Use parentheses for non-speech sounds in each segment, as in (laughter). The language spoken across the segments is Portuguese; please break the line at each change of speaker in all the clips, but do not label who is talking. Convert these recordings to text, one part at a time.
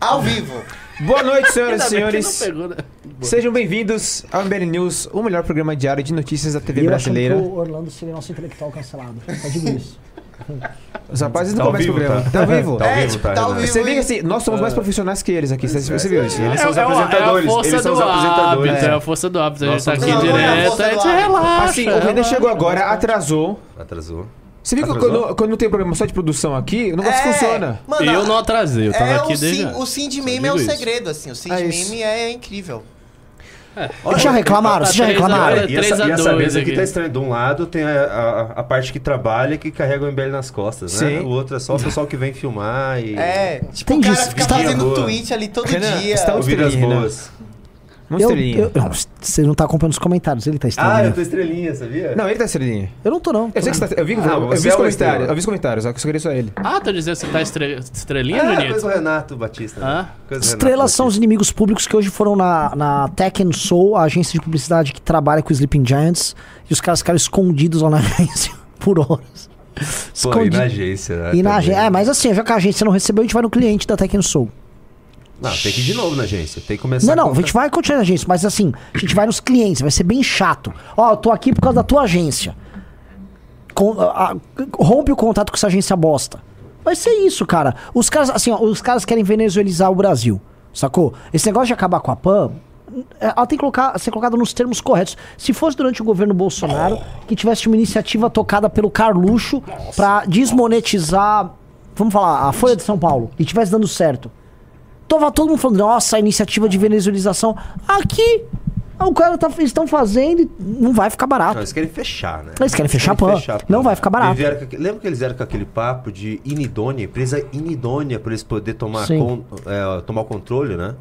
Ao vivo.
Boa noite, senhoras e senhores.
Pegou, né?
Sejam bem-vindos ao MBL News, o melhor programa diário de notícias da TV
E eu acho que
brasileira.
um
o Orlando Silva é nosso intelectual cancelado. Só digo
(laughs)
isso.
Os rapazes
Tá
não
ao
começam o
vivo, tá?
programa. Tá ao vivo.
Tá ao
É,
vivo,
tipo,
tá, É.
tá ao
Renan?
vivo.
Você vê que assim, nós somos mais profissionais que eles aqui, você, você viu isso?
Eles
Eles são
são os
uma-
apresentadores,
é a força
eles são os
do
apresentadores.
hábito,
É.
É a força do hábito. A
Nós
gente tá aqui
somos
os apresentadores. Não, não é
direto,
a força
a gente
do hábito.
relaxa.
Assim, o Renan chegou agora, atrasou.
Atrasou.
Você viu que
Atrasou?
quando, quando não tem programa só de produção aqui, o negócio
É,
funciona.
Mano,
eu não atrasei, eu tava
é
aqui
o,
desde.
sim, o sim de
Só
meme é o
digo isso.
segredo, assim. O sim
É
de
isso.
meme é incrível.
É.
É.
Vocês já reclamaram? Vocês já
Tá três
reclamaram?
agora.
E essa,
3 a
e essa
2
mesa aqui
aqui.
tá estranha. De um lado tem a, a, a parte que trabalha que carrega o MBL nas costas, né?
Sim.
O outro é só o pessoal que vem filmar e.
É, tipo,
Tem
o cara
disso.
fica
Está-
fazendo
Boa.
tweet ali todo
Renan,
dia.
tá
está-
Ouvir as
Estrelinha, né?
boas.
Uma
Eu,
estrelinha.
eu- não, você não tá acompanhando os comentários, ele
Ah,
tá estranho.
eu tô estrelinha, sabia?
Não, ele tá estrelinha.
eu não tô, não.
Eu sei que você tá. Eu vi,
Ah,
eu,
você
vi
é
os
o
comentários.
estrela.
Eu vi os comentários, só que eu só queria só ele.
Ah, tô dizendo que você tá estre- estrelinha,
Ah,
Juninho?
coisa do Renato Batista. né?
Ah.
Coisa do Renato
Estrelas são os
Batista.
inimigos públicos que hoje foram na, na Tech and Soul, a agência de publicidade que trabalha com o Sleeping Giants, e os caras ficaram escondidos lá na (laughs) agência por horas.
Pô, e na
Escondidos.
agência, né?
E na
Também.
agência. É, mas assim, já que a agência não recebeu, a gente vai no cliente da Tech and Soul.
Não, tem que ir de novo na agência. Tem que começar.
Não, não,
com-
a gente vai continuar na agência, mas assim, a gente vai nos clientes, vai ser bem chato. Ó, eu tô aqui por causa da tua agência. Com- a- a- rompe o contato com essa agência bosta. Vai ser isso, cara. Os caras, assim, ó, os caras querem venezuelizar o Brasil, sacou? Esse negócio de acabar com a PAN, é, ela tem que colocar, ser colocada nos termos corretos. Se fosse durante o governo Bolsonaro, que tivesse uma iniciativa tocada pelo Carluxo pra desmonetizar, vamos falar, a Folha de São Paulo, e tivesse dando certo. Tava todo mundo falando, nossa, a iniciativa de venezuelização. Aqui, o cara tá, eles estão fazendo e não vai ficar
Não,
barato.
eles querem fechar, né?
Ah, Eles querem fechar a PAN. Não vai ficar barato.
Eles vieram com aque- lembra que eles vieram com aquele papo de inidônea, empresa inidônea pra eles poderem tomar,
Sim.
con- é, tomar o controle, né?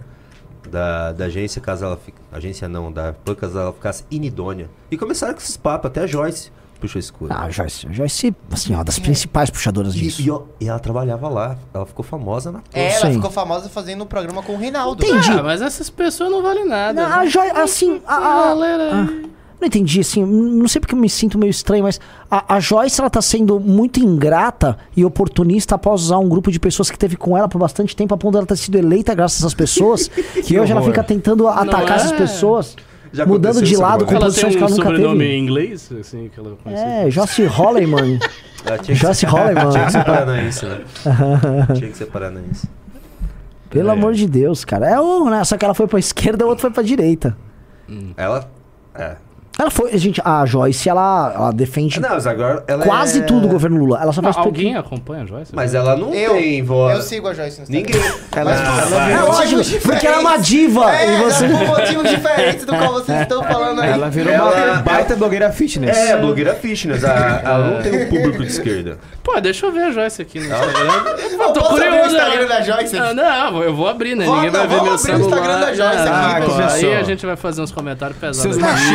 Da, da agência, caso ela fique. Agência não, da PAN, caso ela ficasse inidônea. E começaram com esses papos, até a Joyce puxou esse cu. né?
Ah, Joyce, Joyce, assim, ó, das principais puxadoras disso.
e, e, ó, e ela trabalhava lá, ela ficou famosa na PAN.
É, ela
Sim.
ficou famosa fazendo um programa com o Reinaldo.
Entendi.
Ah, mas essas pessoas não valem nada.
Não, a
né?
é
Joyce, assim, a- a-
Galera,
não entendi, assim, não sei porque eu me sinto meio estranho, mas a, a Joyce, ela tá sendo muito ingrata e oportunista após usar um grupo de pessoas que teve com ela por bastante tempo, a ponto dela ter sido eleita graças a essas pessoas, e hoje ela
horror.
fica tentando atacar
é?
essas pessoas,
Já
mudando
aconteceu
de
isso
lado
alguma
com
ela
vez?
tem
posições que
um
ela nunca
sobrenome
teve.
em inglês, assim, que ela conhece.
É, Joyce (laughs) Holleman.
Ela tinha que ser-
(laughs) Joyce Holleman.
(laughs) Tinha que ser
é
paranaense, né? Tinha que ser paranaense.
Pelo
É.
amor de Deus, cara. É um, né? Só que ela foi pra esquerda, o outro foi pra direita.
Ela. É.
Ela foi. Gente, a Joyce, ela, ela defende
Ah, Não, mas agora ela
quase
é-
tudo o governo Lula. Ela só
Não,
faz pouquinho.
Ah, alguém acompanha a Joyce?
Mas ela não
Eu,
tem
eu
voz.
sigo a Joyce no Instagram.
Ninguém.
Ela-
ela-
É
Por
lógico,
motivos
porque ela é uma
diferentes.
diva.
É,
e você.
por motivos diferentes
É
do qual vocês estão falando aí.
Ela virou
Ela-
uma baita blogueira fitness.
É, blogueira fitness. A- ela não tem um público de esquerda.
Pô, deixa eu ver a Joyce aqui no
(laughs)
Instagram.
Eu
tô
posso abrir
curioso,
o Instagram
né?
da Joyce
Ah,
aqui?
não, eu vou abrir, né?
Vamos,
Ninguém vai ver meu
vamos abrir o
celular.
Instagram da Joyce
Ah,
aqui,
pô,
pessoal.
Aí a gente vai fazer uns comentários pesados.
Seus
aqui.
E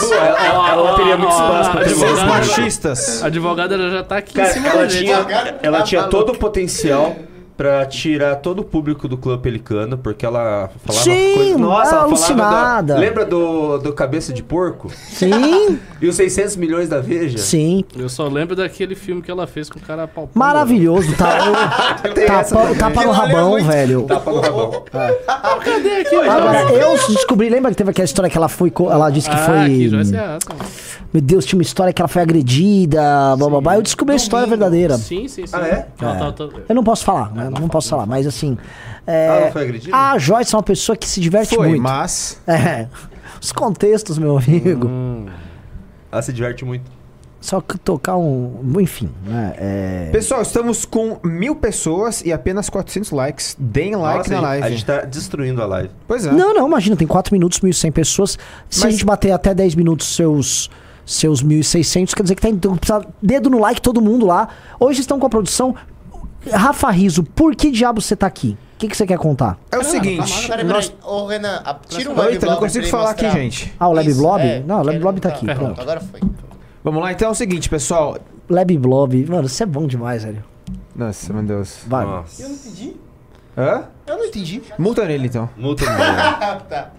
ela, é boa, ela, ela, ela teria muito espaço pra ter
Advogado.
voz.
Seus
Advogada.
machistas.
A advogada ela já tá aqui em
Cara,
cima da
ela
gente.
tinha, ela
Tá
tinha
maluco.
todo o potencial pra tirar todo o público do Clã Pelicano, porque ela falava
Sim,
coisa... Nossa,
ela
ela falava
alucinada.
da... Lembra do, do Cabeça de Porco?
Sim,
(laughs) E os 600 milhões da Veja?
sim.
Eu só lembro daquele filme que ela fez com o cara palpando.
Maravilhoso. Tá,
Tem essa
tapa,
também.
tapa no
Ela é
rabão,
muito-
velho.
Tapa no rabão.
Cadê aqui, Joyce?
Agora, eu descobri, lembra que teve aquela história que ela foi. co- Ela disse que
Ah, aqui,
foi.
Joyce é essa.
Meu Deus, tinha uma história que ela foi agredida, blá blá blá. Eu descobri a história verdadeira.
Sim, sim, sim.
Ah, é?
Ela tá- tá-
Eu não posso falar, né? não posso falar, mas assim. é,
Ah, Ela foi agredida?
A Joyce é uma pessoa que se diverte
Foi,
muito.
mas.
É. (laughs) Os contextos, meu amigo.
Hum. Ela se diverte muito.
Só que tocar um. Enfim, né? É...
Pessoal, estamos com mil pessoas e apenas 400 likes. Deem like
Nossa,
na
a gente-
live.
A gente tá destruindo a live.
Pois é.
Não, não, imagina, tem 4 minutos, 1.100 pessoas. Se a
Mas-
gente bater até 10 minutos seus seus 1.600, quer dizer que tá então, precisa dedo no like todo mundo lá. Hoje estão com a produção. Rafa Riso, por que diabo você tá aqui? O que, que você quer contar?
É o
(laughs)
Peraí,
seguinte.
peraí.
nós...
Ô, Renan, a- tira o web
Eita, não consigo falar aqui, gente.
Ah, o Lab
Isso,
Blob?
é,
não, o Lab
ele
Blob tá
tá-
aqui.
Perdão.
pronto.
Agora foi.
Vamos lá, então é o seguinte, pessoal.
Lab Blob. Mano, você é bom demais, velho.
Nossa, meu Deus.
Vai.
Nossa.
Eu não entendi.
Hã?
Eu não entendi.
Multa nele, então.
Muito bom.
Ah, (laughs) tá.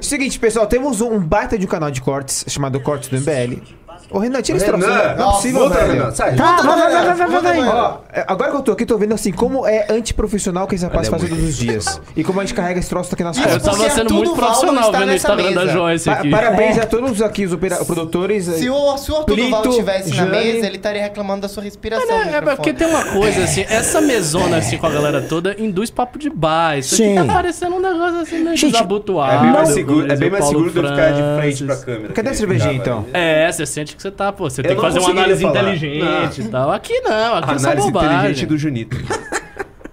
Seguinte, pessoal, temos um baita de um canal de cortes chamado Cortes do MBL.
Ô, Renan, tira esse
Renan,
troço. né? Não é
nossa,
possível,
Volta,
velho.
Renan. Sai.
Tá, vai, vai, vai, vai, vai, vai,
Volta,
vai.
Renan.
Ó, é, agora que eu tô aqui, tô vendo assim, como é antiprofissional que esse rapaz
Ele é
faz
muito
todos os dias. E como a gente carrega esse troço aqui nas
Isso
Eu
costas.
porque
tava sendo
Arthur
muito
Duval não
profissional
está
vendo o
nessa
Instagram da
mesa. É.
Joyce
Pa-
aqui.
Parabéns a todos aqui, os opera- produtores. é,
Se o, se o Arthur
Plito,
Duval estivesse na
Jane.
mesa, ele estaria reclamando da sua respiração. no
É, é
microfone.
porque tem uma coisa assim, essa mesona assim com a galera toda induz papo de bar. Isso
Sim.
aqui tá parecendo um negócio assim meio
Gente,
desabotuado.
É bem mais
como
seguro, é
diz
bem
o
mais
Paulo
seguro do que ficar de frente
Francis.
pra câmera.
Cadê a
Que-
cervejinha,
Ah,
então?
vai.
É, você sente que você tá, pô, você tem
Eu
que
não
fazer uma
conseguiria
análise
falar.
inteligente e
(laughs)
tal. Aqui não, aqui é só
Análise Ah, inteligente
bobagem.
do Junito.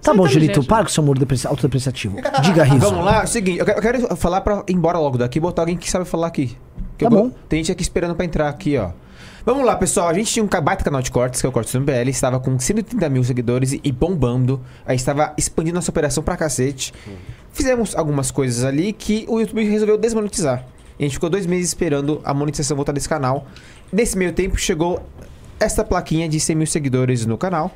Tá bom,
inteligente,
Julito,
né?
para com seu humor depressa- autodepreciativo. Diga riso.
Vamos lá, seguinte, eu quero, eu quero falar pra ir embora logo daqui, botar alguém que sabe falar aqui. Que
Tá
eu go-
bom.
Tem gente aqui esperando pra entrar aqui, ó. Vamos lá, pessoal. A gente tinha um ca- baita canal de cortes, que é o Cortes do MBL, estava com 130 mil seguidores e- e bombando. A gente estava expandindo nossa operação pra cacete. Fizemos algumas coisas ali que o YouTube resolveu desmonetizar. E a gente ficou dois meses esperando a monetização voltar desse canal. Nesse meio tempo chegou esta plaquinha de 100 mil seguidores no canal.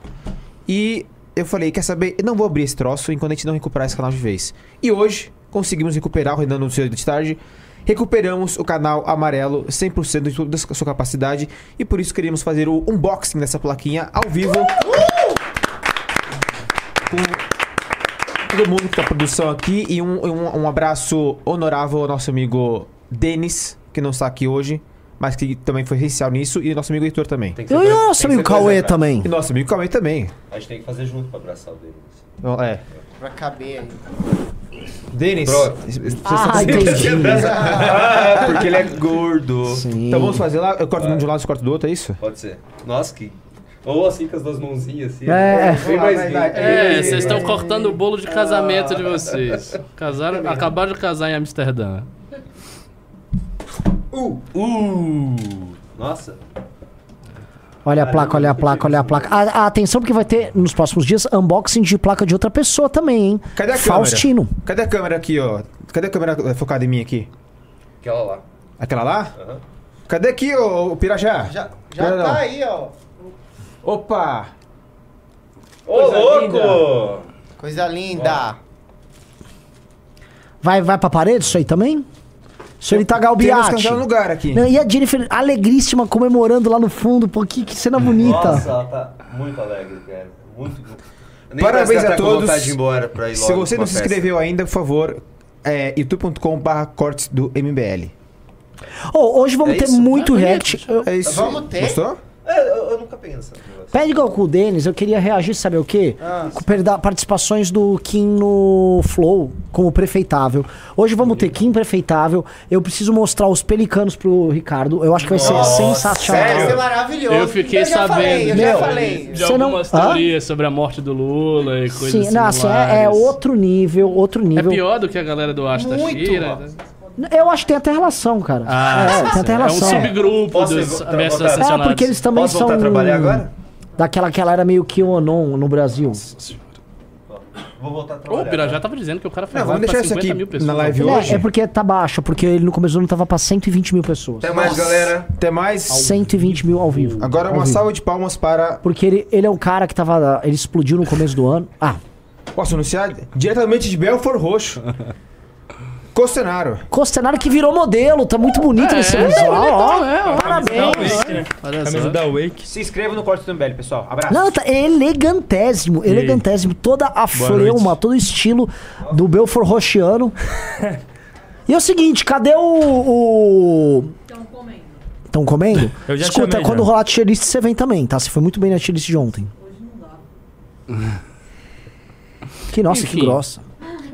E eu falei, quer saber? Eu não vou abrir esse troço enquanto a gente não recuperar esse canal de vez. E hoje, conseguimos recuperar, o Renan anunciou de tarde, recuperamos o canal amarelo 100% de toda a sua capacidade. E por isso queríamos fazer o unboxing dessa plaquinha ao vivo. Com todo mundo que tá na produção aqui. E um, um, um abraço honorável ao nosso amigo Denis, que não está aqui hoje. Mas que também foi essencial nisso, e nosso amigo Heitor também.
Tem que
E
ser
o
dois- né,
nosso
tem que
amigo
ser dois
Cauê
abraços.
também.
E nosso amigo Cauê também.
A gente tem que fazer junto pra abraçar o assim, dele.
Então, É.
Pra caber aí.
Denis.
Pronto.
Ah, entendi.
(laughs) Ah, porque ele é gordo.
Sim.
Então vamos fazer lá. Eu corto um de um lado, você corta do outro, é isso?
Pode ser. Nossa, que. Ou assim com as duas mãozinhas assim.
É.
Bem
Ah,
mais lindo.
É, vocês estão cortando o bolo de casamento de vocês. Casaram, acabaram de casar em Amsterdã.
Uh, uh. Nossa.
Olha a placa, olha a placa, olha a placa. A, a atenção, porque vai ter nos próximos dias unboxing de placa de outra pessoa também, hein?
Cadê a câmera?
Faustino.
Cadê a câmera aqui, ó? Cadê a câmera eh, focada em mim aqui?
Aquela lá.
Aquela lá?
Aham.
Cadê aqui, ô, ô Pirajá?
Já, já
Pirajá, não.
tá aí, ó.
Opa!
Ô,
Coisa
louco!
Coisa linda.
Vai, vai pra parede isso aí também? Senhorita
Temos que
Galbiati.
arranjar um lugar aqui.
tá Não, e a Jennifer alegríssima comemorando lá no fundo. Pô, que, que cena bonita.
Nossa, ela tá muito alegre, cara. Muito. Nem
Parabéns
parece que ela
a
tá com
todos.
vontade de ir embora pra ir
Se
logo
você
pra
não se
festa.
inscreveu ainda, por favor, é youtube.com.br cortes do MBL.
Ô, hoje vamos
É
ter
isso?
muito
Ah,
react. Eu-
É isso.
Vamos ter?
Gostou?
É, eu, eu nunca peguei nessa negócio.
Pede igual com o Denis, eu queria reagir, sabe o quê?
Ah,
Com perda- participações do Kim no Flow como prefeitável. Hoje vamos ter Kim prefeitável. Eu preciso mostrar os pelicanos pro Ricardo. Eu acho que vai ser
Nossa,
Vai
sensacional.
sério?
ser maravilhoso.
Eu fiquei
já
sabendo
Falei, eu já
Meu,
falei.
de
Você não-
algumas
Hã?
teorias sobre a morte do Lula e coisas
Sim, não, assim, é, é
similares.
outro nível, outro
É
nível.
pior do que a galera do Asta
Muito,
Shira.
ó.
Eu acho que tem até relação, cara. é, tem até
é um
relação.
subgrupo
Posso
dos
voltar-
versos
voltar?
É,
assassinados.
porque eles também
Posso
são.
voltar a trabalhar agora?
Daquela que ela era meio que Onon no Brasil.
Vou voltar a trabalhar.
Ô, o Pirajá
tá?
tava dizendo que o cara foi
Não, vamos
pra
deixar isso
50
aqui
mil pessoas.
na live
Ele é-
hoje.
é porque tá baixo, porque ele no começo do ano tava pra 120 mil pessoas.
Até mais, galera.
Até mais.
120 mil ao vivo.
Agora
Ao
uma
vivo.
salva de palmas para.
Porque ele, ele é um cara que tava. Ele explodiu no começo do ano. Ah,
Posso anunciar? Diretamente de Belfort Roxo. Costenaro.
Costenaro que virou modelo, tá muito bonito
É.
esse visual,
tá
ó. Parabéns.
então, é, Olha
Camisa
só.
da Wake.
Se inscreva no corte do MBL, pessoal. Abraço.
Não, tá elegantésimo, elegantésimo. Toda a fleuma,
noite.
todo o estilo do Belfort Roxiano. e é o seguinte, cadê o. o...
Estão comendo.
Estão comendo?
(laughs) Eu já
Escuta,
chamei,
quando
já.
rolar a tier list, você vem também, tá? Você foi muito bem na tier list de ontem.
Hoje não dá.
(laughs) Que nossa, que
Enfim.
grossa.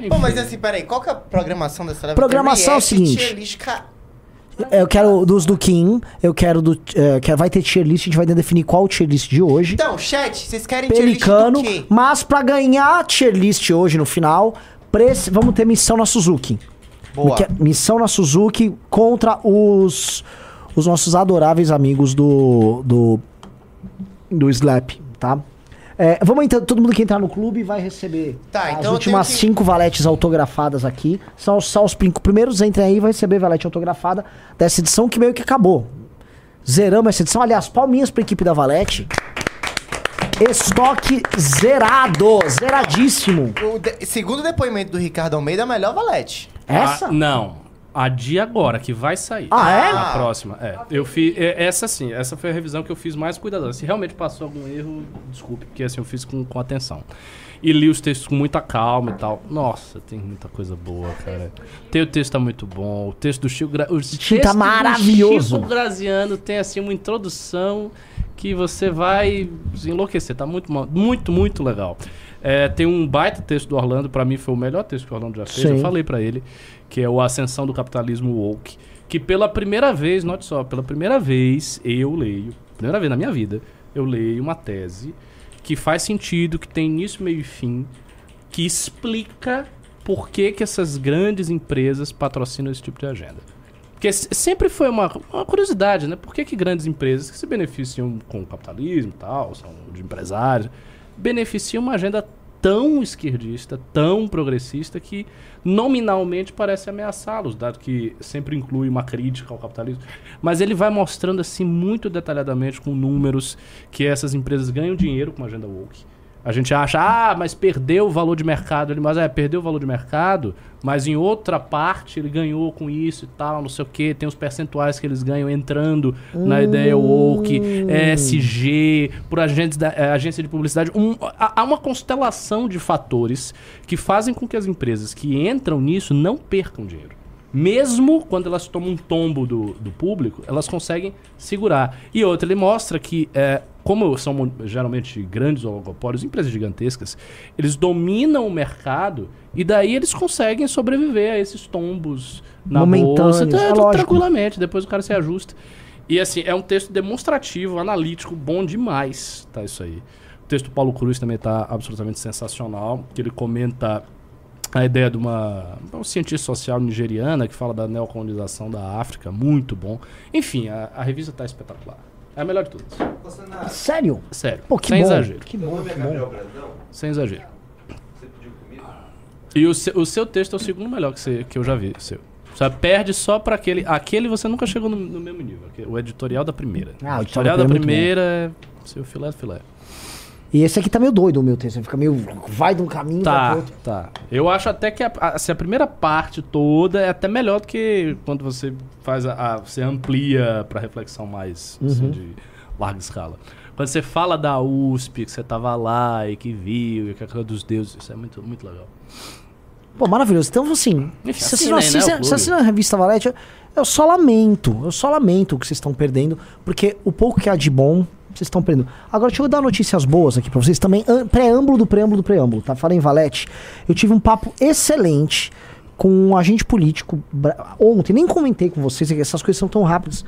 Pô, mas assim, peraí, qual que é a programação dessa live?
Programação é o
React,
seguinte.
tier list, ca-
Eu quero dos do Kim, eu quero do. eh, quero- vai ter tier list, a gente vai definir qual tier list de hoje.
Então, chat, vocês querem
Pelicano.
tier list do quê?
Mas pra ganhar a tier list hoje no final, preci- vamos ter missão na Suzuki.
Boa.
Que- Missão na Suzuki contra os os nossos adoráveis amigos do do do Slap, tá? É, vamos entrar, todo mundo que entrar no clube vai receber
Tá,
as
então eu
últimas
tenho que-
cinco valetes autografadas aqui. São os- só os prin- primeiros entrem aí e vai receber valete autografada dessa edição que meio que acabou. Zeramos essa edição. Aliás, palminhas pra equipe da Valete. Estoque zerado, zeradíssimo.
O de- Segundo o depoimento do Ricardo Almeida, a melhor valete.
Essa?
Ah, não. A de agora, que vai sair.
Ah, é?
A próxima, é. Eu fiz. é, Essa sim, essa foi a revisão que eu fiz mais cuidadosa. Se realmente passou algum erro, desculpe, porque assim eu fiz com, com atenção. E li os textos com muita calma e tal. Nossa, tem muita coisa boa, cara. Teu texto tá muito bom. O texto do Chico. Gra... Os textos
Chico tá
do
maravilhoso.
Chico Graziano tem assim uma introdução que você vai se enlouquecer. Tá muito, ma- muito, muito legal. É, tem um baita texto do Orlando, pra mim foi o melhor texto que o Orlando já fez.
Sim.
Eu falei pra ele que é o Ascensão do Capitalismo Woke, que pela primeira vez, note só, pela primeira vez eu leio, primeira vez na minha vida, eu leio uma tese que faz sentido, que tem início, meio e fim, que explica por que, que essas grandes empresas patrocinam esse tipo de agenda. Porque se- sempre foi uma, uma curiosidade, né? Por que, que grandes empresas que se beneficiam com o capitalismo e tal, são de empresários, beneficiam uma agenda tão esquerdista, tão progressista, que nominalmente parece ameaçá-los, dado que sempre inclui uma crítica ao capitalismo. Mas ele vai mostrando assim muito detalhadamente com números que essas empresas ganham dinheiro com a agenda woke. A gente acha, ah, mas perdeu o valor de mercado. Ele, mas é, perdeu o valor de mercado, mas em outra parte ele ganhou com isso e tal, não sei o quê. Tem os percentuais que eles ganham entrando na ideia woke, SG, por agentes da, eh, agência de publicidade. Um, há há uma constelação de fatores que fazem com que as empresas que entram nisso não percam dinheiro. Mesmo quando elas tomam um tombo do, do público, elas conseguem segurar. E outra, ele mostra que, é, como são mon- geralmente grandes oligopólios, empresas gigantescas, eles dominam o mercado e daí eles conseguem sobreviver a esses tombos na
Momentâneos,
bolsa,
é
tá,
lógico.
tranquilamente, depois o cara se ajusta. E assim, é um texto demonstrativo, analítico, bom demais, tá isso aí. O texto do Paulo Cruz também tá absolutamente sensacional, que ele comenta a ideia de uma um cientista social nigeriana que fala da neocolonização da África, muito bom. Enfim, a, a revista tá espetacular. É a melhor de todas.
Sério?
Sério.
Pô, que
sem
bom.
exagero.
Que bom, que bom.
Gabriel Brandão,
Sem exagero.
você pediu comida?
E o, seu- o seu texto é o segundo melhor que, você- que eu já vi, seu. Só perde só pra aquele. Aquele você nunca chegou no, no mesmo nível. que- é O editorial da primeira.
Ah, o editorial
da
da primeira
primeira é seu filé do filé.
E esse aqui tá meio doido, o meu texto. Ele fica meio. Vai de um caminho, vai
Tá,
pro outro.
tá. Eu acho até que a, a- se a primeira parte toda é até melhor do que quando você faz a. a- você amplia pra reflexão mais
Uhum.
assim, de larga escala. Quando você fala da USP, que você tava lá e que viu, e que aquela dos deuses, isso é muito, muito legal.
Pô, maravilhoso. Então, assim,
Enfim,
se você
assinem,
não
né,
assina,
o clube.
se assina a revista Valete, eu- eu só lamento. Eu só lamento o que vocês estão perdendo, porque o pouco que há de bom, vocês estão perdendo. Agora, deixa eu dar notícias boas aqui pra vocês também. an- Preâmbulo do preâmbulo do preâmbulo, tá? Falei em Valete. Eu tive um papo excelente com um agente político bra- ontem, nem comentei com vocês, é que essas coisas são tão rápidas.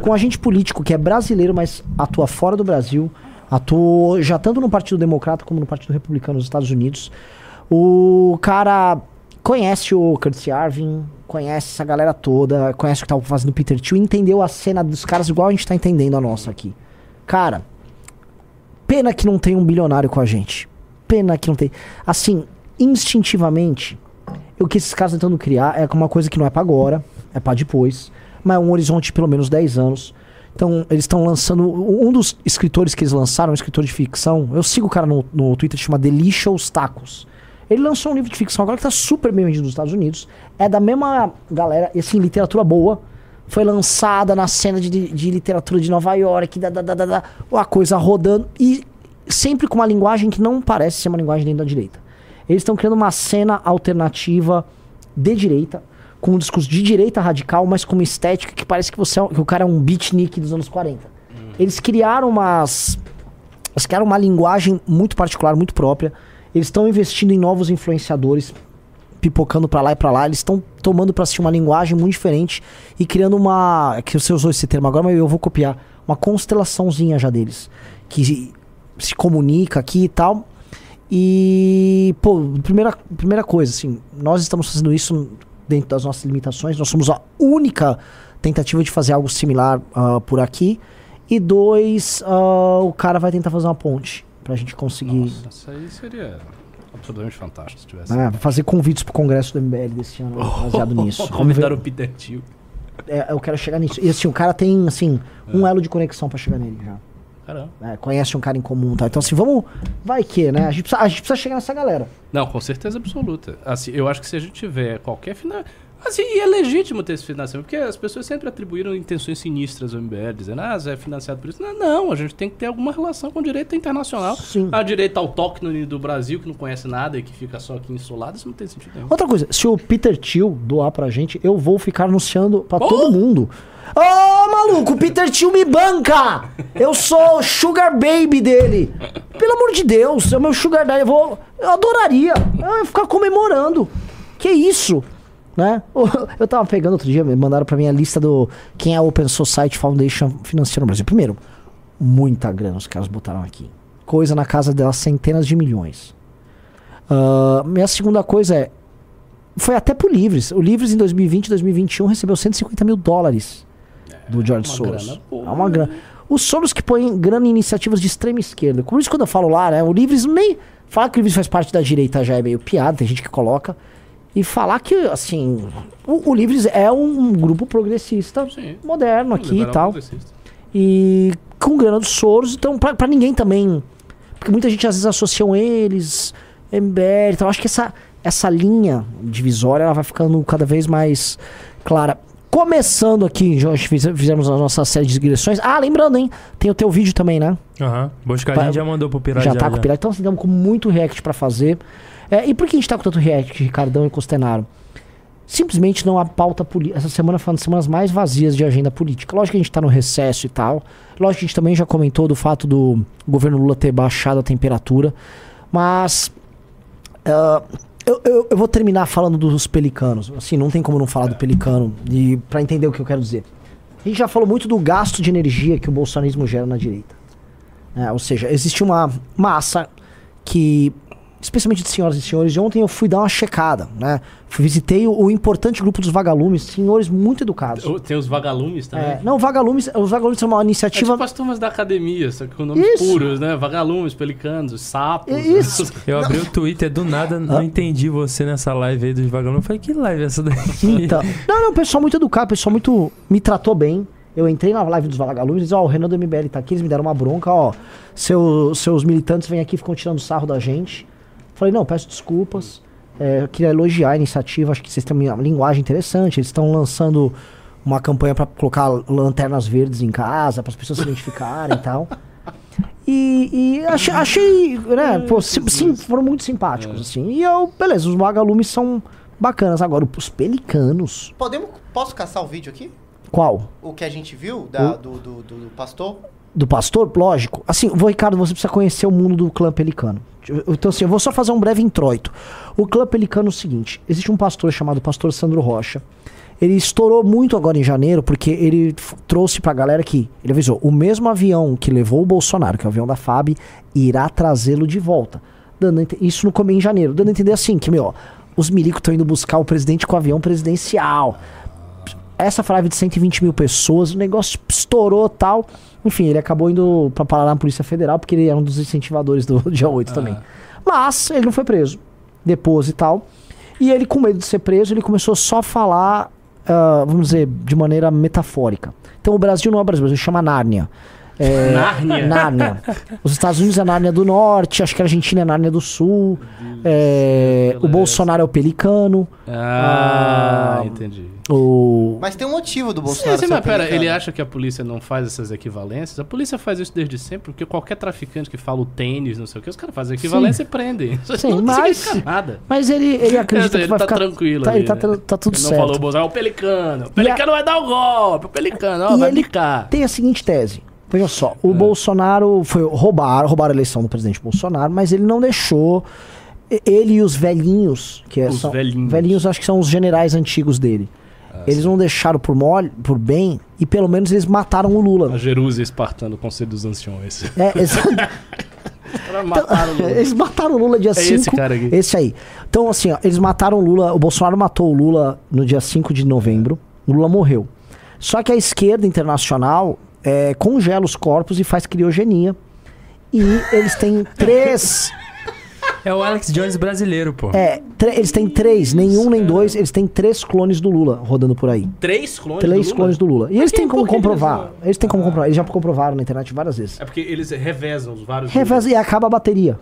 Com um agente político que é brasileiro, mas atua fora do Brasil, atua já tanto no Partido Democrata como no Partido Republicano nos Estados Unidos. O cara conhece o Curtis Arvin, conhece essa galera toda, conhece o que tá fazendo o Peter Thiel, entendeu a cena dos caras igual a gente tá entendendo a nossa aqui. Cara, pena que não tem um bilionário com a gente. Pena que não tem. Assim, instintivamente, o que esses caras estão tentando criar é uma coisa que não é pra agora, é pra depois, mas é um horizonte de pelo menos 10 anos. Então, eles estão lançando. Um dos escritores que eles lançaram, um escritor de ficção, eu sigo o cara no, no Twitter, chama Delicious Tacos. Ele lançou um livro de ficção agora que tá super bem vendido nos Estados Unidos. É da mesma galera, e assim, literatura boa. Foi lançada na cena de, de literatura de Nova York, da, da, da, da, da, uma coisa rodando. E sempre com uma linguagem que não parece ser uma linguagem dentro da direita. Eles estão criando uma cena alternativa de direita, com um discurso de direita radical, mas com uma estética que parece que, você é um- que o cara é um beatnik dos anos 40. Eles criaram umas. Eles criaram uma linguagem muito particular, muito própria. Eles estão investindo em novos influenciadores, pipocando pra lá e pra lá. Eles estão tomando pra si uma linguagem muito diferente e criando uma. é Que você usou esse termo agora, mas eu vou copiar. Uma constelaçãozinha já deles. Que se comunica aqui e tal. E, pô, primeira, primeira coisa, assim, nós estamos fazendo isso dentro das nossas limitações. Nós somos a única tentativa de fazer algo similar ah, por aqui. E dois, ah, o cara vai tentar fazer uma ponte pra gente conseguir
Nossa, isso aí seria absolutamente fantástico se tivesse.
né,
(laughs)
fazer convites pro congresso do MBL desse ano, baseado nisso. Vamos ver-
Convidar o Peter Thiel.
é, eu quero chegar nisso. E assim, o cara tem, assim, um elo de conexão pra chegar nele já.
Caramba.
né, conhece um cara em comum, tá? Então, assim, vamos. Vai que, né? A gente precisa, a gente precisa chegar nessa galera.
Não, com certeza absoluta. Assim, eu acho que se a gente tiver qualquer final. Assim, e é legítimo ter esse financiamento, porque as pessoas sempre atribuíram intenções sinistras ao MBL, dizendo, ah, Zé é financiado por isso. Não, não, a gente tem que ter alguma relação com o direito internacional.
Sim.
A direita autóctone do Brasil, que não conhece nada e que fica só aqui insolado, isso não tem sentido nenhum.
É. Outra coisa, se o Peter Thiel doar pra gente, eu vou ficar anunciando pra todo mundo. Ô, maluco, o Peter Thiel me banca! Eu sou o sugar baby dele. Pelo amor de Deus, é o meu sugar daddy. Eu, vou, eu adoraria. Eu ia ficar comemorando. Que isso? Né? Eu tava pegando outro dia, me mandaram pra minha lista do quem é a Open Society Foundation financeira no Brasil. Primeiro, muita grana os caras botaram aqui. Coisa na casa delas, centenas de milhões. Ah, minha segunda coisa é, foi até pro Livres. O Livres em 2020 e 2021 recebeu 150 mil dólares do George
É, uma
Soros.
grana boa, né?
é uma grana. Os Soros que põem grana em iniciativas de extrema esquerda. Por isso, quando eu falo lá, né, o Livres nem. Falar que o Livres faz parte da direita já é meio piada, tem gente que coloca. E falar que, assim. O, o Livres é um grupo progressista
Sim. Um
moderno aqui e
Liberal
tal
progressista.
e com grana dos Soros, então pra, pra ninguém também. Porque muita gente às vezes associam eles, MBL, então acho que essa, essa linha divisória ela vai ficando cada vez mais clara. Começando aqui, Jorge, fiz- fizemos a nossa série de digressões. Ah, lembrando, hein? Tem o teu vídeo também, né?
Aham. Boscadinho
Pa-
já mandou pro Pirata.
já tá com o Pirata, então assim, estamos com muito react pra fazer. É, e por que a gente tá com tanto react, Ricardão e Costenaro? Simplesmente não há pauta política. Essa semana foi uma das semanas mais vazias de agenda política. Lógico que a gente tá no recesso e tal. Lógico que a gente também já comentou do fato do governo Lula ter baixado a temperatura. Mas. ah, eu, eu- eu vou terminar falando dos pelicanos. Assim, não tem como não falar do pelicano e para entender o que eu quero dizer. A gente já falou muito do gasto de energia que o bolsonarismo gera na direita. É, ou seja, existe uma massa que, especialmente de senhoras e senhores, e ontem eu fui dar uma checada, né? Fui- Visitei o, o importante grupo dos vagalumes, senhores muito educados.
Ou Tem os vagalumes também.
É, não, vagalumes, os vagalumes são uma
É tipo
iniciativa.
as turmas da academia, só que com nomes
Isso.
puros, né? Vagalumes, pelicanos, os sapos.
Isso.
né?
Eu abri o Twitter do nada, não entendi você nessa live aí dos vagalumes. Eu Falei, que live é essa daqui?
(laughs)
Então, não, não, pessoal muito educado, pessoal muito. Me tratou bem. Eu entrei na live dos vagalumes e disse, ó, o Renan do MBL tá aqui, eles me deram uma bronca, ó. seu- seus militantes vêm aqui e ficam tirando sarro da gente. Falei, não, peço desculpas. é, eu queria elogiar a iniciativa, acho que vocês têm uma linguagem interessante, eles estão lançando uma campanha pra colocar lanternas verdes em casa, para as pessoas se identificarem e tal. E, e achei, achei, né, pô, sim, sim, foram muito simpáticos, assim. E eu, beleza, os vagalumes são bacanas. Agora, os pelicanos,
Podemos, posso caçar o vídeo aqui?
qual?
O que a gente viu da- do, do, do- do pastor?
Do pastor? Lógico. Assim, vou, Ricardo, você precisa conhecer o mundo do clã pelicano. Eu- Então, assim, eu vou só fazer um breve introito. O clã pelicano é o seguinte: existe um pastor chamado Pastor Sandro Rocha. Ele estourou muito agora em janeiro, porque ele f- trouxe pra galera que. Ele avisou: o mesmo avião que levou o Bolsonaro, que é o avião da FAB, irá trazê-lo de volta. Dando a ente- isso no começo em janeiro. Dando a entender assim: que, meu, os milicos estão indo buscar o presidente com o avião presidencial essa frase de 120 mil pessoas, o negócio estourou tal. Enfim, ele acabou indo pra parar na Polícia Federal, porque ele era um dos incentivadores do (laughs) dia 8 também. Mas ele não foi preso. Depois e tal. E ele, com medo de ser preso, ele começou só a falar, ah, vamos dizer, de maneira metafórica. Então o Brasil não é o Brasil, o Brasil chama Nárnia. É,
Nárnia?
Nárnia. Os Estados Unidos é Nárnia do Norte, acho que a Argentina é Nárnia do Sul. é, o Bolsonaro é o Pelicano.
É.
Ah, entendi.
O,
Mas tem um motivo do
Sim,
Bolsonaro
sim,
ser
mas pera,
pelicano.
ele acha que a polícia não faz essas equivalências? A polícia faz isso desde sempre, porque qualquer traficante que fala o tênis, não sei o que, os caras fazem equivalência e prendem. (laughs) Isso
Sim,
não
mas-
significa nada.
Mas ele, ele acredita
Ele
que vai
tá
ficar...
tranquilo
Tá,
ali,
ele tá,
né?
tra- tá tudo
Ele não
certo.
falou o Bolsonaro, é o Pelicano. O Pelicano vai dar o golpe, o Pelicano, ó,
E
vai É.
ele
bicar.
tem a seguinte tese. Veja só, o Bolsonaro foi roubar, roubar a eleição do presidente Bolsonaro, mas ele não deixou e- ele e os velhinhos, que é-
Os
são
velhinhos. Ah,
acho que são os generais antigos dele. eles não deixaram por mole, por bem, e pelo menos eles mataram o
A
Lula. né?
Jerusa espartano, Conselho dos Anciões. Os
É, (laughs) exato.
caras mataram o Lula.
Eles mataram o Lula dia 5.
É esse cara aqui.
Esse aí. Então, assim, ó, eles mataram o Lula. O Bolsonaro matou o Lula no dia 5 de novembro. O Lula morreu. Só que a esquerda internacional é, congela os corpos e faz criogenia. E eles
(laughs)
têm três.
É o Alex Jones brasileiro, pô.
é, tre- eles têm três, nenhum nem dois. Eles têm três clones do Lula rodando por
(laughs)
aí.
é. Três clones do
Três
Lula? um
clones do Lula. E eles
quem-
têm como
por que eles
comprovar.
não-
Eles têm como comprovar. Eles já comprovaram na internet várias vezes.
É porque eles revezam os vários...
Reveza e acaba a bateria.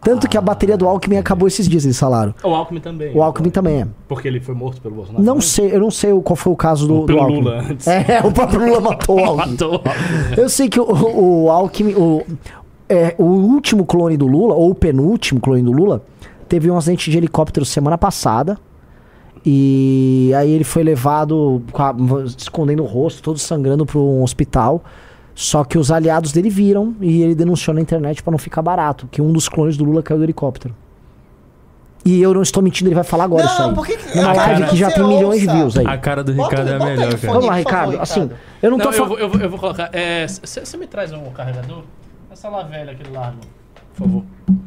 Tanto que a bateria do Alckmin acabou esses dias, eles falaram.
O Alckmin também.
O Alckmin também é.
Porque ele foi morto pelo Bolsonaro.
Não sei, eu não sei o- qual foi o caso do, do
Pelo
Alckmin.
Lula antes.
É, o próprio
(laughs)
Lula matou o Alckmin.
Matou.
Eu sei que o, o Alckmin, o, é, o último clone do Lula, ou o penúltimo clone do Lula, teve um acidente de helicóptero semana passada. E aí ele foi levado, com a- escondendo o rosto, todo sangrando para um hospital. Só que os aliados dele viram e ele denunciou na internet para não ficar barato, que um dos clones do Lula caiu do helicóptero. E eu não estou mentindo, ele vai falar agora
Não,
isso aí.
por que que-
Numa
Ah,
live
cara,
que já
você
tem milhões de
ouça.
views aí.
A cara do
Bota-
Ricardo é a
bota aí,
melhor,
fone.
cara.
Vamos lá,
Por favor,
Ricardo. Assim,
Ricardo.
eu não
Não,
tô
eu,
falando.
vou, eu, vou, eu vou colocar. é, Você me traz um carregador? Essa lá velha aqui do lado, por favor.
Vamos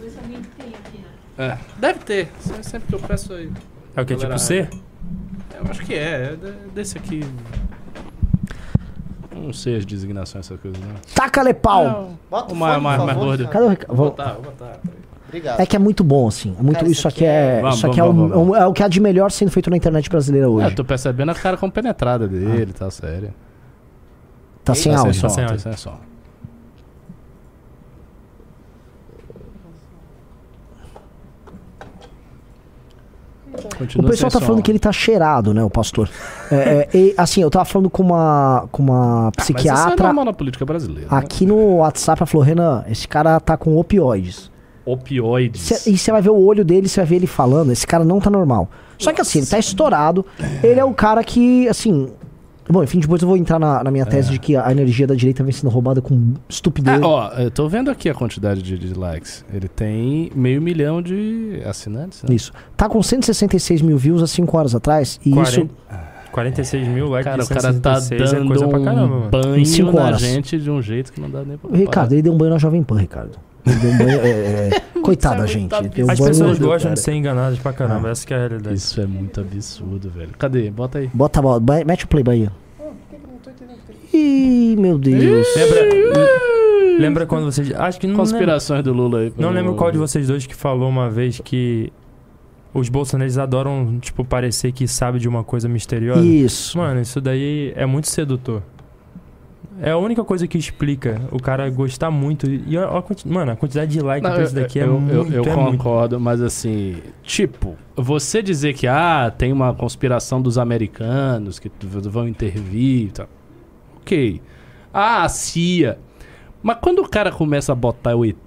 ver se alguém tem aqui, né?
É, deve ter. Se- Sempre que eu peço aí.
É o que? Tipo
Galera,
C?
Eu acho que é. é de- desse aqui. Não sei as designações, essas coisas, né?
Taca-lhe pau.
é. Não.
Bota o
Uma-
fone,
uma- mais
por favor,
gorda.
Ricardo.
Cadê o Ricardo?
Vou
Vou-
botar, vou botar. peraí.
Obrigado.
É que é muito bom, assim. É Muito,
Cara,
isso
isso
aqui
aqui
é.
Vamos,
Isso aqui é,
vamos,
o-
vamos, vamos.
é o que há de melhor sendo feito na internet brasileira
Eu
hoje. Ah.
tô percebendo a cara como penetrada dele, tá sério.
Tá sem
Tá
Tá
áudio.
sem som,
sem
tá
áudio.
sem som.
O
Continua
pessoal
sem
tá falando
som.
que ele tá cheirado, né, o pastor? É, é, e, assim, eu tava falando com uma, com uma
Mas isso é
psiquiatra
normal na política brasileira. né?
aqui no WhatsApp. Ela falou: Renan, esse cara tá com opioides.
Opioides.
Cê- e você vai ver o olho dele, você vai ver ele falando: esse cara não tá normal. Só que assim, ele tá estourado. Ele é o cara que, assim. Bom, enfim, depois eu vou entrar na, na minha tese de que a energia da direita vem sendo roubada com
É. Ah,
estupidez.
ó, eu tô vendo aqui a quantidade de, de likes. Ele tem meio milhão de assinantes, né?
Isso. Tá com 166 mil views há 5 horas atrás. E isso
40, 46 mil likes.
Cara,
de
o cara tá
166 é
dando
coisa pra caramba,
um
mano.
Em
banho
cinco
na
horas.
gente de um jeito que não dá nem pra
O Ricardo, ele deu um banho na Jovem Pan, Ricardo. Ele deu
(laughs)
um banho. é, é, coitado da
Isso é muito
gente. ele deu um
As
banho
pessoas
no- Ah.
gostam de ser enganadas pra caramba, essa que é a realidade.
Isso é muito absurdo, velho. Cadê? Bota aí.
Bota a bola, ba- mete o play, Bahia. Ih, meu Deus.
Lembra, lembra quando vocês. Acho que não. Lembro,
Conspirações do Lula aí.
não
pelo-
lembro qual de vocês dois que falou uma vez que os bolsonaristas adoram, tipo, parecer que sabe de uma coisa misteriosa.
Isso.
Mano, isso daí é muito sedutor. É a única coisa que explica o cara gostar muito. E ó, ó, quanti- mano, a quantidade de like
Não,
pra
eu,
isso daqui é
eu- eu-
muito.
eu
é muito.
concordo, mas assim, tipo, você dizer que ah, tem uma conspiração dos americanos que t- vão intervir, e tal. ok. Ah, a CIA. Mas quando o cara começa a botar o ET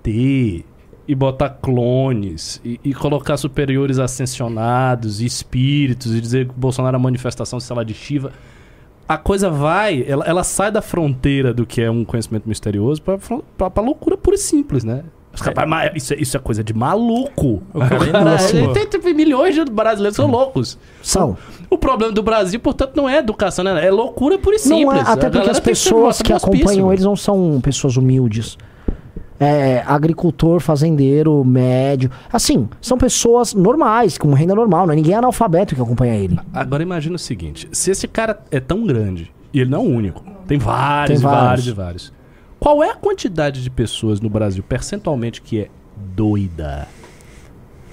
e botar clones e, e colocar superiores ascensionados e espíritos e dizer que o Bolsonaro é uma manifestação, sei lá, de Shiva, a coisa vai, ela, ela sai da fronteira do que é um conhecimento misterioso pra, fron- pra, pra loucura pura e simples, né? Os caras, "Ah, mas isso, é- isso é coisa de maluco.
O cara é louco.
ele tem, tem milhões de brasileiros que são loucos.
São.
O problema do Brasil, portanto, não é educação, né? É loucura pura e simples.
Não é,
A
até porque
galera
as
tem ser
pessoas
morta
que
no hospício.
acompanham eles não são pessoas humildes. É, agricultor, fazendeiro, médio. Assim, são pessoas normais, com renda normal, não é ninguém analfabeto que acompanha ele.
Agora imagina o seguinte: se esse cara é tão grande, e ele não é o único, tem vários,
Tem vários.
vários, vários, vários. Qual é a quantidade de pessoas no Brasil, percentualmente, que é doida?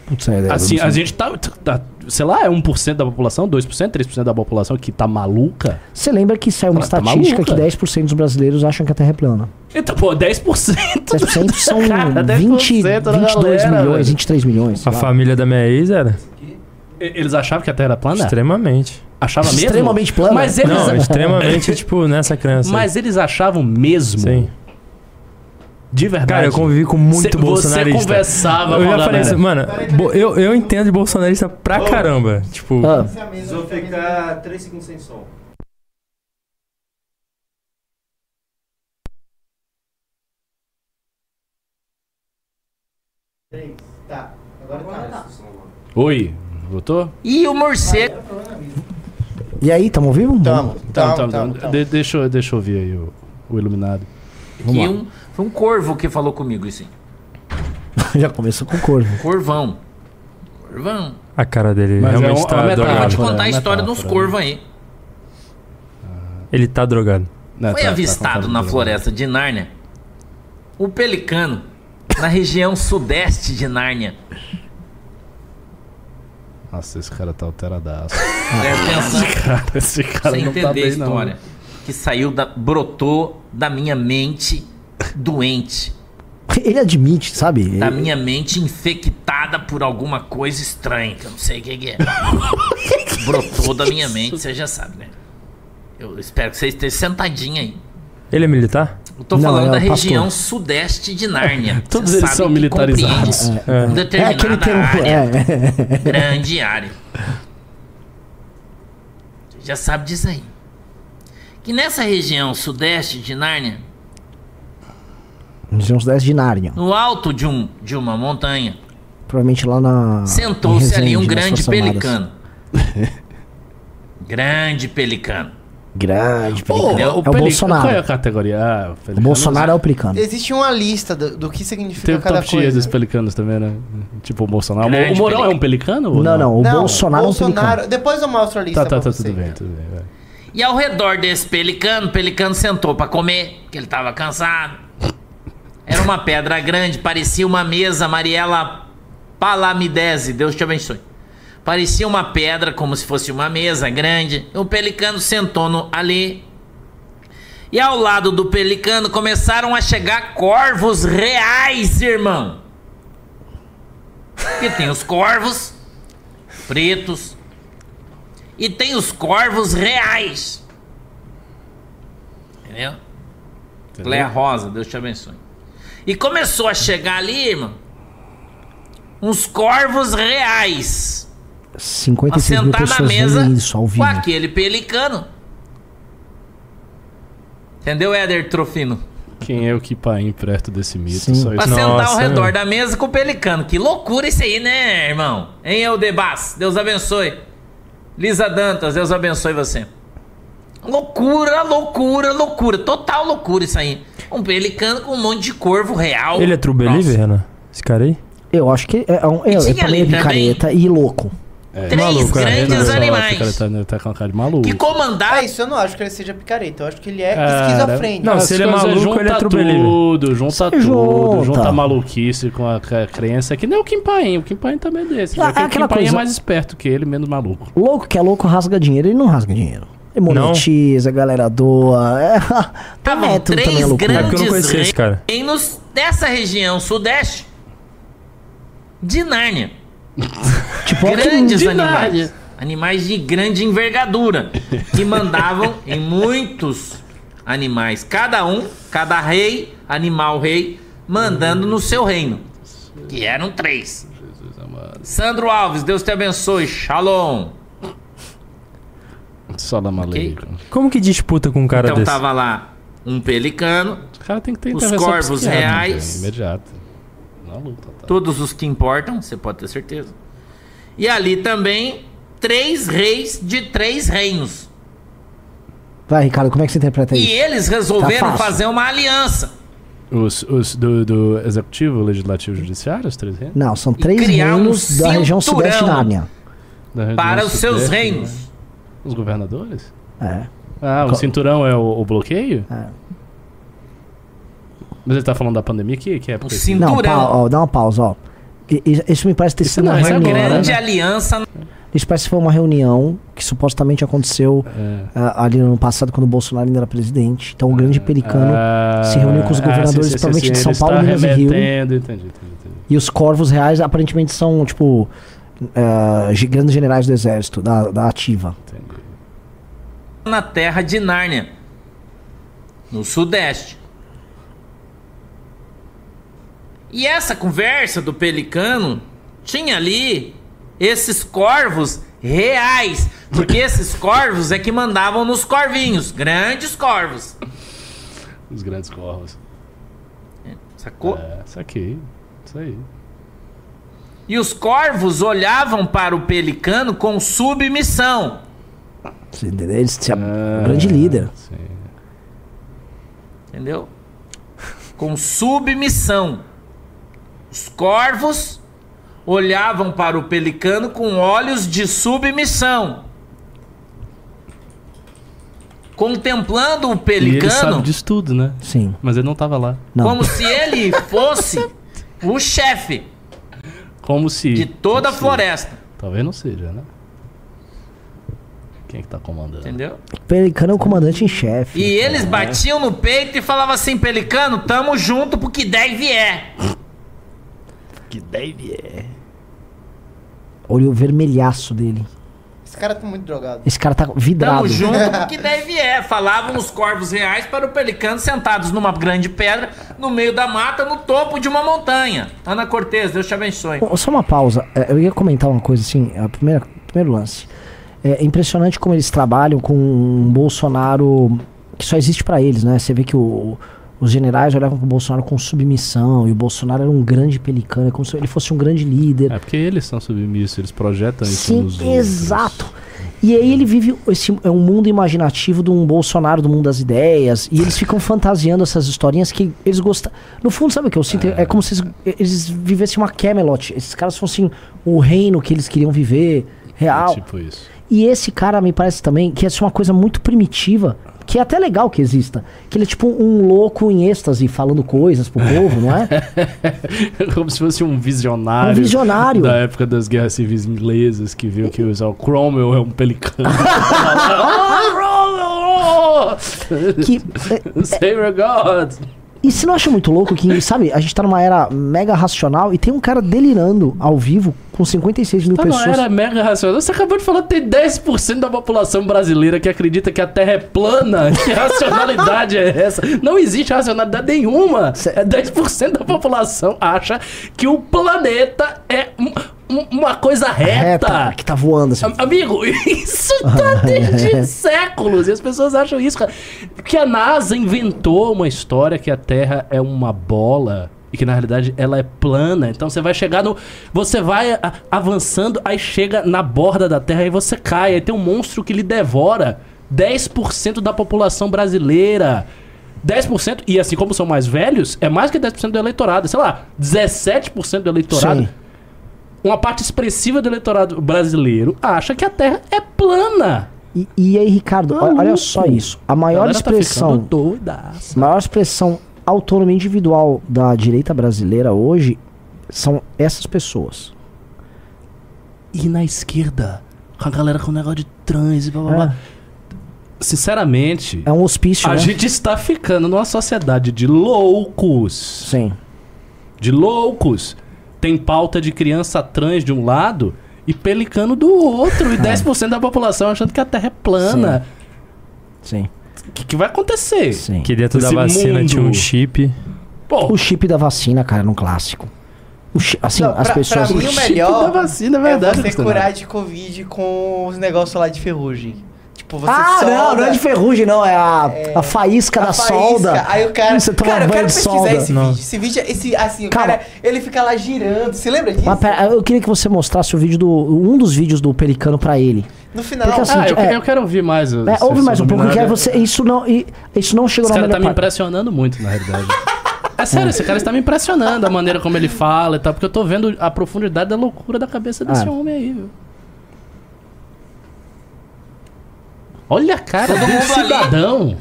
Putz, é, é,
Assim, a gente tá, tá- sei lá, é 1% da população, 2%, 3% da população que tá maluca?
Você lembra que saiu uma
Ela tá
estatística
maluca.
que 10% dos brasileiros acham que a Terra é plana.
Então, pô, 10%. (laughs)
10% são
Cara,
20,
10% da
22
galera,
milhões,
velho.
23 milhões.
A
sei lá.
família da minha ex era
E- Eles achavam que a Terra era plana?
extremamente.
Achava mesmo?
Extremamente plana.
Mas eles, (laughs)
Não, extremamente, tipo, nessa criança.
mas eles achavam mesmo?
Sim.
De
É
verdade?
Cara, eu convivi com muito
Cê-
bolsonarista.
Você conversava né?
eu
com a
já falei
galera.
né?
isso, mano, bo- eu, eu entendo de bolsonarista pra caramba. Tipo,
Ah,
Precisou ficar 3 segundos sem som.
Tá, agora tá.
Oi, voltou?
E o morcego.
e aí, tamo vivo?
Tamo,
Tá, tá,
tamo, tamo,
tá.
tamo.
De- deixa, eu- deixa eu ouvir aí o, o iluminado.
E um, foi um corvo que falou comigo assim.
Já começou com o corvo.
Corvão. Corvão.
a cara dele
Mas é
realmente
um- é
tá
uma metáfora.
Vou
drogado.
te contar a
metáfora,
história de uns
né?
corvos aí.
Ele tá drogado.
Não,
Foi
tá- tá
avistado
contando
na
tudo.
floresta de Nárnia o pelicano na região sudeste de Nárnia.
Nossa, esse cara tá alteradaço.
É, pensando,
cara, Ah, esse cara
sem
não
entender
tá
a
bem, não.
história. Que saiu da. brotou da minha mente doente.
Ele admite, sabe?
Da minha mente infectada por alguma coisa estranha, que eu não sei o
(laughs)
que, que é. Brotou da minha mente, você já sabe, né? Eu espero que vocês estejam sentadinhos aí.
Ele é militar?
Eu tô
Não,
falando
é
da
o pastor.
região sudeste de Nárnia.
(laughs) Todos
Você
eles
sabe
são
que
militarizados.
compreende um
É.
É aquele
determinada
termo.
área,
É,
(laughs) grande área. Você já sabe disso aí. Que nessa região sudeste de Nárnia,
Nos 10 de Nárnia.
no alto de, um, de uma montanha,
Provavelmente lá na.
Sentou-se
em
ali um
Resende,
grande
nas Forças Armadas. (laughs)
pelicano. grande pelicano.
Grande
Pô,
pelicano.
É o
é o Bolsonaro.
Qual é a categoria? Ah,
O
pelicano.
Bolsonaro é o pelicano.
Existe uma lista do, do que significa
Tem o
cada
top tier dos
coisa.
pelicanos também, né? Tipo o Bolsonaro. O
Grande
Mo- o Mourão é
pelicano.
um pelicano? ou
Não, não. O Bolsonaro, é um pelicano.
Bolsonaro- Depois eu mostro a lista
Tá, tá,
pra
tá,
você.
tudo bem, tudo bem. vai.
E ao redor desse pelicano, o pelicano sentou pra comer, que ele tava cansado. Era uma pedra grande, parecia uma mesa, Mariela Palamidese, Deus te abençoe. Parecia uma pedra, como se fosse uma mesa grande. O pelicano sentou no- ali. E ao lado do pelicano começaram a chegar corvos reais, irmão. E tem os corvos pretos, e tem os corvos reais. Entendeu? Léa Rosa, Deus te abençoe. E começou a chegar ali, irmão, uns corvos reais
56 mil
assentar na
pessoas
mesa
vendo isso ao
com
vivo.
aquele pelicano. Entendeu, Éder Trofino?
Quem é o que paim perto desse mito?
Sim.
Só
Pra
isso. né?
sentar ao
Nossa,
redor
meu.
da mesa com o pelicano. Que loucura isso aí, né, irmão? Hein, Eldebas? Deus abençoe. Lisa Dantas, Deus abençoe você. Loucura, loucura, loucura. Total loucura isso aí. Um pelicano com um monte de corvo real.
Ele é true believer, Renan? Esse cara aí?
Eu acho que é, é um, é,
tinha
é também
ali também-
picareta e louco.
É,
Três
né?
grandes
Renan, só
animais.
O cara tá, tá com uma cara de maluco.
Que
Ah,
comandar
isso eu não acho que ele seja picareta. Eu acho que ele é
Cara,
esquizofrênico.
Não,
As
se ele é
coisas
maluco,
junta
ele é true
tudo, junta tudo,
junta.
junta. maluquice com a ca- crença. Que nem o Kim Paim, o Kim Paim também é desse.
Ah,
só que
é
o Kim
aquela
Paim é
coisa.
mais esperto que ele, menos maluco.
Louco que é louco rasga dinheiro, ele não rasga dinheiro. Ele
Não?
monetiza, a galera doa. É, (laughs) tem
Estavam
método também, é
três
É
loucura.
porque eu não
grandes
conhecia esse cara.
reinos dessa região sudeste
(laughs)
de Nárnia.
Tipo, ó, que-
grandes animais. Animais de grande envergadura. Que mandavam (laughs) em muitos animais. Cada um, cada rei, animal rei, mandando no seu reino. Que eram três. Sandro Alves, Deus te abençoe. Shalom.
Salam aleikum.
Como que disputa com um cara
Então
desse?
tava lá um pelicano,
O cara tem que ter
Os
intervenção
corvos
psiquiátrica,
reais.
né? Imediato. Na luta, tá?
todos os que importam, você pode ter certeza. E ali também três reis de três reinos.
Vai, Ricardo, como é que você interpreta
E
isso?
eles resolveram
fácil.
fazer uma aliança.
Os, os do, do executivo, legislativo e judiciário, os três reinos?
Não, são três
criar um
reinos da região
cinturão.
sudeste da Nárnia.
Da região
para os seus
sudeste,
reinos.
né? Os governadores?
É.
Ah, o
Co-
cinturão é o, o bloqueio?
É.
Mas ele tá falando da pandemia aqui? Que é
O
porque...
Não,
um cinturão.
pa- ó, dá uma pausa, ó. I- i- Isso me parece ter
Isso
sido
não,
uma
isso é
reunião.
grande
grande
né?
aliança.
Isso parece que foi uma reunião que supostamente aconteceu
É.
ah, ali no ano passado, quando o Bolsonaro ainda era presidente. Então o grande pelicano
Ah,
se reuniu com os
ah,
governadores,
sim, sim,
provavelmente,
sim,
de São
ele
Paulo,
está
Minas e Rio.
remetendo, Entendi, entendi, entendi.
e os corvos reais aparentemente são, tipo, ah, gi- grandes generais do exército, da, da ativa.
na terra de Nárnia, no sudeste. E essa conversa do pelicano tinha ali esses corvos reais, porque esses corvos é que mandavam nos corvinhos, grandes corvos.
Os grandes corvos.
Sacou?
É, isso aqui. Isso aí.
E os corvos olhavam para o pelicano com submissão.
Você entendeu? Eles se-
Ah,
o grande líder.
Sim.
Entendeu? Com submissão. Os corvos olhavam para o pelicano com olhos de submissão. Contemplando o
E ele sabe
pelicano
disso tudo, né?
Sim.
Mas ele não tava lá.
Não.
como se ele fosse o chefe
Como se.
de toda a
Sim.
floresta.
Talvez não seja, né? Quem é que tá comandando?
Entendeu?
Pelicano é o comandante em chefe.
E
É.
eles batiam no peito e falavam assim, Pelicano, tamo junto pro que der e vier.
Que deve é.
Olho vermelhaço dele.
Esse cara tá muito drogado.
Esse cara tá
Tamo
vidrado.
junto pro que der e vier. Falavam os corvos reais para o Pelicano sentados numa grande pedra, no meio da mata, no topo de uma montanha. Ana Cortez, Deus te abençoe.
Bom, Só uma pausa. É, Eu ia comentar uma coisa assim, a primeira, primeiro lance. É impressionante como eles trabalham com um Bolsonaro que só existe pra eles, né? Você vê que o- os generais olhavam pro Bolsonaro com submissão e o Bolsonaro era um grande pelicano, é como se ele fosse um grande líder.
É porque eles são submissos, eles projetam isso
Sim,
nos outros.
exato. E aí ele vive esse é um mundo imaginativo de um Bolsonaro do mundo das ideias e eles ficam fantasiando essas historinhas que eles gostam. No fundo, sabe o que eu sinto? É, como se eles, eles vivessem uma Camelot. Esses caras fossem assim, o reino que eles queriam viver, real.
É tipo isso.
E esse cara me parece também que é só uma coisa muito primitiva, que é até legal que exista, que ele é tipo um louco em êxtase falando coisas pro povo, não é?
(laughs) Como se fosse um visionário.
Um visionário.
Da época das guerras civis inglesas que viu que o Cromwell é um pelicano.
(laughs)
(laughs)
Que é,
Save your God!
E você não acha muito louco que, sabe, a gente tá numa era mega racional e tem um cara delirando ao vivo com 56 mil
Tá não
pessoas.
era mega racional. Você acabou de falar que tem 10% da população brasileira que acredita que a Terra é plana. (laughs) Que racionalidade é essa? Não existe racionalidade nenhuma. É 10% da população acha que o planeta é um- um- uma coisa reta.
que tá voando assim.
Am- Amigo, (laughs) isso tá desde séculos e as pessoas acham isso, cara. Porque a NASA inventou uma história que a Terra é uma bola e que na realidade ela é plana. Então você vai chegar no. Você vai a- avançando, aí chega na borda da Terra e você cai. Aí tem um monstro que lhe devora 10% da população brasileira. 10%, e assim como são mais velhos, é mais que 10% do eleitorado. Sei lá, 17% do eleitorado
Sim.
uma parte expressiva do eleitorado brasileiro acha que a Terra é plana.
E, e aí, Ricardo, olha, olha só
Tá Maluco.
isso. A maior
Galera tá ficando
expressão,
doidaça.
maior expressão autônoma individual da direita brasileira hoje são essas pessoas.
E na esquerda, com a galera com o negócio de trans e blá blá blá. Sinceramente,
É um hospício,
a
né?
gente está ficando numa sociedade de loucos.
Sim.
de loucos. Tem pauta de criança trans de um lado e pelicano do
(laughs) É.
outro. E 10% da população achando que a Terra é plana.
Sim.
O que, que vai acontecer?
Sim.
Que dentro da
Esse
vacina
mundo.
tinha um chip.
Pô,
O chip da vacina, cara, no clássico. O chi- assim,
Não,
as
pra-
pessoas
pra mim, o
chip
melhor
da vacina é
É
verdade.
você
Bolsonaro.
curar de Covid com os negócios lá de ferrugem. Tipo, você
Ah,
solda,
não, não é de ferrugem, não. É a, a faísca
a
da
faísca,
solda.
Aí o cara.
Você toma
cara, eu
banho
quero
de
pesquisar
solda.
esse
Não.
vídeo. Esse vídeo, esse, assim, o
Calma.
cara, ele fica lá girando. Você lembra disso?
Mas Ah, pera, eu queria que você mostrasse o vídeo do. um dos vídeos do Pelicano pra ele.
No final,
Porque assim,
Ah, eu,
É.
eu quero ouvir mais.
É, ouve mais um pouco, que aí você. Isso não, e- isso não chegou
Esse
na
cara tá
melhor
me
parte.
impressionando muito, na
(laughs)
realidade. É sério, esse cara está me impressionando, a maneira como ele fala e tal, porque eu tô vendo a profundidade da loucura da cabeça desse
Ah.
homem aí, viu? Olha a cara do
mundo ali.
cidadão.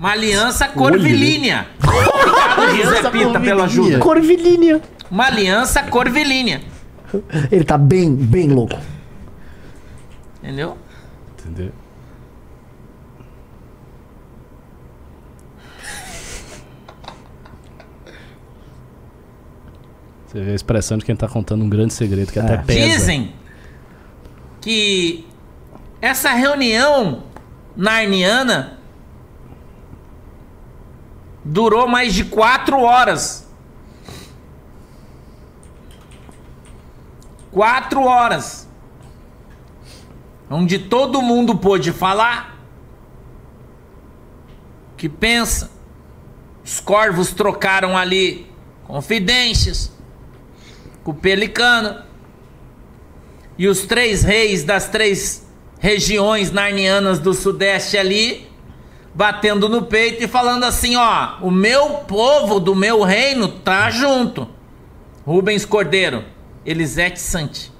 Uma aliança corvilínea. Obrigado, José Pita, pela ajuda.
Corvilínea.
Uma aliança corvilínea.
Ele tá bem, bem louco.
Entendeu?
Entendeu? Você vê a expressão de quem tá contando um grande segredo que
É.
até pesa.
Dizem que essa reunião narniana durou mais de quatro horas. Quatro horas. Onde todo mundo pôde falar o que pensa. Os corvos trocaram ali confidências com o pelicano e os três reis das três regiões narnianas do sudeste ali, batendo no peito e falando assim: ó, o meu povo do meu reino tá junto. Rubens Cordeiro, Elisete Sante.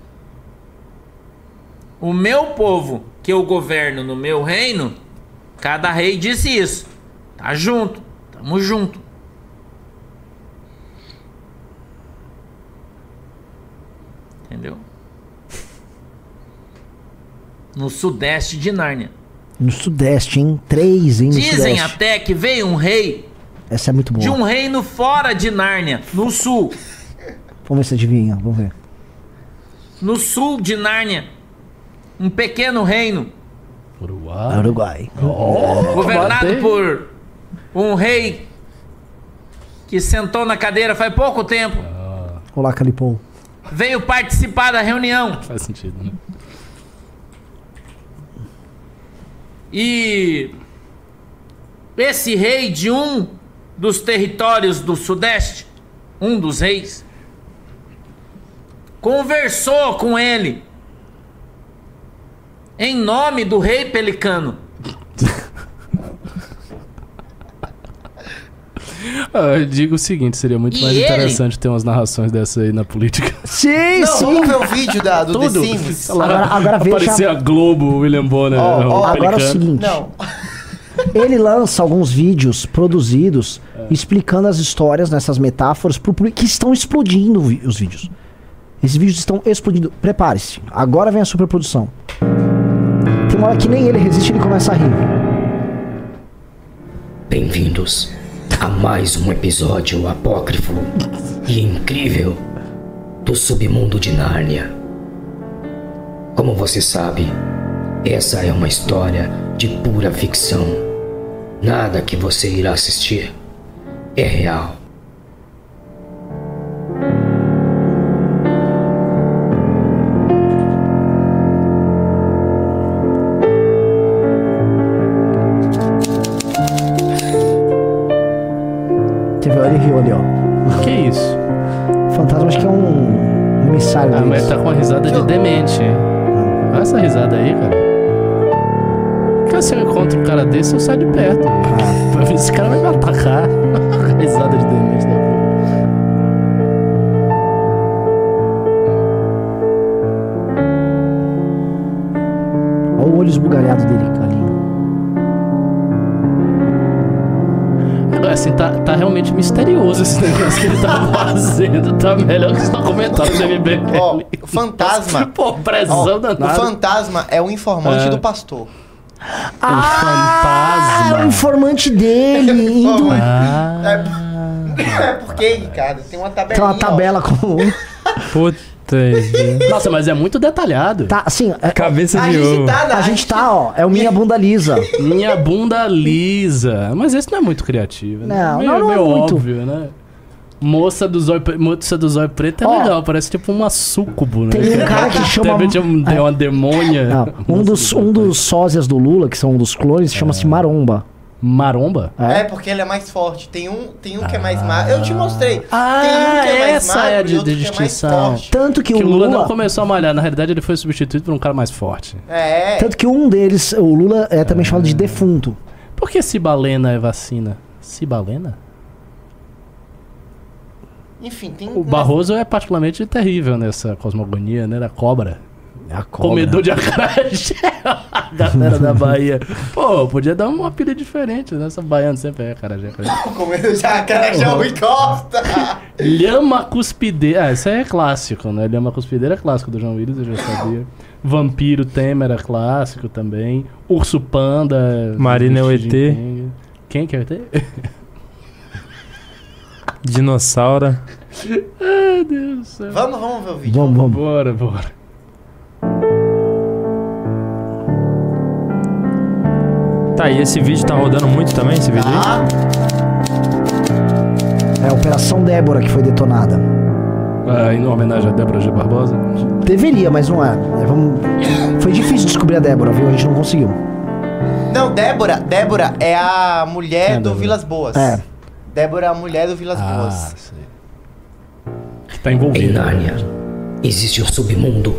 O meu povo que eu governo no meu reino, cada rei disse isso. Tá junto, tamo junto. Entendeu? no sudeste de Nárnia.
No Sudeste, hein? Três, hein? No
Dizem
Sudeste.
até que veio um rei
Essa é muito boa.
de um reino fora de Nárnia, no sul.
Vamos ver se adivinha, vamos ver.
No sul de Nárnia, um pequeno reino
Uruguai.
Uruguai. Oh,
governado
batei.
por um rei que sentou na cadeira faz pouco tempo.
Olá, Calipou.
Veio participar da reunião
Faz sentido, né?
e esse rei de um dos territórios do sudeste, um dos reis, conversou com ele em nome do rei pelicano.
Ah, eu digo o seguinte, seria muito
E
mais
ele?
interessante ter umas narrações dessa aí na política.
Sim,
Não,
sim!
vamos ver o vídeo
(laughs)
da, do The
Tudo.
Sims.
Agora,
(laughs)
agora
Aparecia
veja.
a Globo, William Bonner,
Ó,
o
ó,
Agora é o
Pelicano.
seguinte.
Não,
Ele lança alguns vídeos produzidos explicando as histórias nessas metáforas pro público que estão explodindo vi- os vídeos. Esses vídeos estão explodindo. Prepare-se. Agora vem a superprodução. Tem uma hora que nem ele resiste, ele começa a rir.
Bem-vindos a mais um episódio apócrifo e incrível do submundo de Nárnia. Como você sabe, essa é uma história de pura ficção. Nada que você irá assistir é real.
Teve hora ele riu ali, ó.
Que isso?
Fantasma acho que é um emissário
Ah, mas
deles.
tá com uma risada de demente. Olha essa risada aí, cara. Cara, se eu encontro um cara desse, eu saio de perto. Pra ver se Esse cara vai me atacar. (laughs) risada de demente né, da porra.
Olha o olho esbugalhado dele ali.
Agora, assim, tá, tá realmente misterioso esse (laughs) negócio que ele tá fazendo. Tá melhor que os documentários do MBL.
ó, o fantasma.
(laughs) Pô,
Ó,
pressão
o
danada.
fantasma é o informante
É.
do pastor.
Ah,
fantasma.
o informante
(laughs)
dele indo.
(laughs) É porque, Ricardo, tem uma
Tem
tabelinha.
uma tabela com. um.
Puta. gente.
Nossa, mas é muito detalhado.
Tá, assim, é-
ó.
Cabeça
A
de ovo.
gente tá na.
a gente tá, ó. É o Minha Bunda Lisa.
Minha bunda lisa. Mas esse não é muito criativo, né?
Não,
meio,
não, não é
meio
muito.
óbvio, né? Moça do zóio, pre- moça do zóio preto é
Ó.
legal, parece tipo uma sucubo, né?
Tem um
(laughs)
cara que
De
chama. Ah,
repente é um- é uma demônia.
Não, um,
Moça
dos,
do
um
zóio
dos sósias do Lula, que são um dos clones, chama-se Maromba.
preto. É. Maromba?
É porque ele é mais forte. Tem um, tem um que é mais magro. Eu te mostrei.
Ah,
tem um que é mais
essa
magro
é a de-
e outro
de
que é mais
distinção.
forte.
Tanto que,
Que
o
o Lula,
Lula.
não começou a malhar, na realidade ele foi substituído por um cara mais forte.
É.
Tanto que um deles, o Lula, é também chamado de defunto.
Por que Cibalena é vacina? Cibalena?
Enfim, tem.
O
(laughs)
Barroso é particularmente terrível nessa cosmogonia, né? Da cobra.
É A cobra.
Comedor de acarajé. A galera (laughs) da Bahia. Pô, podia dar um apelido diferente, né? Essa baiana sempre é acarajé. acarajé.
Comendo
(laughs)
jacaré, já é um me encosta.
Lhama cuspideira. Ah, isso aí é clássico, né? Lhama cuspideira é clássico do João Willis, eu já sabia. Vampiro Temer é clássico também. Urso Panda.
Marina é o
do Xi
ET.
Jinping. Quem que é o ET?
Dinossauro.
Ai, Deus do céu.
Vamos, vamos ver o vídeo.
Vamos, vamos.
Bora, bora.
Tá, e esse vídeo tá rodando muito também, esse vídeo aí?
Ah,
Tá.
É a Operação Débora que foi detonada.
Ah, em homenagem a Débora G. Barbosa.
Deveria, mas não é. É, vamos- Foi difícil descobrir a Débora, viu? A gente não conseguiu.
não, Débora. Débora é a mulher
Quem é
do
Débora?
Vilas Boas.
É. Ah,
Débora é a mulher do Vilas Boas.
sei. Que tá
Em
envolvido.
Nárnia existe um submundo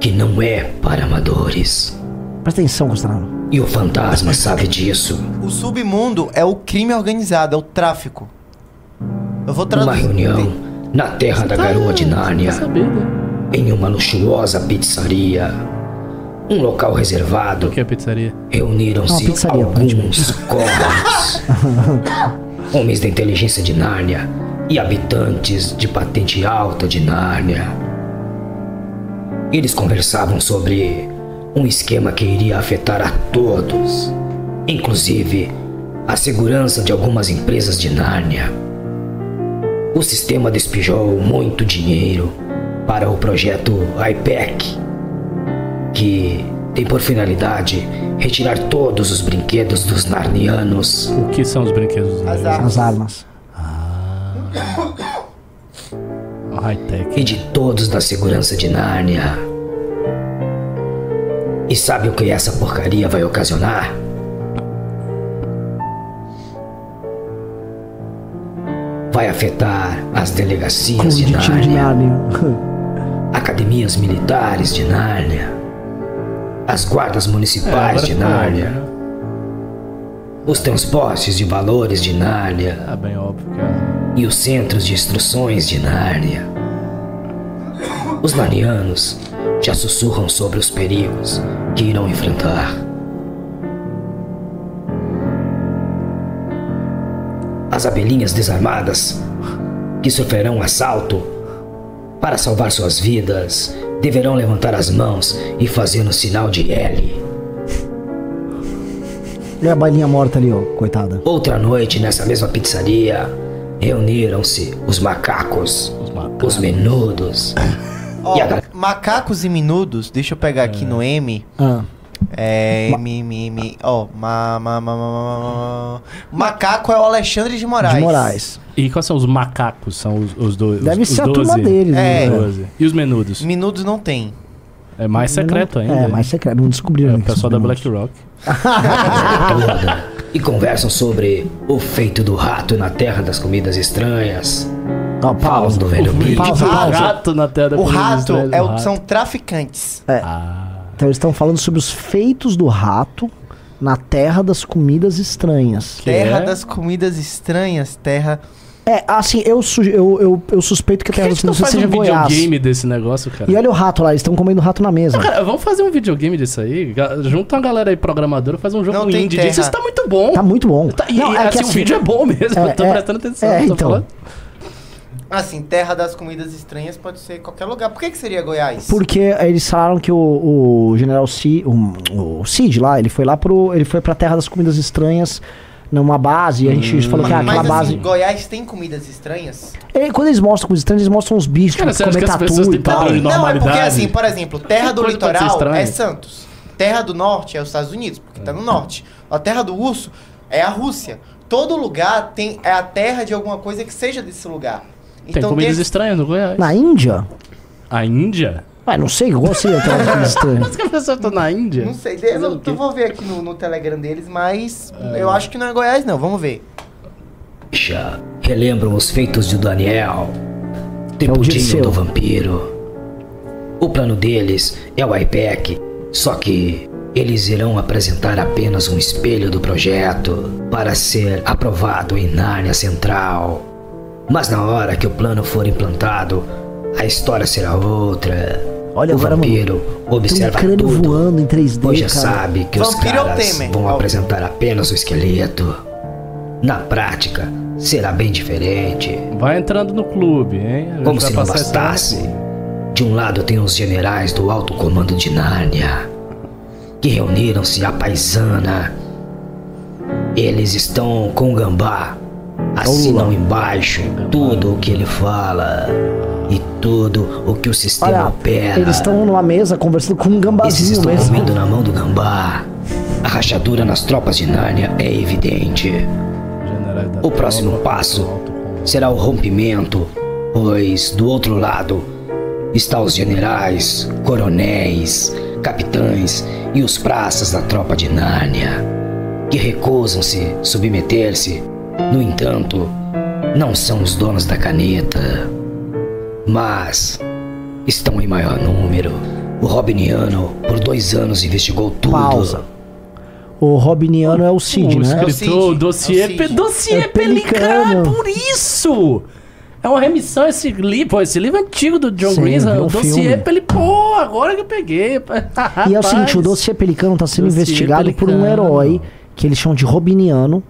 que não é para amadores.
Presta atenção, Costanaro.
E o fantasma sabe disso.
O submundo é o crime organizado, é o tráfico. Eu vou
Numa
traduzir.
reunião na terra da garoa de Nárnia. em uma luxuosa pizzaria. Um local reservado,
Que é a pizzaria?
reuniram-se
Uma pizzaria, (laughs)
alguns cobras, homens da inteligência de Nárnia e habitantes de patente alta de Nárnia. Eles conversavam sobre Um esquema que iria afetar a todos, inclusive a segurança de algumas empresas de Nárnia. O sistema despejou muito dinheiro para o projeto IPEC, que tem por finalidade retirar todos os brinquedos dos narnianos
O que são os brinquedos? Ah. do
As
Lego?
armas.
As armas.
High-tech.
e de todos da segurança de Nárnia. E sabe o que essa porcaria vai ocasionar? Vai afetar as delegacias de
Clube de tiro de
Nárnia,
Nárnia.
academias militares de Nárnia, as guardas municipais
É, agora
de
ficou
Nárnia,
óbvio, né?
os transportes de valores de Nárnia
Tá bem óbvio que é.
e os centros de instruções de Nárnia. Os narnianos já sussurram sobre os perigos que irão enfrentar. As abelhinhas desarmadas que sofrerão assalto para salvar suas vidas deverão levantar as mãos e fazer o sinal de L.
E É a bailinha morta ali, ó, coitada.
Outra noite, nessa mesma pizzaria, reuniram-se os macacos, os, menudos e a galera
Macacos e minudos, deixa eu pegar aqui no M.
É. Ah.
É, M, M, M, ó, ma, ma, ma, ma, ma, ma, ma. Macaco é o Alexandre de Moraes.
De Moraes.
E quais são os macacos? São os, os dois.
Deve
os,
ser a
os
turma
12?
dele, né?
É.
É,
Doze. E os menudos?
Minudos não tem.
É mais secreto ainda.
É, mais secreto. Não
É,
descobriram.
o
que
pessoal da
são
BlackRock.
toda e conversam sobre o feito do rato na terra das comidas estranhas.
Ó, pausa.
Falam do velho Bill.
Pausa,
Ah,
O
pausa.
rato na terra da
O
Comunidade
rato
Israel,
é o-
rato. Ah,
são traficantes.
Então eles estão falando sobre os feitos do rato na terra das comidas estranhas.
Que
Terra
é?
das comidas estranhas, terra.
É, assim, eu, su- eu, eu, eu suspeito que a
Por que a
terra das
gente não faz
comidas seja
um
Goiás.
videogame desse negócio, cara?
E olha o rato lá, eles estão comendo rato na mesa.
Cara, vamos fazer um videogame disso aí? Ga- Junta uma galera aí programadora, faz um jogo
Não tem
indie
terra.
disso. Isso tá muito bom.
Tá muito bom.
Tá- e assim, o vídeo é bom mesmo,
É,
eu tô
é,
prestando atenção.
é,
eu tô
então.
falando.
Assim, terra das comidas estranhas pode ser qualquer lugar. Por que, que seria Goiás?
Porque eles falaram que o, o general Cid, o, o Cid lá, ele foi lá pro. Ele foi pra terra das comidas estranhas numa base. E a
Hum,
gente falou que ah,
Mas,
aquela base.
assim, Goiás tem comidas estranhas?
E quando eles mostram comidas estranhas, eles mostram uns bichos,
Cara,
tipo,
você acha
comer
que as
tatu
pessoas
e
têm
tal.
tamanho?
Não, é porque
Normalidade.
assim, por exemplo, terra do
Coisa pode ser
litoral
estranha.
é Santos. Terra do norte é os Estados Unidos, porque tá no norte. A terra do urso é a Rússia. Todo lugar tem é a terra de alguma coisa que seja desse lugar.
Tem
Então
comidas
tem-
estranhas no Goiás.
Na Índia?
A Índia?
Ué, não sei, eu gostei
(laughs)
da terra das comidas estranhas.
Mas que a pessoa tá na Índia?
Não sei, eu,
Fazendo o
não,
quê?
eu vou ver aqui no, no Telegram deles, mas eu acho que não é Goiás, não. Vamos ver.
Puxa, relembram os feitos de Daniel,
Odisseu.
Tempudinho do vampiro. O plano deles é o IPEC, só que eles irão apresentar apenas um espelho do projeto para ser aprovado em Nárnia Central. Mas na hora que o plano for implantado, a história será outra.
Olha,
o
agora, mano,
vampiro
Tem um
observa
crânio
tudo.
voando em 3D,
Hoje já
cara.
sabe que os
Vampiro é o
caras
Temer.
vão
Ó.
apresentar apenas o esqueleto. Na prática, será bem diferente.
Vai entrando no clube, hein? A gente
Como
vai
se não
passar esse ano no
bastasse,
clube.
de um lado tem os generais do alto comando de Nárnia, que reuniram-se à paisana. Eles estão com o Gambá, assinam embaixo tudo o que ele fala e tudo o que o sistema
Olha,
opera.
eles estão numa mesa conversando com um
Esses
gambazinho
estão
mesmo.
comendo na mão do gambá. A rachadura nas tropas de Nárnia é evidente.
Generais da
O próximo
tropa,
passo
alto comando.
será o rompimento, pois do outro lado está os generais, coronéis, capitães e os praças da tropa de Nárnia, que recusam-se submeter-se. No entanto, não são os donos da caneta, mas estão em maior número. O Robiniano, por dois anos, investigou tudo.
Pausa. O Robiniano é o Cid,
Hum, o
né?
É o
Um escritor,
Cid,
o
é
dossiê,
o Cid.
pe- dossiê
É
Pelicano,
Pelicano.
por isso! É uma remissão esse livro, pô, esse livro é antigo do John
Sim,
Grisham,
virou
o dossiê
filme.
Pelicano, pô, agora que eu peguei.
E é o seguinte, o dossiê Pelicano tá sendo
Dossiê
investigado por um
Pelicano.
herói que eles chamam de Robiniano.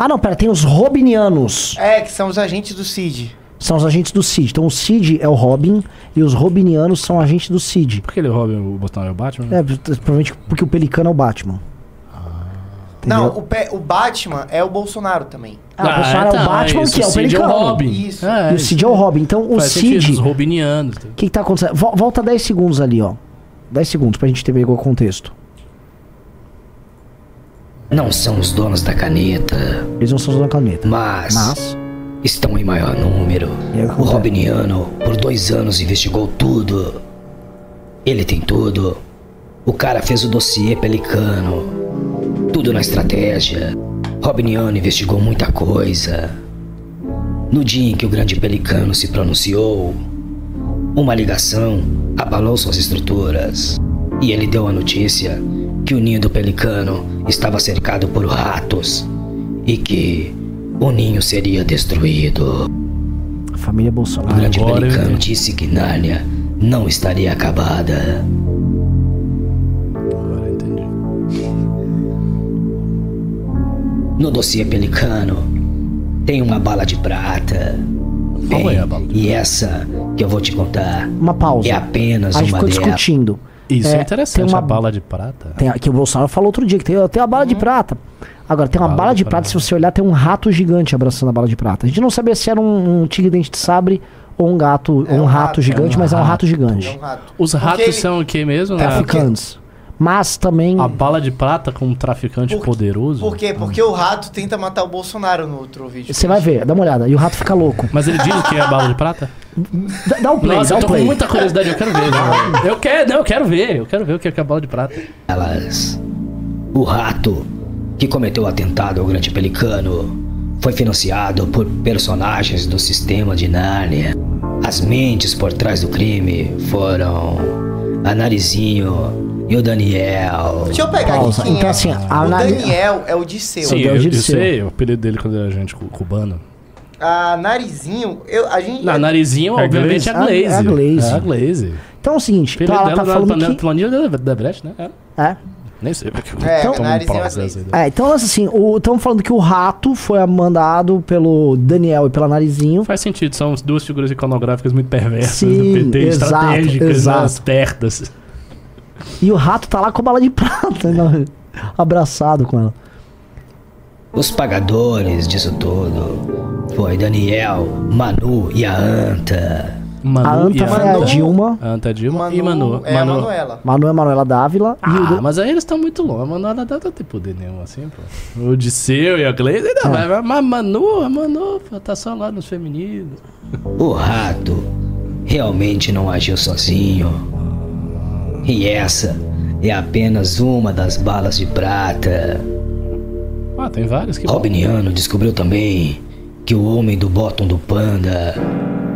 Ah, não, pera, tem os Robinianos.
É, que são os agentes do CID.
São os agentes do Cid. Então o Cid é o Robin e os Robinianos são agentes do Cid.
Por que ele Robin, o Bolsonaro é o Batman?
É, provavelmente porque o Pelicano é o Batman.
Não, o, pe- o Batman é o Bolsonaro também.
Ah, o Bolsonaro é
tá,
o Batman,
isso,
que é o
Cid
Pelicano.
Robin.
Isso.
É,
E o Cid é o Robin. Então o
faz sentido,
Cid.
Os robinianos. então.
O que, que tá acontecendo? Vol- volta 10 segundos ali, ó. 10 segundos pra gente ter igual contexto.
Não são os donos da caneta,
Eles não são os do planeta.
mas,
Mas.
estão em maior número.
E aí,
O
acontece?
Robiniano, por dois anos, investigou tudo. Ele tem tudo. O cara fez o dossiê pelicano. Tudo na estratégia. Robiniano investigou muita coisa. No dia em que o grande pelicano se pronunciou, uma ligação abalou suas estruturas. E ele deu a notícia que o ninho do pelicano estava cercado por ratos e que o ninho seria destruído.
A família
O
Bolsonaro.
grande
Agora é eu
pelicano
entendi.
disse que Nárnia não estaria acabada.
Agora eu entendi.
No dossiê pelicano tem uma bala de prata.
Qual
Bem,
é a bala de
E essa que eu vou te contar
Uma pausa.
é apenas
a gente
uma
ficou
delas.
discutindo.
Isso é,
É,
interessante,
tem uma-
a bala de prata. Uhum.
Tem, a- que o Bolsonaro falou outro dia que tem, tem uma bala de prata. Agora, tem uma
Bala
bala,
de
de prata, se você olhar, tem um rato gigante abraçando a bala de prata. A gente não sabia se era um, um tigre-dente de sabre ou um gato,
É
ou um,
um
rato,
rato,
gigante,
é um
mas é um rato
É um
gigante. Tá
rato.
Os
Porque
ratos
ele-
são o que mesmo? né?
Traficantes. Mas também.
A bala de prata com um traficante
Por-
poderoso?
Por quê? Porque o rato tenta matar o Bolsonaro no outro vídeo.
Você vai ver, dá uma olhada. E o rato fica louco.
Mas ele diz o que é a bala de prata?
Dá, dá um (laughs) play,
Nossa,
dá
eu
um
tô com
play.
muita curiosidade, eu quero ver. né? Eu quero, não, eu quero ver, eu quero ver o que é que é a bala de prata.
O rato que cometeu o atentado ao grande pelicano foi financiado por personagens do sistema de Nárnia. As mentes por trás do crime foram a Narizinho e o Daniel.
Deixa eu pegar
Pausa.
aqui quem
Então,
é.
assim, a
o
Nari-
(laughs) Daniel é o Disseu.
Sim,
Deus
eu,
de
eu
céu.
sei, o apelido dele quando era gente cu- cubana.
A Ah, Narizinho, eu, a gente...
Não, narizinho,
É
obviamente, é a Glaze.
É a Glaze.
É a Glaze.
Então é o seguinte,
Apelido
então ela tá
dela
falando
na,
que.
planilha da, da Brecht, né? É.
É.
Nem sei porque eu
É,
tomo um
narizinho é
processo
Glaze.
aí.
É, então assim, estamos falando que o rato foi mandado pelo Daniel e pela Narizinho.
Faz sentido, são duas figuras iconográficas muito perversas
Sim,
do PT,
exato,
estratégicas,
exato.
espertas.
E o rato tá lá com a bala de prata, (laughs) né? abraçado com ela.
Os pagadores disso tudo foi Daniel, Manu e a Anta.
Manu
A
e
Anta
a
foi a
Manu.
Dilma,
A Anta Dilma
Manu,
e Manu.
É
Manu.
a Manuela.
Manoel Manuela Dávila e o
Ah,
do-
mas aí eles estão muito longe. A Manu não dá pra ter poder nenhum assim, pô. O Odisseu e a Gleice ainda
É.
vai. Mas a Manu, a Manu, pô, tá só lá nos femininos.
O rato realmente não agiu sozinho. E essa é apenas uma das balas de prata.
Ah, tem vários que.
Robiniano descobriu também que o homem do bottom do panda,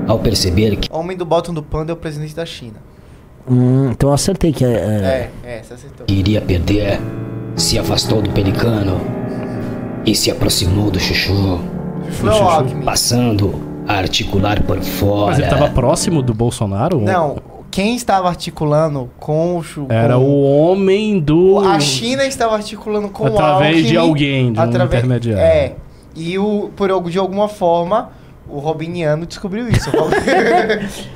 ao perceber que
Homem do bottom do panda é o presidente da China.
Hum, então eu acertei que é. é-
É, é, você acertou.
iria perder, se afastou do pelicano e se aproximou do chuchu.
Foi o Alckmin.
passando a articular por fora.
Mas ele tava próximo do Bolsonaro?
Não, quem estava articulando com o Chu...
Era
com-
o homem do.
A China estava articulando com o
Através
Alckmin,
de alguém, de um intermediário.
É, e o, por, algu- de alguma forma, o Robiniano descobriu isso. O Robin-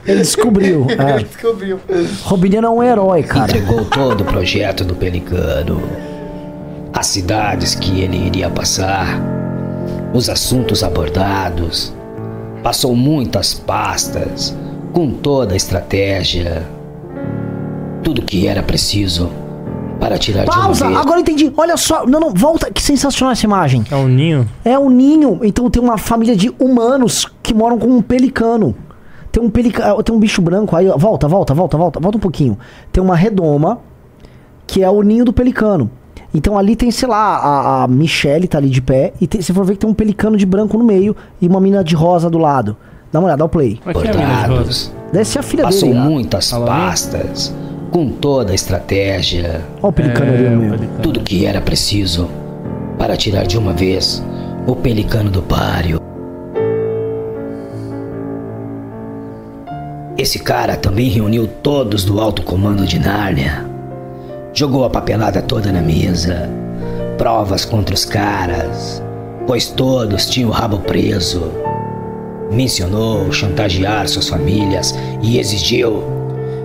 Ele descobriu.
(laughs) Ele
É.
descobriu.
Robiniano é um herói, cara.
Entregou todo o projeto do Pelicano, as cidades que ele iria passar, os assuntos abordados, passou muitas pastas com toda a estratégia, tudo que era preciso para tirar
Pausa!
de um uma vez
Agora eu entendi. Olha só. Não, não, volta. Que sensacional essa imagem.
É um ninho?
É um ninho. Então tem uma família de humanos que moram com um pelicano. Tem um pelicano, tem um bicho branco aí, ó. volta, volta, volta, volta, volta um pouquinho. Tem uma redoma que é o ninho do pelicano. Então ali tem, sei lá, a, a Michelle tá ali de pé e tem- você for ver que tem um pelicano de branco no meio e uma mina de rosa do lado. Dá uma olhada, dá o play.
Mas quem é a mina de rosa?
abordados,
Deve ser a filha
passou
dele. né?
muitas pastas com toda a estratégia,
Ó É, o pelicano ali no meio.
tudo que era preciso para tirar de uma vez o pelicano do páreo. Esse cara também reuniu todos do alto comando de Nárnia. Jogou a papelada toda na mesa. Provas contra os caras, pois todos tinham o rabo preso. mencionou chantagear suas famílias e exigiu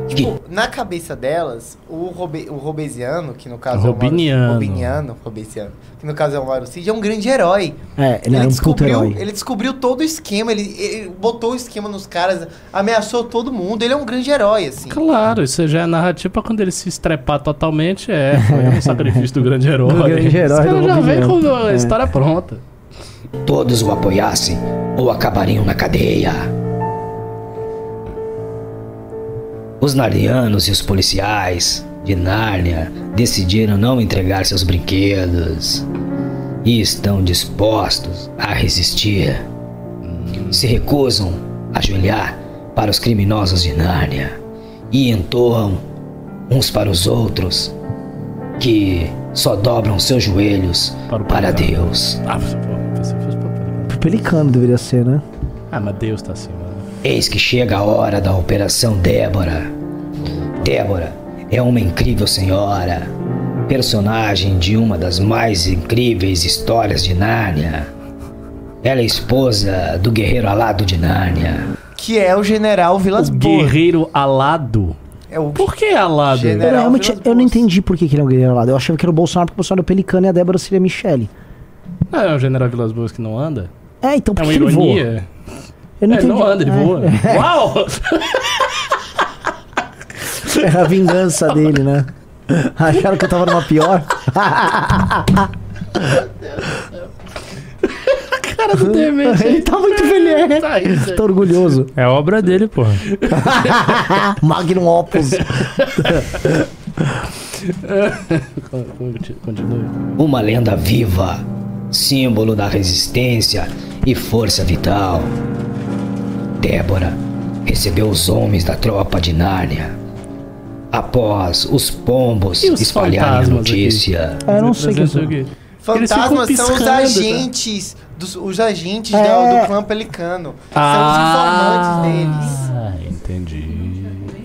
que
Tipo, na cabeça delas, o, Robe, o Robesiano, que no caso é o
Robiniano.
Mauro, Robiniano, Robesiano, que no caso é o Mauro Cid, é um grande herói.
É, ele era um puto
descobriu,
herói.
ele descobriu todo o esquema, ele, ele botou o esquema nos caras, ameaçou todo mundo. Ele é um grande herói, assim.
Claro, isso já é narrativa pra quando ele se estrepar totalmente. É, foi um sacrifício do grande herói.
Do grande herói
Os caras
do
já vem com
Robiniano.
a
É.
história pronta.
todos o apoiassem ou acabariam na cadeia. Os narnianos e os policiais de Nárnia decidiram não entregar seus brinquedos e estão dispostos a resistir. Se recusam a ajoelhar para os criminosos de Nárnia e entoam uns para os outros que só dobram seus joelhos
Para o
para
pecado.
Deus.
Ah, você pô, pensei que fosse pra pegar.
Pelicano deveria ser, né?
Ah, mas Deus tá acima. né?
Eis que chega a hora da Operação Débora. Débora é uma incrível senhora, personagem de uma das mais incríveis histórias de Nárnia. Ela é esposa do guerreiro alado de Nárnia.
Que é o
(laughs)
General Vilas
O
Boas.
guerreiro alado.
É o
Por que alado?
General.
Eu, realmente,
Vilas
eu não
Boas.
entendi por que, que ele é um guerreiro alado. Eu achava que era o Bolsonaro porque o Bolsonaro é o Pelicano e a Débora seria a Michelle.
Não é o general Vilas Boas que não anda?
É, então
É
por
uma
que ele voa?
ironia.
Eu
é, não anda, ele
É,
voa. Uau!
(laughs) É a vingança dele, né? Acharam que eu tava numa pior?
Cara do (laughs) demente.
Ele tá muito velho,
Tá aí, gente.
Tô orgulhoso.
É obra dele,
(laughs)
porra.
Magnum Opus.
Conti- Continue.
uma lenda viva, símbolo da resistência e força vital. Débora recebeu os homens da tropa de Nárnia. Após os pombos
E os
espalharem a
fantasmas aqui?
notícia,
Ah,
um
eu não sei quem são.
aqui.
Fantasmas
Eles ficam
são
é
os
piscando, tá?
agentes, dos, os agentes
É.
da- do clã Pelicano.
Ah,
São os informantes deles.
Ah, entendi.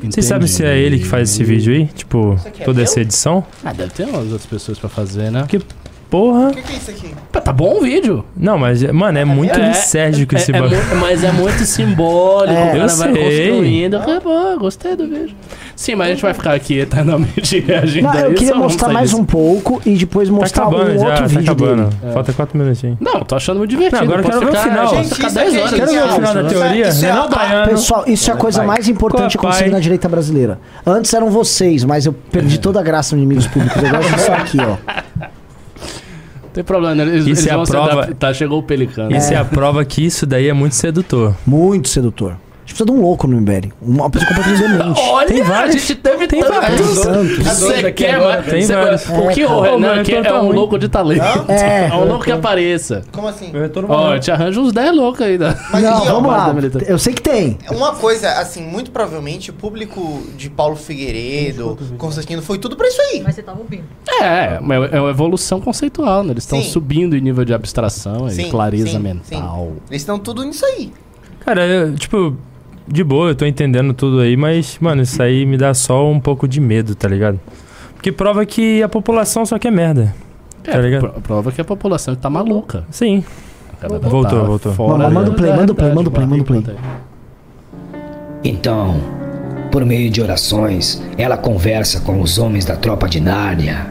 Vocês sabem se é ele que faz esse vídeo aí? Tipo,
aqui é
toda
meu?
essa edição?
Ah, deve ter umas outras pessoas pra fazer, né?
Que porra.
O que, que é isso aqui?
Pá, Tá bom o vídeo.
Não, mas, mano, é muito
É,
lisérgico
é-
esse
é
bagulho.
mu- Mas é muito simbólico.
É,
o cara
eu
vai
sei.
construindo. É bom, gostei do vídeo. Sim, mas a gente vai ficar aqui eternamente (laughs) reagindo
Não,
a
eu
isso,
queria
ou vamos
mostrar
sair
mais
disso?
um pouco e depois
Tá
mostrar um
acabando
outro
já, tá
vídeo
acabando.
dele. É.
Falta quatro minutinhos.
Não, tô achando muito divertido.
Não, agora eu
posso
quero ver o
ficar-
final.
Gente, ficar
isso
10
aqui é
horas. né?
Quero ver o
genial.
final da
Isso é-
teoria.
isso é-
Renan Baiano.
Pessoal, isso é a coisa mais importante que
Qual é,
aconteceu
pai?
na direita brasileira. Antes eram vocês, mas eu
É.
perdi toda a graça no Inimigos Públicos. Agora é só aqui, ó.
Não tem problema, né? eles,
Isso
eles
é a
vão se
prova.
adaptar. Tá, Chegou o Pelicano.
Isso é a prova que isso daí é muito sedutor.
Muito sedutor. A gente precisa de um louco no MBL. Uma
(laughs)
pessoa completamente demente.
Olha,
Tem vários.
a gente teve
Tem
Tem
tantos.
tantos.
Você quer,
agora.
mano?
Tem
Você-
vários.
O que o
É,
Renan
cara.
quer
Tá
é um
ruim.
louco de talento.
É.
É um louco que apareça.
Como assim?
Ó, eu te arranjo uns 10 loucos aí. né? Da...
Mas
Não,
aqui, ó,
vamos lá.
guarda militar.
Eu sei que tem.
Uma coisa, assim, muito provavelmente o público de Paulo Figueiredo, Constantino, foi tudo pra isso aí.
Mas você tá tava ouvindo.
É, é uma, é uma evolução conceitual, né? Eles estão
Sim.
subindo em nível de abstração e
Sim,
clareza
sim,
mental.
Eles estão tudo nisso aí.
Cara, eu, tipo, de boa, eu tô entendendo tudo aí, mas, mano, isso aí me dá só um pouco de medo, tá ligado? Porque prova que a população só quer merda.
É,
Tá ligado?
pro- prova que a população tá maluca.
Sim.
Ela
Voltou, voltou.
Tá fora
Mas manda o
da
play, manda o play,
realidade,
manda o play, manda o play.
bota aí.
Então, por meio de orações, ela conversa com os homens da tropa de Nárnia.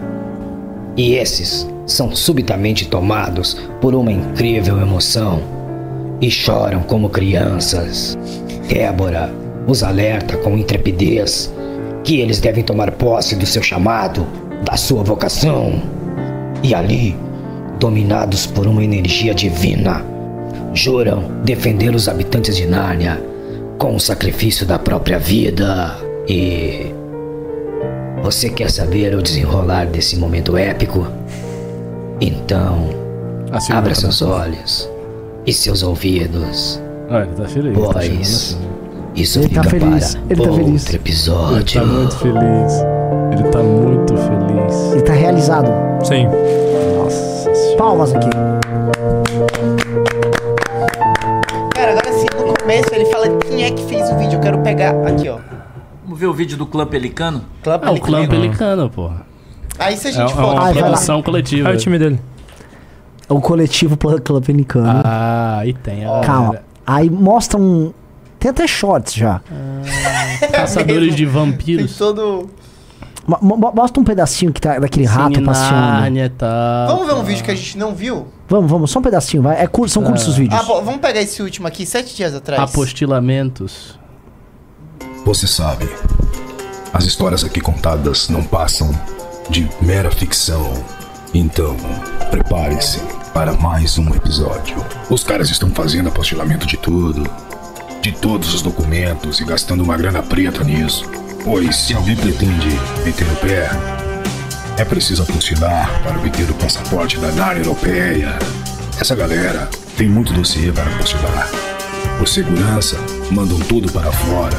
E esses são subitamente tomados por uma incrível emoção e choram como crianças. Débora os alerta com intrepidez que eles devem tomar posse do seu chamado, da sua vocação. E ali, dominados por uma energia divina, juram defender os habitantes de Nárnia com o sacrifício da própria vida. E você quer saber o desenrolar desse momento épico? Então,
A segunda
abra
tá-
seus olhos e seus ouvidos,
Ah, ele tá feliz. ele tá chegando
pois
assim.
isso
Ele
fica
tá feliz,
para
ele tá
outro
feliz.
Ele
episódio.
tá muito feliz. Ele tá muito feliz.
Ele tá realizado.
Sim.
Nossa senhora.
Palmas aqui.
Cara, agora sim, no começo ele fala quem é que fez o vídeo, eu quero pegar. Aqui, ó.
Vamos ver o vídeo do clã pelicano?
Clã
Ah, o clã
Pelicano.
pelicano, porra.
Aí se a
É, é
gente volta.
uma
Ai, vai lá.
produção coletiva.
É o time dele.
É o coletivo Club Pelicano.
Ah, e tem a
Calma.
galera.
Aí mostra um. Tem até shorts já.
(laughs) Caçadores de
Tem
vampiros.
todo.
Mo- mo- Mostra um pedacinho que tá daquele rato
Sim,
passeando.
Nárnia, tá.
Vamos ver um vídeo que a gente não viu?
Vamos, vamos, só um pedacinho, vai. É curto, são curtos os vídeos.
Ah, bom, vamos pegar esse último aqui, sete dias atrás.
Apostilamentos.
Você sabe, as histórias aqui contadas não passam de mera ficção. Então, prepare-se para mais um episódio. Os caras estão fazendo apostilamento de tudo, de todos os documentos e gastando uma grana preta nisso. Pois se alguém pretende meter o pé, é preciso apostilar para obter o passaporte da área europeia. Essa galera tem muito dossiê para apostilar. Os segurança mandam tudo para fora.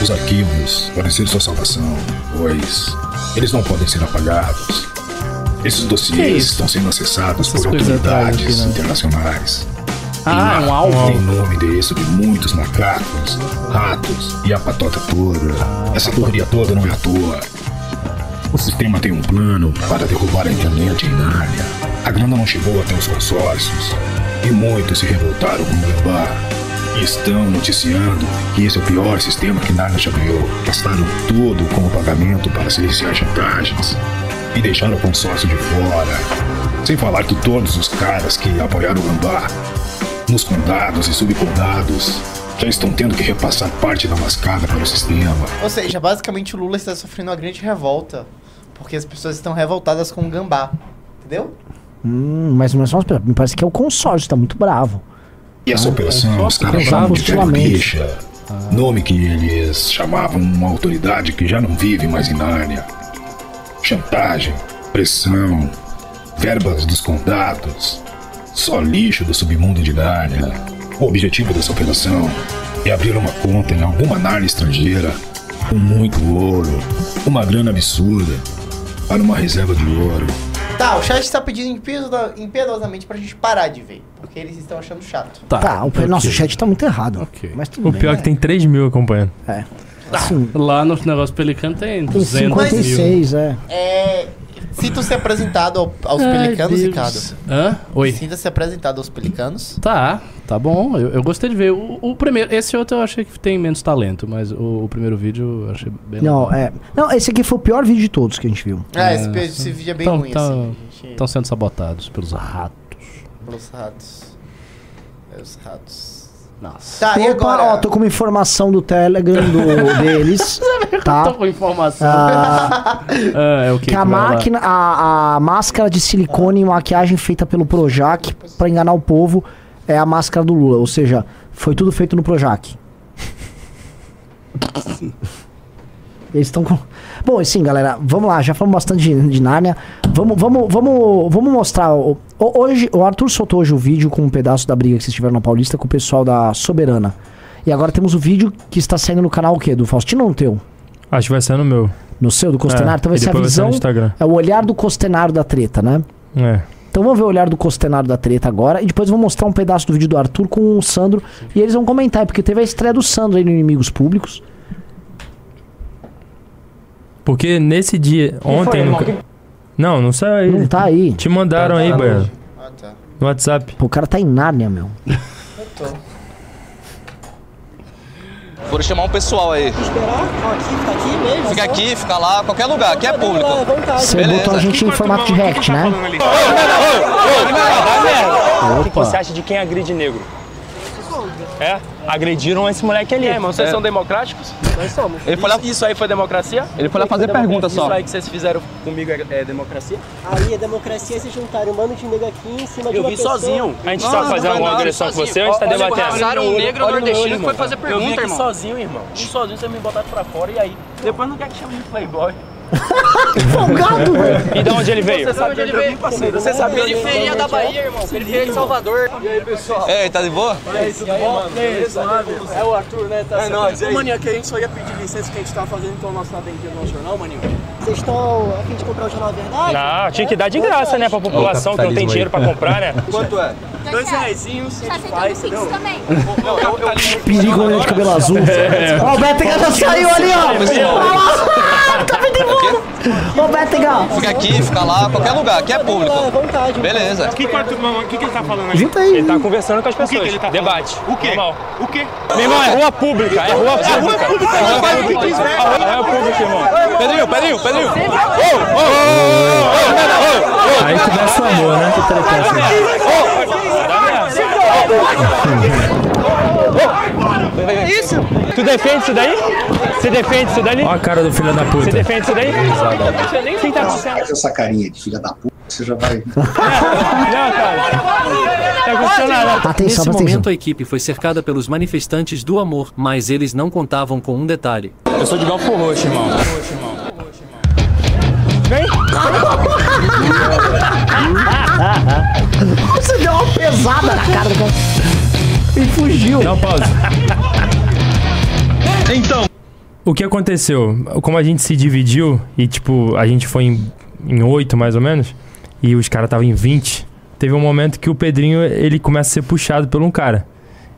Os arquivos podem ser sua salvação, pois eles não podem ser apagados. Esses dossiês estão sendo acessados
Essas
por
coisas atrás aqui,
autoridades
né?
internacionais.
Ah, é um
Tem
alvo.
nome e endereço de muitos macacos, ratos e a patota toda. Essa correria toda não é à toa. O sistema tem um plano para derrubar a internet em Nárnia. A grana não chegou até os consórcios. E muitos se revoltaram com o Gambá. E estão noticiando que esse é o pior sistema que Nárnia já criou. Gastaram tudo como pagamento para silenciar chantagens. E deixaram o consórcio de fora. Sem falar que todos os caras que apoiaram o Gambá nos condados e subcondados já estão tendo que repassar parte da mascada pelo sistema.
Ou seja, basicamente o Lula está sofrendo uma grande revolta. Porque as pessoas estão revoltadas com o gambá. Entendeu?
Hum, mas não é só uns pedaços. Me parece que é o consórcio, tá muito bravo.
E essa operação, os caras
cruzar
chamam de Velho
postilamente.
Queixa, nome que eles chamavam uma autoridade que já não vive mais em Nárnia. Chantagem, pressão, verbas dos condados, só lixo do submundo de Nárnia. O objetivo dessa operação é abrir uma conta em alguma Nárnia estrangeira com muito ouro, uma grana absurda, para uma reserva de ouro.
Tá, o chat está pedindo impiedosa- impiedosamente pra gente parar de ver. Porque eles estão achando chato.
Tá, o, pe- nossa, o chat tá muito errado.
Ok.
Mas tudo
O
bem.
pior é que tem 3 mil acompanhando.
Assim,
Lá no negócio Pelicano tem
tem
200 mil.
56, é.
É. Sinta-se apresentado ao- aos pelicanos, Ricardo.
Hã? Oi.
Sinta-se apresentado aos pelicanos.
Tá, tá bom. Eu, eu gostei de ver. O, o primeiro, esse outro eu achei que tem menos talento, mas o, o primeiro vídeo eu achei bem
Não, é. Não, esse aqui foi o pior vídeo de todos que a gente viu.
É, esse, pe- esse vídeo é bem
Então,
ruim,
tá-
assim. gente,
Estão sendo sabotados pelos ratos.
Pelos ratos. É Os ratos.
Nossa.
Tá, e
Opa,
agora?
ó, tô com uma informação do
(laughs)
Telegram
(laughs)
do, deles.
Tô
tá?
com informação.
Ah,
Ah, (laughs) é o que?
que a
vai lá?
máquina, a, a máscara de silicone e maquiagem feita pelo Projac pra enganar o povo é a máscara do Lula, ou seja, foi tudo feito no Projac. Eles estão com. Bom, assim, galera, vamos lá, já falamos bastante de, de Nárnia. Vamos, vamos, vamos, vamos mostrar. o- o- hoje, o Arthur soltou hoje o vídeo com um pedaço da briga que vocês tiveram na Paulista com o pessoal da Soberana. E agora temos o vídeo que está saindo no canal o quê? Do Faustino ou no teu?
Acho que vai ser no meu.
No seu, do Costenaro?
É,
então vai
e
ser a
depois vai ser
visão.
no Instagram.
É o olhar do Costenaro da treta, né?
É.
Então vamos ver o olhar do Costenaro da treta agora. E depois eu vou mostrar um pedaço do vídeo do Arthur com o Sandro. E eles vão comentar, porque teve a estreia do Sandro aí no Inimigos Públicos.
Porque nesse dia, ontem. no ca- Não, não saiu aí.
Não tá aí.
Te mandaram aí, Baiano.
Ah, tá.
No WhatsApp.
Pô, o cara tá em Nárnia, meu.
Foram chamar um pessoal aí. Fica aqui, fica lá, qualquer lugar, aqui é público.
Você
Beleza.
botou a gente em formato de
tá
react, né?
Você acha de quem agride negro? É? Agrediram esse moleque ali. É, irmão, vocês são democráticos? Nós somos. Ele foi lá... Isso aí foi democracia? Ele foi lá fazer pergunta só. Isso aí que vocês fizeram comigo é, democracia?
Aí a democracia se juntaram, um bando de nego aqui em cima de
Eu
uma
vi
pessoa.
sozinho. Tipo, A gente
tá
fazendo alguma agressão com você ou a gente tá debatendo? Passaram um negro nordestino que foi fazer pergunta, Eu vim aqui sozinho, irmão. Um sozinho, vocês me botaram pra fora e aí... Depois não quer que chame de
(laughs)
playboy.
Folgado, velho.
(laughs) E de onde ele veio? Você sabe de onde ele veio, parceiro. Você sabe Periferia da Bahia, irmão. Periferia de Salvador. E aí, pessoal? É, tá de boa?
É o Arthur, né? Tá é nóis, Maninho, aqui a gente só ia pedir licença que a gente tava fazendo então nosso lado aqui no jornal, maninho. Vocês estão a fim de comprar o jornal Verdade?
Não, Ah, tinha que dar de graça, né, pra população que não tem dinheiro pra comprar, né? Quanto é?
Dois reaisinhos, a gente faz, entendeu?
Perigo né, de
(laughs)
cabelo azul.
É. É
Ó, o Betega já saiu ali, ó. Olha lá. Tá me devorando. Ó, o Betega
lugar.
Fica aqui, fica lá, qualquer lugar, que é público.
lá, à vontade.
Beleza.
Que quarto, mamãe? O que, que ele tá falando aí?
Junta aí.
Ele tá conversando com as
O que que
pessoas.
ele tá
Debate. O quê? O quê? Meu
irmão,
irmão, é rua pública. É rua pública. É rua pública. É rua pública, irmão.
Pedrinho, Pedrinho, Pedrinho.
Aí começa o amor, né?
Isso! Tu defende isso daí? Você defende isso daí? Ó
a cara do filho da puta.
Você defende isso daí? Quem tá acontecendo?
Faz essa carinha de filha da puta, você já vai.
Tá acontecendo nada.
Nesse
atenção.
momento, a equipe foi cercada pelos manifestantes do amor, mas eles não contavam com um detalhe.
Eu sou de Galpo Roxo, irmão.
Você deu uma pesada na cara do cara. E fugiu.
Dá uma pausa.
Então.
O que aconteceu? Como a gente se dividiu e, tipo, a gente foi em- em oito mais ou menos, e os caras estavam em 20, teve um momento que o Pedrinho ele começa a ser puxado por um cara.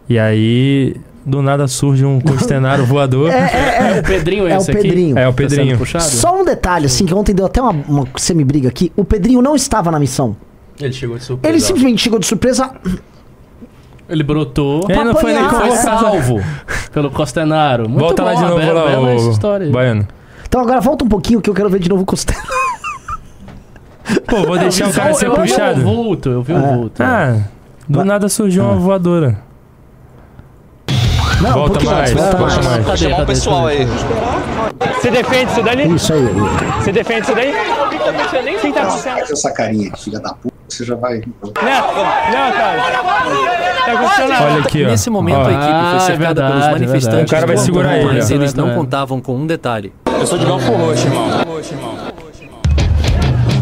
E aí, do nada surge
(laughs)
um costenário voador. (laughs)
É,
o Pedrinho Tá
É o Pedrinho.
É o Pedrinho.
Só um detalhe, assim, que ontem deu até uma, uma semi-briga aqui. O Pedrinho não estava na missão.
Ele chegou de surpresa.
Ele simplesmente chegou de surpresa.
Ele brotou.
Ele não foi nem
foi
convocado.
salvo (laughs) pelo Costenaro. Muito
Volta
bom,
lá de novo,
bela-
lá,
bela
ô,
essa história. aí.
Baiano.
Então agora volta um pouquinho que eu quero ver de novo o Costello.
Pô,
(laughs)
vou deixar o cara ser
um, Eu vi
puxado.
o vulto, eu vi o
É.
vulto.
Ah, do nada surgiu
Ah.
uma voadora.
Não,
volta
pouquinho
mais,
antes, volta
volta
mais.
mais.
Cadê, Chamar o cadê, pessoal cadê? aí. Você defende isso daí?
Isso aí.
Você defende isso daí? Quem tá acontecendo?
Faz essa carinha de filha da puta, você já vai.
Não, cara. Tá acontecendo nada.
Olha aqui, ó.
Nesse momento,
Ó.
a equipe
Ah, é
foi cercada
verdade,
pelos
é verdade.
manifestantes
O cara vai
do amor,
segurar ele,
mas
ó.
eles não
É.
contavam com um detalhe.
Eu sou de Galpo Roxo, irmão.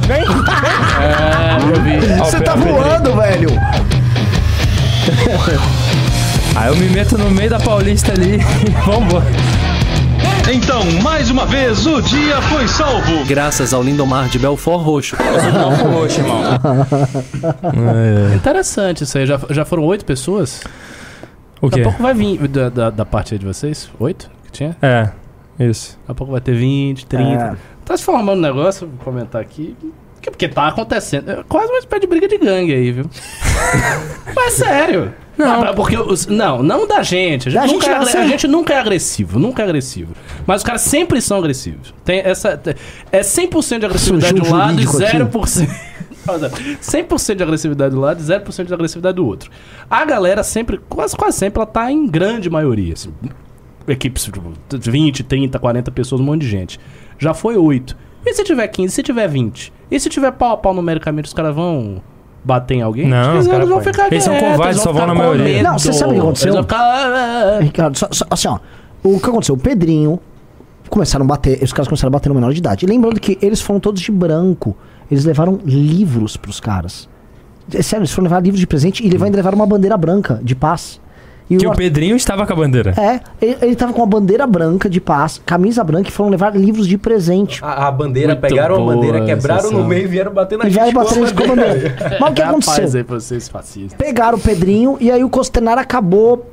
Vem!
Tá
É,
Você tá voando, velho.
(laughs) Aí eu me meto no meio da Paulista ali e (laughs) vambora.
Então, mais uma vez, o dia foi salvo.
Graças ao Lindomar de Belfort Roxo.
Roxo, irmão.
É.
Interessante isso aí. Já, já foram oito pessoas?
O
Daqui
quê?
a pouco vai vir da, da, da parte aí de vocês? Oito que tinha?
É, isso.
Daqui a pouco vai ter 20, 30.
É.
Tá se formando um negócio, vou comentar aqui. Que- Porque tá acontecendo. É quase uma espécie de briga de gangue aí,
(laughs)
viu? Mas é sério. Não, porque os, não, não da gente. A gente,
Da
nunca,
gente
é
não,
agre- a
sério.
gente nunca é agressivo, nunca é agressivo. Mas os caras sempre são agressivos. Tem essa, tem- é 100% de agressividade
Surgiu
de
um
um lado e
jurídico aqui.
0%. 100% de agressividade do lado e 0% de agressividade do outro. A galera sempre, quase, quase sempre, ela tá em grande maioria. Assim, equipes tipo, 20, 30, 40 pessoas, um monte de gente. Já foi 8. E se tiver 15? E se tiver 20? E se tiver pau a pau numericamente, os caras vão bater em alguém?
Não,
eles,
os caras
vão
põem.
ficar
Eles são
quietos,
covardes,
eles
só vão
ficar
na
com
maioria.
medo.
Não, você sabe o que
Eles
aconteceu?
vão
"Ah,
ficar-
Ricardo, só, só- assim, ó. O que aconteceu? O Pedrinho começaram a bater, os caras começaram a bater no menor de idade. E lembrando que eles foram todos de branco. Eles levaram livros pros caras. É sério, eles foram levar livros de presente e levar- levaram uma bandeira branca de paz. E
Que
o
o
Ar-
Pedrinho estava com a bandeira.
É, ele, ele tava com uma bandeira branca de paz, camisa branca e foram levar livros de presente.
A, a bandeira,
Muito
pegaram
boa
a bandeira, quebraram
sensação.
no meio e vieram bater na
E
gente.
vai bater na gente com a
(laughs)
bandeira. Mas o que
Rapaz,
aconteceu?
aí pra vocês fascistas.
Pegaram o Pedrinho e aí o Costenaro acabou,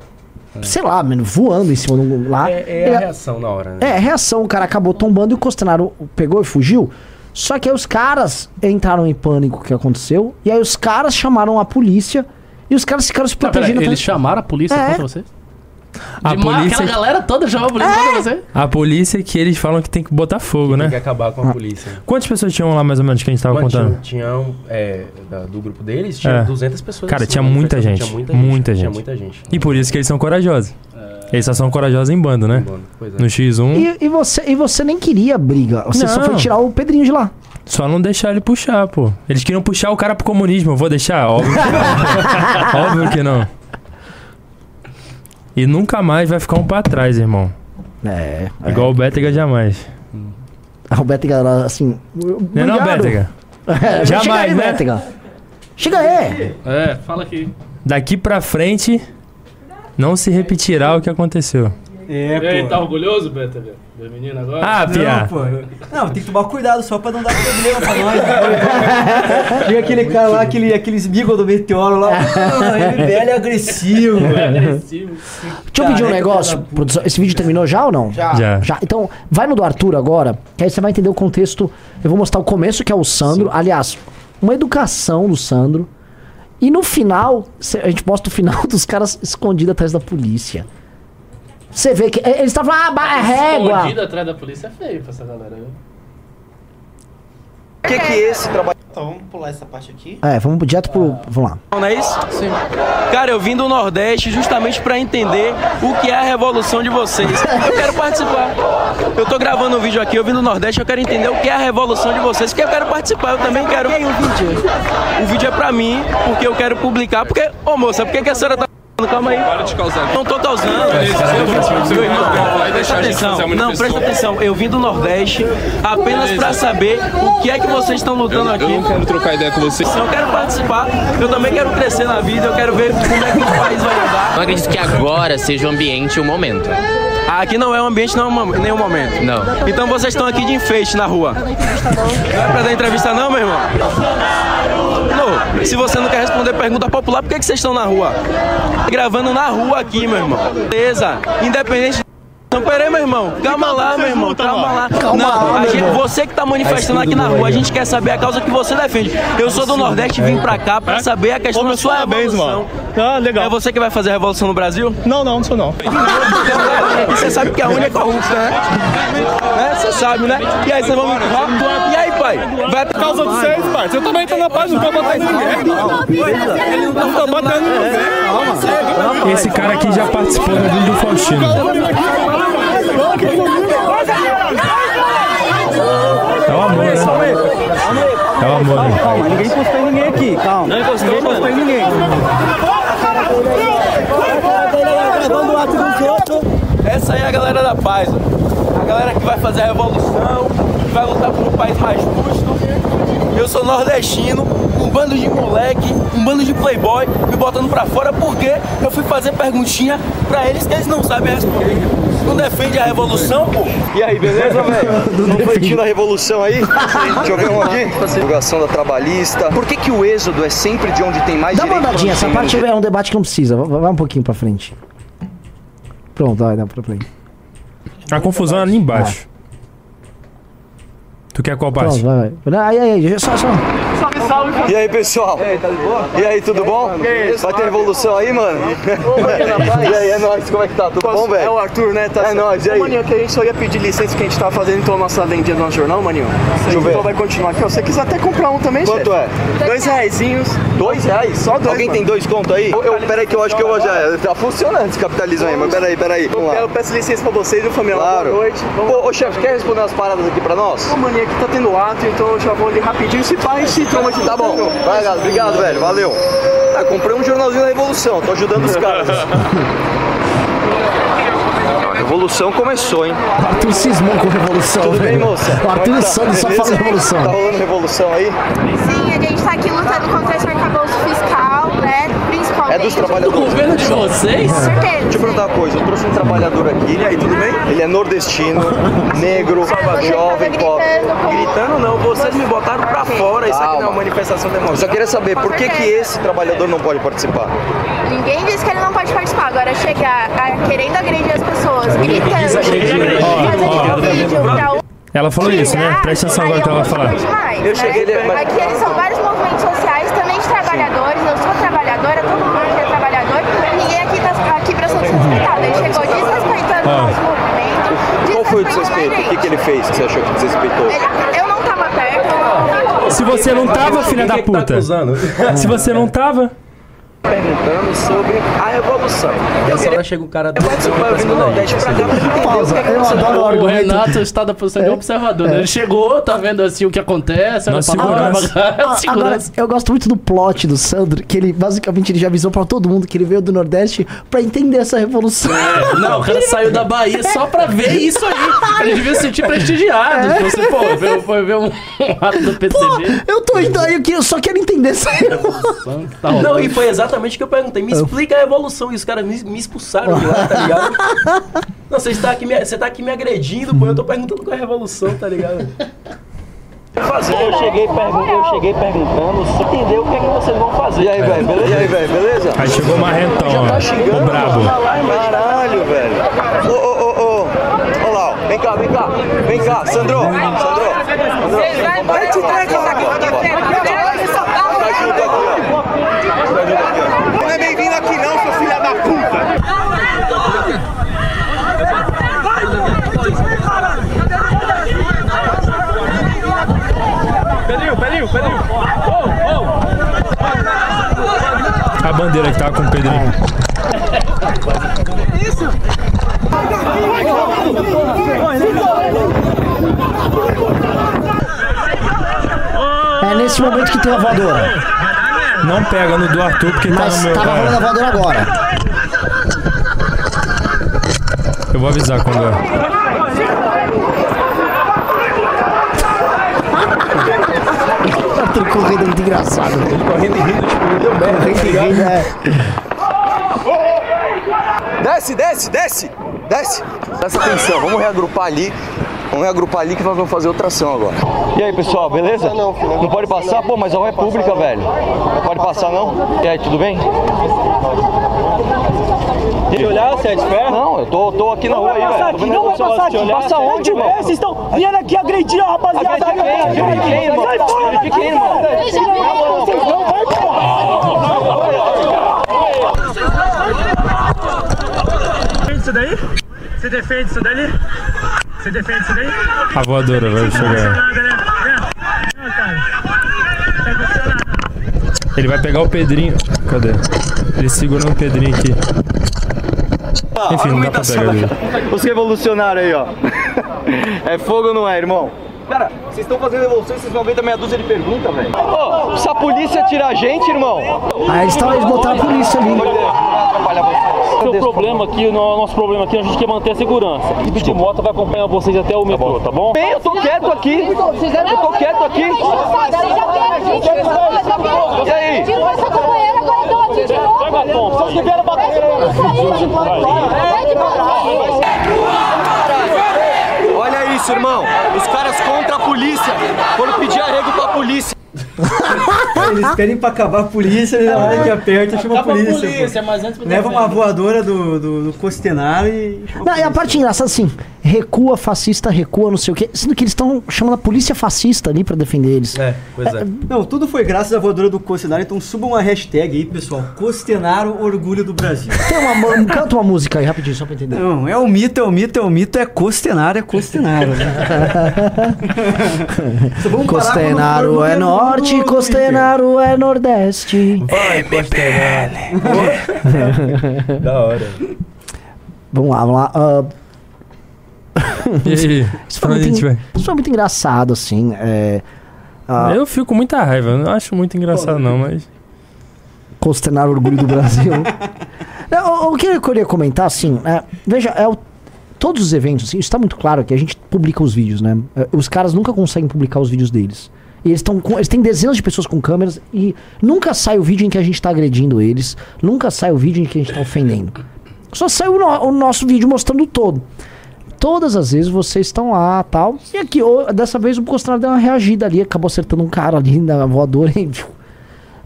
sei lá, mano, voando em cima do lá.
É a reação na hora, né?
É, reação, o cara acabou tombando e o Costenaro pegou e fugiu. Só que aí os caras entraram em pânico o que aconteceu. E aí os caras chamaram a polícia e os caras ficaram se
Não, pera,
protegendo. atrás-
eles chamaram a polícia
É.
contra vocês?
A
De mar-
polícia-
Aquela galera toda chamou a polícia contra você?
A polícia que eles falam que tem que botar fogo, né?
Tem que acabar
Ah.
com a polícia.
Quantas pessoas tinham lá mais ou menos que a gente tava
Mano,
contando?
Tinha, tinha um, é, da- do grupo deles, tinha
É.
200 pessoas.
Cara,
assim,
tinha
né?
muita
Tinha
gente.
muita
Muita,
gente, né?
gente.
tinha muita gente. É.
E por isso que eles são corajosos. Eles só são corajosos em bando, né?
pois é.
No X1,
E, e você, e você nem queria briga. Você só
Não.
foi tirar o Pedrinho de lá.
só não deixar ele puxar, pô. Eles queriam puxar o cara pro comunismo. Eu vou deixar? Óbvio que
(laughs)
não. Óbvio que não. E nunca mais vai ficar um pra trás, irmão.
É.
Igual o Bétega jamais.
A Roberta, galera, assim.
Não é não,
obrigado. (laughs)
Bétega?
É,
Jamais,
chega aí,
né?
Bétega. Chega aí.
É, fala aqui.
Daqui pra frente, não se repetirá o que aconteceu.
É,
e aí,
pô.
tá orgulhoso, Beta? velho? Do menino agora?
Não, pô. Não, tem que tomar cuidado só pra não dar problema pra nós. né? Chega aquele cara lá, aquele, aqueles bigos do meteoro lá.
(laughs)
Ah, MBL é agressivo.
É
agressivo. é
Deixa eu pedir um negócio, produção. Esse vídeo terminou já ou não?
Já. Já.
Então, vai no do Arthur agora, que aí você vai entender o contexto. Eu vou mostrar o começo, que é o Sandro. Aliás, uma educação do Sandro. E no final, cê- a gente mostra o final (laughs) dos caras escondidos atrás da polícia. Você vê que. Eles estavam falando, ah, ba- é régua.
Escondido atrás da polícia é feio pra essa galera. viu?
O que, que é esse trabalho? Então vamos pular essa parte aqui.
É, vamos direto pro. Vamos lá.
Não é isso? Sim. Cara, eu vim do Nordeste justamente pra entender o que é a revolução de vocês. Eu quero participar. Eu tô gravando um vídeo aqui, eu vim do Nordeste, eu quero entender o que é a revolução de vocês, porque eu quero participar, eu também quero. O vídeo é pra mim, porque eu quero publicar, porque. Ô moça, por que, que a senhora tá. Calma aí. Para de causar. Não tô causando. Meu irmão, presta atenção. Não, presta atenção. Eu vim do Nordeste apenas pra saber o que é que vocês estão lutando aqui. Eu não quero trocar ideia com vocês. Eu quero participar. Eu também quero crescer na vida. Eu quero ver como é que o país vai andar.
Eu acredito que agora seja o ambiente e o momento.
Ah, Aqui não é um ambiente, não é um, nenhum momento.
Não.
Então vocês estão aqui de enfeite na rua. Não é pra dar entrevista não, meu irmão? Não, se você não quer responder pergunta popular, por que, que vocês estão na rua? Gravando na rua aqui, meu irmão. Beleza, independente... Não, peraí, meu irmão. Calma lá, meu irmão. Calma lá.
Calma
não,
lá,
a
meu
gente-
irmão.
você que tá manifestando aqui na rua, a gente quer saber a causa que você defende. Eu sou do Nordeste e vim pra cá pra saber a questão da sua revolução. Ah, legal. É você que vai fazer a revolução no Brasil? Não, não, não sou (laughs) não. E você sabe que a UNE é corrupta, né? Né? Você sabe, né? E aí, vocês vão me curvar? E aí, pai? Vai por causa de vocês, pai. Você também tá na paz, não tá batendo ninguém. Não tá batendo ninguém.
Esse cara aqui já participou do vídeo do Faustino. É o amor, né? É
Tá
o amor. né?
Calma, ninguém encostou em ninguém aqui, calma. Não encostou, ninguém encostou em ninguém.
Gravando o ato dos outros. Essa aí é a galera da paz, ó. A galera que vai fazer a revolução, que vai lutar por um país mais justo. Eu sou nordestino, um bando de moleque, um bando de playboy me botando pra fora porque eu fui fazer perguntinha pra eles que eles não sabem responder. Não defende a revolução, pô? E aí, beleza, velho? Não
Refletindo a revolução aí, jogar um aqui. Divulgação da trabalhista. Por que, que o êxodo é sempre de onde tem mais
Dá uma
direito? né?
andadinha, essa
Tem menos
parte é um debate que não precisa. Vai- Vai um pouquinho pra frente. Pronto, vai, dá pra play.
A confusão é ali embaixo. Tu quer qual
Pronto,
parte?
vai, vai. Aí, aí, aí, só, só.
Salve, salve. E aí, pessoal? E aí,
tá
tudo bom? Vai ter revolução aí, mano? (laughs) e aí, é nóis, como é que tá? Tudo bom, velho?
É o Arthur, né? Tá
É nóis, e aí?
Ô, maninho, que a gente só ia pedir licença que a gente tava fazendo então a nossa lendinha do nosso jornal, maninho.
eu ver.
Então vai continuar aqui, ó. Se você quiser até comprar um também,
Quanto é?
chefe. Dois reaisinhos.
Dois reais?
Só dois,
Alguém
mano.
tem dois conto aí? Eu, eu, peraí que eu acho que eu já... Tá funcionando esse capitalismo aí, mas peraí, peraí. Vamos lá.
Eu peço licença pra vocês, viu, família?
Claro.
Boa noite.
Pô, ô, chefe, quer responder umas paradas aqui pra nós?
Ô, maninho, aqui tá tendo ato, então eu já vou ali rapidinho. Se pá, se toma de
Tá bom, vai, galera. Obrigado, velho. Valeu. Tá, comprei um jornalzinho da Revolução. Tô ajudando
(laughs)
os caras. A Revolução começou, hein?
O Arthur cismou com revolução.
Tudo bem,
velho.
moça?
O Arthur
Como é
e
que
o
tá?
Sandro só
Beleza? (laughs)
falam revolução.
Tá rolando revolução aí?
Sim, a gente tá aqui lutando contra esse arcabouço fiscal, né? Principalmente.
É dos trabalhadores. É.
Certeza.
Deixa eu perguntar uma coisa. Eu trouxe um trabalhador aqui. E aí, tudo bem? Ele é (laughs) nordestino, negro, jovem, pobre.
Gritando não, vocês me botaram pra fora. Isso aqui não é uma manifestação
Eu
democrática.
só queria saber, por que, que esse trabalhador não pode participar?
Ninguém disse que ele não pode participar. Agora chegar a- querendo agredir as pessoas, gritando, fazendo vídeo pra um.
Ela falou isso, né? Presta atenção agora que ela vai falar.
Demais, né?
mas-
Aqui eles são vários movimentos sociais, também de trabalhadores. Eu sou trabalhadora, todo mundo que é trabalhador. Ninguém aqui tá aqui pra ser desrespeitado. Ele chegou desrespeitando
Ah.
o nosso movimento.
Qual foi o desrespeito? O que, que ele fez que você achou que desrespeitou?
Ele- eu não tava perto, eu não ouvi tudo.
Se você não tava, filha da puta. Se você não tava.
Perguntando sobre a revolução. Eu
Agora chega o cara do.
participar, eu vim do Nordeste pra cá pra entender o que é que você tá
um
o
falando.
Renato está da posição de observador. né?
É.
Ele chegou, tá vendo assim o que acontece. olha pra (laughs) lá, pra cá,
Ah, Agora,
é segurança.
eu gosto muito do plot do Sandro, que ele basicamente ele já avisou pra todo mundo que ele veio do Nordeste pra entender essa revolução.
É, Não, o cara saiu da Bahia só pra ver isso aí. Ele devia se sentir prestigiado.
É.
Você, pô, veio- foi ver um (laughs) ato do PCB. Tá
Eu tô indo aí, eu que- eu só quero entender essa revolução.
rolando.
Não, e foi exatamente. literalmente o que eu perguntei. Me
Eu-
explica a evolução. E os caras me, me expulsaram de lá, tá ligado?
(laughs)
Não, você está aqui me, você tá aqui me agredindo, pô. Eu tô perguntando qual é a revolução, tá ligado? Fazer, eu cheguei, pergun eu cheguei perguntando, entendeu o que é que vocês vão fazer.
E aí, velho, beleza? E aí, velho, beleza?
Aí chegou marrentão,
Já tá
ó.
chegando,
O brabo.
Caralho, velho. Ô, ô, ô, ô. Olha lá, ó. vem cá, vem cá. Vem cá, Sandro. Sandro.
Vocês vão embora,
Vai te entregar aqui, ó. Não é bem-vindo aqui não, seu filho da puta.
Peraí, peraí, peraí.
A bandeira que tava com o Pedrinho.
É nesse momento que tem a voadora.
Não pega no do Arthur porque tá no
Mas
meu.
tava
é.
rolando a voadora agora.
Eu vou avisar quando é.
Tem corrida muito engraçada.
Correndo e rindo, tipo, me deu merda.
Correndo e rindo, é.
Desce, desce, desce. Desce. Presta atenção, vamos reagrupar ali. Vamos reagrupar ali que nós vamos fazer outra ação agora. E aí, pessoal, beleza? Não, pode passar? Pô, mas a rua é pública, velho. Não pode passar, não? E aí, tudo bem? Tem que olhar, você é de ferro? Não, eu tô, tô aqui na rua aí, velho. Tô vendo a pessoa se olhar, se é de ferro.
estão vindo aqui agredir a rapaziada.
Agredir quem, é irmão? Agredir quem, irmão?
Não vai,
defende isso daí? Você defende isso dali? Você defende isso daí?
A voadora vai chegar. Ele vai pegar o Pedrinho. Cadê? Ele segurando o Pedrinho aqui.
Ah,
Enfim, não dá pra
argumentação
pegar ele.
da- Os revolucionários aí, ó. É fogo ou não é, irmão? Cara, vocês estão fazendo revolução e vocês vão ver da meia dúzia de pergunta, velho. Ô, se a polícia tirar a gente, irmão.
Aí Ah, eles estavam botaram a polícia ali.
Seu problema aqui, o nosso problema aqui, a gente quer manter a segurança. O equipe de moto vai acompanhar vocês até o metrô, tá bom?
Bem, eu tô quieto aqui. Eu tô quieto aqui. E aí?
Vai, batom. Vocês tiveram batom.
Olha isso, irmão. Os caras contra a polícia. Foram pedir arrego pra polícia.
(laughs) Eles querem pra acabar a polícia,
Ah,
na hora que aperta, chama a
Acaba a
polícia.
polícia,
pô.
mas antes me
Leva uma
defende.
voadora do, do, do Costenaro e.
(laughs) Não, e a parte engraçada assim, recua fascista, recua não sei o quê, sendo que eles estão chamando a polícia fascista ali pra defender eles.
É, pois é. Não, tudo foi graças à voadora do Costenaro, então subam uma hashtag aí, pessoal. Costenaro Orgulho do Brasil.
Tem um uma, mu- canta uma música aí rapidinho só pra entender.
Não, é o mito, é o mito, é o mito, é Costenaro,
(laughs)
é Costenaro. Só vamos parar quando
Costenaro
for
é
governo do
norte,
Twitter.
Costenaro é nordeste.
É,
Vai, Costenaro.
da hora.
Vamos lá, vamos lá. ah,
E aí?
(laughs) isso,
Pra onde a
foi muito,
gente
en-
vai?
isso foi muito engraçado, assim. É, ah,
Eu fico com muita raiva. eu Não acho muito engraçado, não, mas.
consternar o orgulho
(laughs)
do Brasil. Não, o, o que eu queria comentar, assim, é, veja, é o- todos os eventos, assim, isso está muito claro que a gente publica os vídeos, né? É, Os caras nunca conseguem publicar os vídeos deles. E eles, tão com- eles têm dezenas de pessoas com câmeras e nunca sai o vídeo em que a gente está agredindo eles, nunca sai o vídeo em que a gente está ofendendo. Só sai o, no- o nosso vídeo mostrando o todo. Todas as vezes vocês estão lá tal. E aqui, ô, dessa vez o Bolsonaro deu uma reagida ali, acabou acertando um cara ali na voadora. (laughs) E,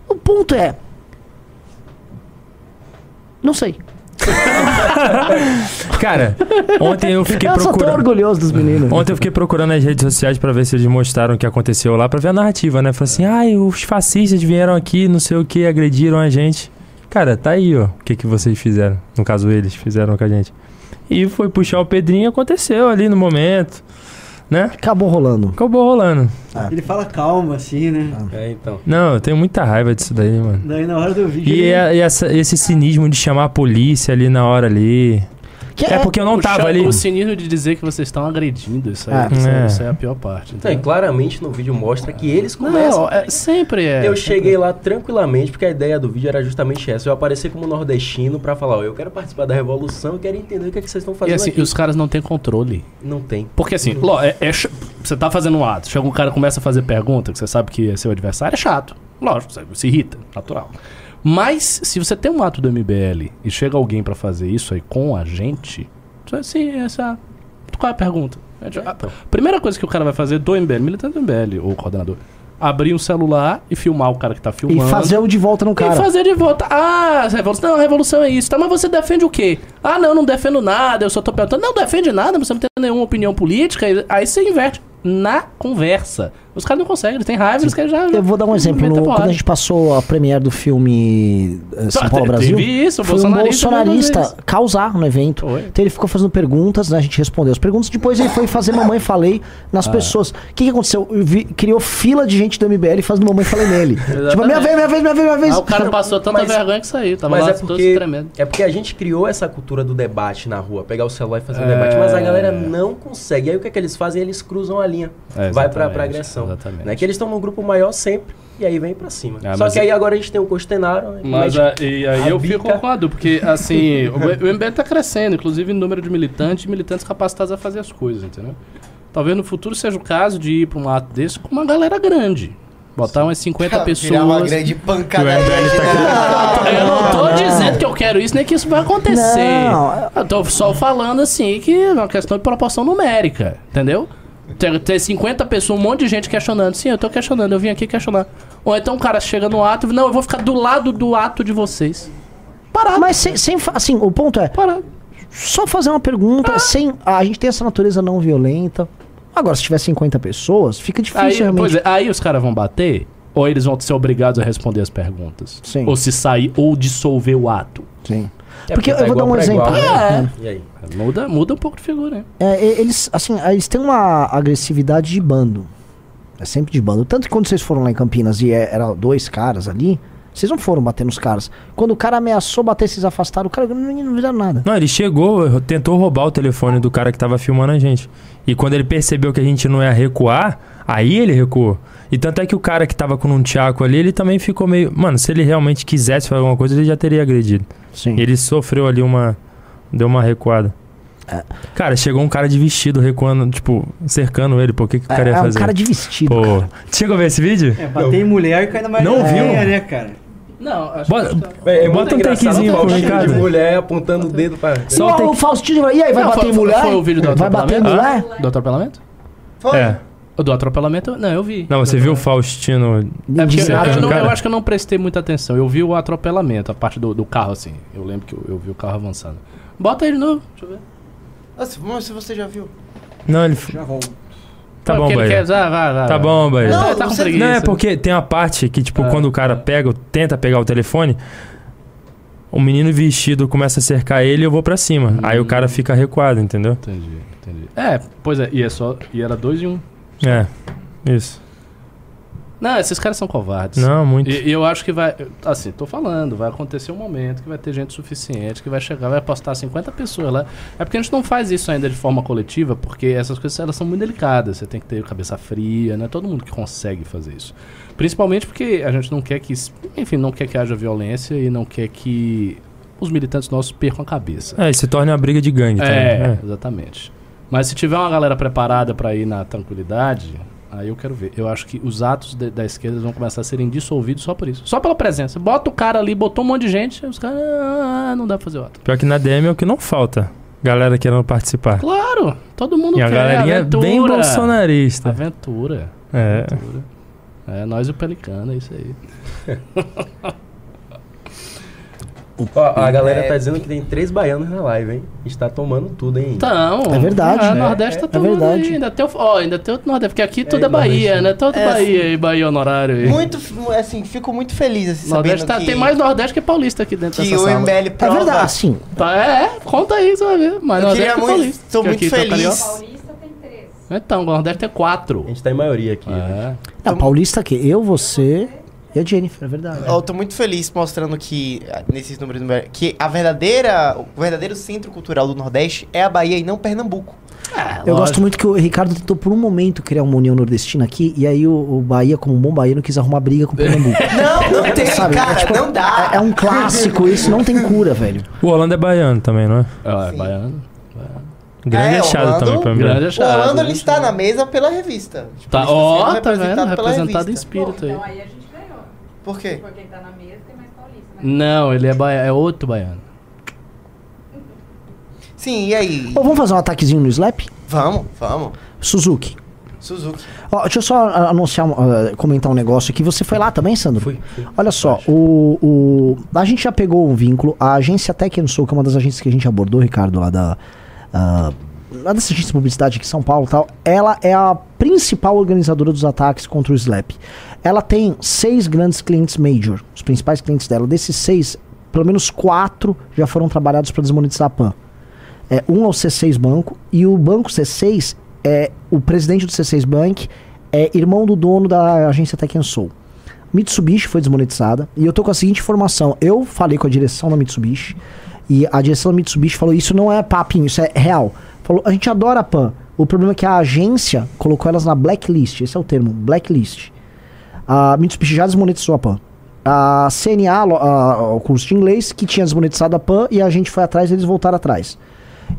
o ponto é, não sei.
Cara, ontem eu fiquei
eu sou tão
procurando.
orgulhoso dos meninos.
Ontem eu fiquei procurando as redes sociais pra ver se eles mostraram o que aconteceu lá, pra ver a narrativa, né? Falei assim, ai, os fascistas vieram aqui, não sei o que, agrediram a gente. Cara, tá aí, ó, o que, que vocês fizeram. No caso, eles fizeram com a gente. E foi puxar o Pedrinho e aconteceu ali no momento, né?
Acabou rolando.
Acabou rolando.
Ele fala calma, assim, né?
É, então.
Não, eu tenho muita raiva disso daí, mano.
Daí na hora do vídeo.
E,
ele-
é- e essa- esse cinismo de chamar a polícia ali na hora ali. é porque eu não
O
tava
chá-
ali.
O cinismo de dizer que vocês estão agredindo, isso aí,
Ah.
isso, aí-
É.
isso aí é a pior parte.
Então, e
entendeu?
claramente no vídeo mostra que eles
Não,
começam.
é- sempre é.
Eu cheguei lá tranquilamente, porque a ideia do vídeo era justamente essa. Eu aparecer como nordestino pra falar, ó, eu quero participar da revolução, eu quero entender o que, é que vocês estão
E
fazendo
assim,
aqui.
os caras não têm controle.
Não tem.
Porque assim,
Uhum.
ló, é- é ch- você tá fazendo um ato, chega um cara e começa a fazer pergunta, que você sabe que é seu adversário, é chato. Lógico, você se irrita, natural. Mas, se você tem um ato do MBL e chega alguém pra fazer isso aí com a gente, Só assim, essa. Qual é a pergunta? É, tipo, a
então.
primeira coisa que o cara vai fazer do MBL, militante do MBL, ou coordenador, abrir um celular e filmar o cara que tá
E
filmando.
fazer o de volta no cara.
E fazer de volta. Ah, as revoluções- Não, a revolução é isso. Tá, mas você defende o quê? Ah, não, não defendo nada, eu só tô perguntando. Não, defende nada, você não tem nenhuma opinião política. E- Aí você inverte na conversa. Os caras não conseguem, eles têm raiva, eles querem já.
Eu vou dar um exemplo. No- quando a gente passou a premiere do filme eh, São
Tá,
Paulo
teve
Brasil,
isso, o
foi um
bolsonarista
bolsonarista
fazendo
causar no evento. Então ele ficou fazendo perguntas, né, a gente respondeu as perguntas, depois ele foi fazer Mamãe Falei nas
Ah.
pessoas. O que, que aconteceu? Eu vi- criou fila de gente do MBL fazendo Mamãe
(laughs)
Falei nele. tipo, minha vez, minha vez, minha vez, minha vez.
Aí "Ah, o cara passou tanta
Mas-
vergonha que saiu. tá, Tava
Mas
lá
é
todo
porque,
tremendo.
é porque a gente criou essa cultura do debate na rua, pegar o celular e fazer um
É.
debate, mas a galera não consegue. Aí o que é que eles fazem? Eles cruzam a linha, vai
É,
pra,
exatamente,
pra agressão.
exatamente.
Né? Que eles estão num grupo maior sempre, e aí vem pra cima.
Ah,
Só
mas
que aí agora a gente tem o Costenaro. né, que
Mas
mete-
a- e aí eu
bica.
fico com a dúvida, porque assim, o, o MBL tá crescendo, inclusive em número de militantes e militantes capacitados a fazer as coisas, entendeu? Talvez no futuro seja o caso de ir pra um ato desse com uma galera grande. Botar umas 50
Virar
pessoas.
uma grande pancada
Que o MBL tá
grande,
crescendo.
né?
Eu não tô
Não, não.
dizendo que eu quero isso, nem que isso vai acontecer.
Não.
Eu tô só falando assim que é uma questão de proporção numérica, entendeu? Ter, ter 50 pessoas, um monte de gente questionando. Sim, eu tô questionando, eu vim aqui questionar. Ou então o cara chega no ato e não, eu vou ficar do lado do ato de vocês. Parado.
Mas sem, sem fa- assim, o ponto é. Só fazer uma
Ah.
pergunta sem. A gente tem essa natureza não violenta. Agora, se tiver 50 pessoas, fica difícil
Aí,
realmente.
pois é, aí os caras vão bater, ou eles vão ser obrigados a responder as perguntas.
Sim.
Ou se sair, ou dissolver o ato.
Sim.
É
Porque eu vou dar um exemplo.
É. Muda, muda um pouco de figura, né?
É, e- eles, assim, eles têm uma agressividade de bando. É sempre de bando. Tanto que quando vocês foram lá em Campinas e é, era dois caras ali, vocês não foram bater nos caras. Quando o cara ameaçou bater, vocês afastaram, o cara não, não fizeram nada.
Não, ele chegou, tentou roubar o telefone do cara que tava filmando a gente. E quando ele percebeu que a gente não ia recuar, aí ele recuou. E tanto é que o cara que tava com um Tiago ali, ele também ficou meio. Mano, se ele realmente quisesse fazer alguma coisa, ele já teria agredido.
Sim.
Ele sofreu ali uma. Deu uma recuada.
É.
Cara, chegou um cara de vestido recuando, tipo, cercando ele. Pô, o que, que o cara
É,
ia
é um
fazer?
cara de vestido,
Pô. Chegou a ver esse vídeo?
É, bater em mulher cai na mais
Não viu?
né, cara?
Não, acho
Bota,
É muito
bota um
engraçado,
takezinho
tá
pro
um cheio
Ricardo.
de mulher apontando o
Tá
dedo pra.
E o, o Faustinho, e aí, vai
Não,
bater
foi-
em mulher?
Foi o vídeo do
vai bater em
atropelamento?
mulher?
Do atropelamento?
É.
O do atropelamento? Não, eu vi.
Não, você viu o Faustino.
É porque eu, eu
cercando o
não-
tá cara?
eu acho que eu não prestei muita atenção. Eu vi o atropelamento, a parte do, do carro, assim. Eu lembro que eu, eu vi o carro avançando. Bota aí de novo, deixa eu ver.
Nossa, mas Ah, se você já viu.
Não, ele. Tá
É porque
bom,
ele
Bahia.
quer- vai, vai, vai,
tá
vai.
bom, Bahia.
Não, Não, tá com você- preguiça. Ah.
Não, é porque tem uma parte que, tipo, quando o cara pega, o- tenta pegar o telefone, o menino vestido começa a cercar ele e eu vou pra cima. Aí o cara fica recuado, entendeu?
Hum. Entendi, entendi. É, pois é, e, é só, e era dois e um.
É, isso.
Não, esses caras são covardes.
Não, muito.
E, e eu acho que vai. Assim, tô falando, vai acontecer um momento que vai ter gente suficiente que vai chegar, vai postar 50 pessoas lá. É porque a gente não faz isso ainda de forma coletiva, porque essas coisas elas são muito delicadas. Você tem que ter cabeça fria, não é todo mundo que consegue fazer isso. Principalmente porque a gente não quer que. Enfim, não quer que haja violência e não quer que os militantes nossos percam a cabeça.
É, e se torna uma briga de gangue, também.
É, exatamente. Mas se tiver uma galera preparada pra ir na tranquilidade, aí eu quero ver. Eu acho que os atos de- da esquerda vão começar a serem dissolvidos só por isso. Só pela presença. Bota o cara ali, botou um monte de gente, aí os caras. Ah, não dá pra fazer o ato.
Pior que na DM é o que não falta. Galera querendo participar.
Claro! Todo mundo
E a
quer.
galerinha é
aventura.
bem bolsonarista.
Aventura.
É.
Aventura. É, nós e o Pelicano, é isso aí.
Ó, a galera
É.
tá dizendo que tem três baianos na live, hein? A gente tá tomando tudo, hein?
É
É
Então,
né?
né?
O Nordeste tá tomando
verdade.
aí. Ainda tem, o- ó, ainda tem outro Nordeste, porque aqui tudo é,
É,
Bahia,
Nordeste.
né? Todo
É,
Bahia
sim.
e Bahia honorário aí.
Muito, f- assim, fico muito feliz assim,
Nordeste
sabendo
tá,
que...
Tem mais Nordeste que Paulista aqui dentro
que
dessa
o
sala.
MBL É prova- verdade,
sim.
Tá, é, é, conta aí, você vai ver. Mas
Eu
Nordeste
queria
é
muito-
Paulista.
tô
que
muito
aqui tá
feliz.
carioca. Então, o Nordeste é quatro. A
gente tá em maioria aqui. né?
É.
Então
Não, paulista aqui, eu, você e a Jennifer, é verdade.
Eu tô muito feliz mostrando que, ah, nesses números, número- que a verdadeira, o verdadeiro centro cultural do Nordeste é a Bahia e não Pernambuco.
É,
Eu gosto muito que o Ricardo tentou por um momento criar uma união nordestina aqui, e aí o, o Bahia, como um bom baiano, quis arrumar briga com o Pernambuco.
(laughs) Não, não tem,
Sabe,
cara,
é tipo-
não dá.
É, é um clássico isso,
(laughs)
não tem cura, velho.
O Holanda é baiano também, não é?
É, baiano. É,
Grande achado também pra mim.
Grande é né?
O
achado.
Holanda ele está na mesa pela revista. Tipo,
ah, Tá,
ele está
ó,
sendo
tá vendo?
pela
Representado em
revista.
espírito aí.
Por quê?
Porque quem tá na mesa tem mais paulista.
Não, ele é, baia- é outro baiano.
Sim, e aí?
Ô, vamos fazer um ataquezinho no Slap?
Vamos, vamos.
Suzuki.
Suzuki.
Ó, deixa eu só ah, anunciar, um, ah, comentar um negócio aqui. Você foi lá também, Sandro? Fui. Olha só, o, o- a gente já pegou um vínculo. A agência Tech Sul, que é uma das agências que a gente abordou, Ricardo, lá da. ah, lá dessa agência de publicidade aqui em São Paulo e tal, ela é a principal organizadora dos ataques contra o Slap. Ela tem seis grandes clientes major, os principais clientes dela. Desses seis, pelo menos quatro já foram trabalhados para desmonetizar a PAN. É, um é o C6 Banco e o Banco C6 é o presidente do C6 Bank é irmão do dono da agência Tecnsoul. Mitsubishi foi desmonetizada e eu tô com a seguinte informação. Eu falei com a direção da Mitsubishi e a direção da Mitsubishi falou isso não é papinho, isso é real. Falou, a gente adora a Pan. O problema é que a agência colocou elas na blacklist, esse é o termo, blacklist. A Mitsubishi Ah, já desmonetizou a PAN. A CNA, lo- a- o curso de inglês, que tinha desmonetizado a PAN e a gente foi atrás e eles voltaram atrás.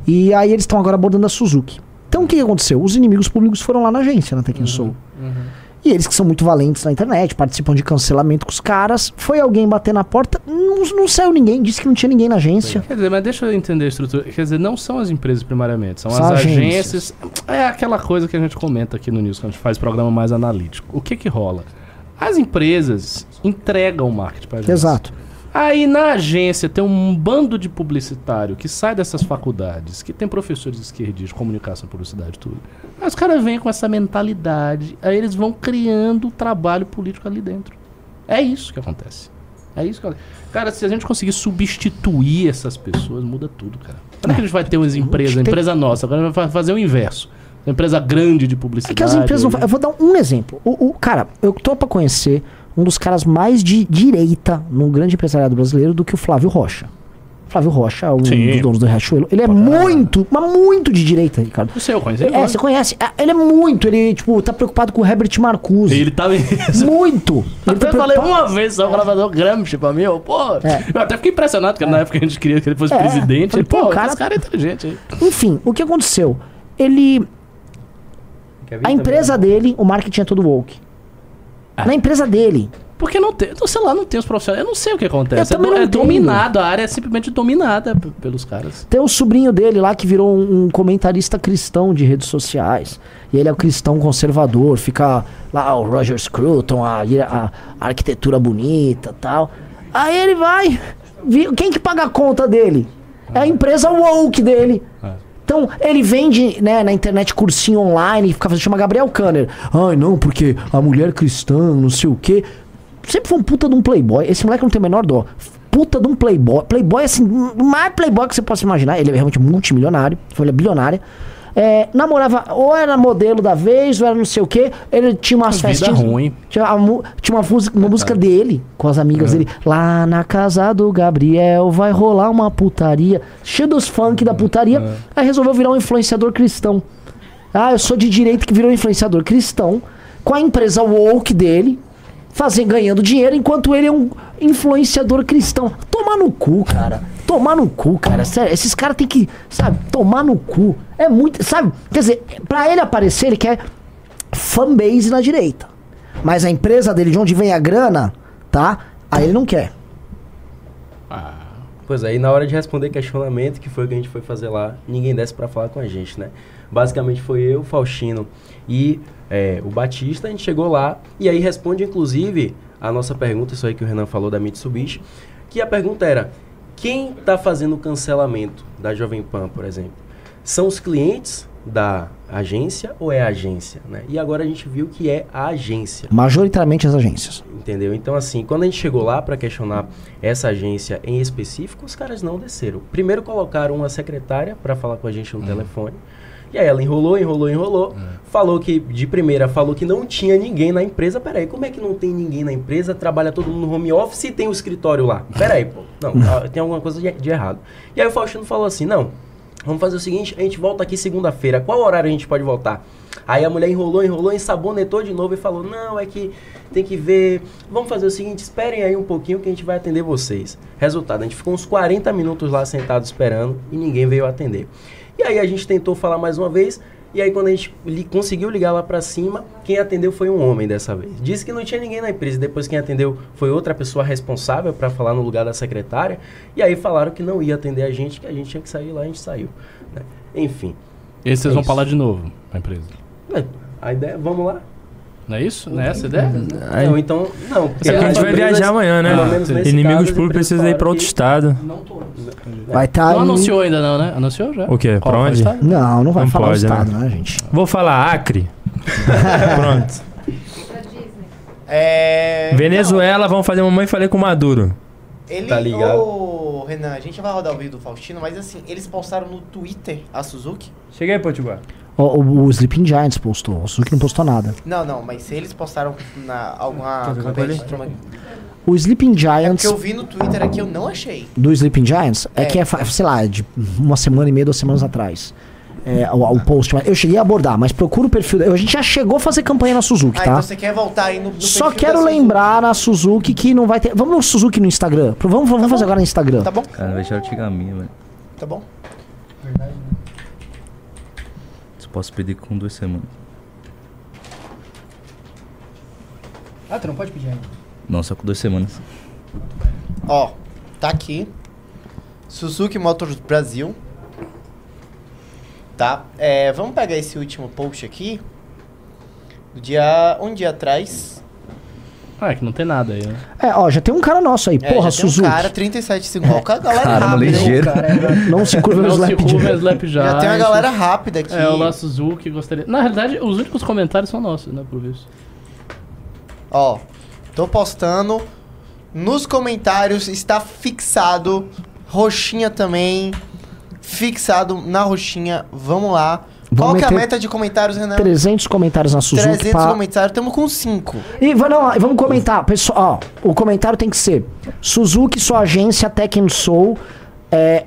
E aí eles estão agora abordando a Suzuki. Então o que que aconteceu? Os inimigos públicos foram lá na agência, na Tekken
Uhum.
E eles que são muito valentes na internet, participam de cancelamento com os caras. Foi alguém bater na porta, não, não saiu ninguém, disse que não tinha ninguém na agência.
Quer dizer, mas deixa eu entender a estrutura. Quer dizer, não são as empresas primariamente, são,
São
as
agências.
agências. É aquela coisa que a gente comenta aqui no News, quando a gente faz programa mais analítico. O que que rola? As empresas entregam o marketing pra agência.
Exato.
Aí na agência tem um bando de publicitário que sai dessas faculdades, que tem professores esquerdistas, de comunicação, publicidade, tudo. Aí os caras vêm com essa mentalidade, aí eles vão criando trabalho político ali dentro. É isso que acontece. É isso que acontece. Cara, se a gente conseguir substituir essas pessoas, muda tudo, cara. Quando é que a gente vai ter umas empresas, empresa nossa, agora a gente vai fa- fazer o inverso. Uma empresa grande de publicidade.
É que as empresas não fa- Eu vou dar um exemplo. O, o- cara, eu tô pra conhecer um dos caras mais de direita num grande empresariado brasileiro do que o Flávio Rocha. Flávio Rocha, um
Sim.
dos donos do Riachuelo. Ele é muito, mas muito de direita, Ricardo.
Não sei, eu conheci ele
É,
agora.
você conhece. É, Ele é muito, ele, tipo, tá preocupado com o Herbert Marcuse.
Ele tá
(laughs) Muito! Ele tá
Até falei
preocupado-
uma vez só o gravador Gramsci pra mim, eu, pô. Eu até fiquei impressionado, porque na época que a gente queria que ele fosse
É,
presidente.
falei,
Ele,
pô,
pô,
o cara-
esse cara é inteligente. hein?
Enfim, o que aconteceu? Ele. A empresa dele, o marketing é todo woke. Na empresa dele.
Porque não tem, eu sei lá, não tem os profissionais, eu não sei o que acontece. É,
Eu também
do-
não
é
entendo.
dominado, a área é simplesmente dominada p- pelos caras.
Tem o sobrinho dele lá que virou um, um comentarista cristão de redes sociais. E ele é um cristão conservador, fica lá "Ah, o Roger Scruton, a, a- a arquitetura bonita tal. Aí ele vai. vi- Quem que paga a conta dele? É a empresa woke dele. Então, ele vende né, na internet cursinho online e fica fazendo, chama Gabriel Kanner. Ai, não, porque a mulher cristã, não sei o quê. Sempre foi um puta de um playboy. Esse moleque não tem a menor dó. Puta de um playboy. Playboy, assim, o mais playboy que você possa imaginar. Ele é realmente multimilionário, família bilionária. É, namorava, ou era modelo da vez, ou era não sei o quê. Ele tinha umas
Vida
festas.
ruim.
Tinha, a mu- tinha uma, fus- uma música dele, com as amigas dele. Lá na casa do Gabriel vai rolar uma putaria. Cheio dos funk da putaria. Aí resolveu virar um influenciador cristão. Ah, eu sou de direita que virou influenciador cristão. Com a empresa woke dele. Fazer, ganhando dinheiro, enquanto ele é um influenciador cristão. Tomar no cu, cara. Tomar no cu, cara. Sério, esses caras têm que, sabe, tomar no cu. É muito, sabe? Quer dizer, pra ele aparecer, ele quer fanbase na direita. Mas a empresa dele, de onde vem a grana, tá? Aí ele não quer.
Pois é, e na hora de responder questionamento, que foi o que a gente foi fazer lá, ninguém desce pra falar com a gente, né? Basicamente foi eu, o Faustino e é, o Batista, a gente chegou lá e aí responde inclusive a nossa pergunta, isso aí que o Renan falou da Mitsubishi, que a pergunta era, quem tá fazendo o cancelamento da Jovem Pan, por exemplo? São os clientes da agência ou é a agência, né? E agora a gente viu que é a agência.
Majoritariamente as agências.
Entendeu? Então, assim, quando a gente chegou lá para questionar essa agência em específico, os caras não desceram. Primeiro colocaram uma secretária para falar com a gente no telefone. E aí ela enrolou, enrolou, enrolou. Falou que, de primeira, falou que não tinha ninguém na empresa. Peraí, como é que não tem ninguém na empresa? Trabalha todo mundo no home office e tem um escritório lá. Peraí, pô. Não, tá- tem alguma coisa de, de errado. E aí o Faustino falou assim, não, Vamos fazer o seguinte, a gente volta aqui segunda-feira. Qual horário a gente pode voltar? Aí a mulher enrolou, enrolou, ensabonetou de novo e falou: Não, é que tem que ver. Vamos fazer o seguinte, esperem aí um pouquinho que a gente vai atender vocês. Resultado, a gente ficou uns 40 minutos lá sentado esperando e ninguém veio atender. E aí a gente tentou falar mais uma vez
E aí, quando a gente li- conseguiu ligar lá pra cima, quem atendeu foi um homem dessa vez. Disse que não tinha ninguém na empresa. Depois, quem atendeu foi outra pessoa responsável pra falar no lugar da secretária. E aí, falaram que não ia atender a gente, que a gente tinha que sair lá, a gente saiu. né? Enfim.
E aí vocês
É
vão
isso.
falar de novo pra empresa.
É, A ideia, vamos lá?
Não é isso? Não é essa a ideia?
Não, então, não.
Uhum. É porque a gente vai viajar amanhã, né?
Pelo menos nesse
Inimigos
caso,
públicos precisa ir pra outro estado.
Vai tá
Não
em-
anunciou ainda não, né? Anunciou já?
O quê?
Qual
Pra
foi o
onde?
estado?
Não, não vai falar o estado, né, gente?
Vou falar Acre. Pronto.
É.
Venezuela, vamos fazer mamãe falei com Maduro.
Ele,
Tá ligado.
Ô, Renan, a gente vai rodar o vídeo do Faustino, mas assim, eles postaram no Twitter a Suzuki.
Cheguei, Potiguar.
O, o, o Sleeping Giants postou, o Suzuki não postou nada.
Não, não, mas se eles postaram na alguma campanha de troma-
O Sleeping
É
Giants
porque eu vi no Twitter aqui, eu não achei.
do Sleeping Giants é,
É.
que é, fa- sei lá, de uma semana e meia, duas semanas atrás. É, o, o post. mas Eu cheguei a abordar, mas procura o perfil. da- A gente já chegou a fazer campanha na Suzuki,
Ah,
tá?
então você quer voltar aí no, no
Só
perfil
quero
da
lembrar na Suzuki que não vai ter. Vamos no Suzuki no Instagram. Pro- Vamos, vamos fazer agora no Instagram.
Tá bom.
Cara, vai tirar o Tigami, velho.
Suzuki, Tá bom?
Só posso pedir com duas semanas.
Ah, tu não pode pedir ainda.
Não, só com duas semanas.
Ó, tá aqui. Suzuki Motors Brasil. Tá? É, vamos pegar esse último post aqui. Do dia. Um dia atrás.
Ah, é que não tem nada aí, né?
É, ó, já tem um cara nosso aí.
É, já
Porra,
tem um
Suzuki.
cara, 37 segundos. Ó, a galera
Caramba,
rápida. hein? é, né?
ligeiro.
é (laughs)
Não se (laughs) curva no
Não se
Slap
curva
Giant.
no Slap
Já tem uma
Giant.
galera rápida aqui.
É, o La Suzuki gostaria... Na realidade, os únicos comentários são nossos, né, por visto.
Ó, tô postando. Nos comentários está fixado. Roxinha também. Fixado na roxinha. Vamos lá. Qual
Vamos
que é a
meter
meta de comentários, Renan?
300 comentários na Suzuki.
300
pra-
comentários. Estamos com 5.
E va- não, vamos comentar, pessoal. ó, o comentário tem que ser: Suzuki, sua agência Tech and Soul, é,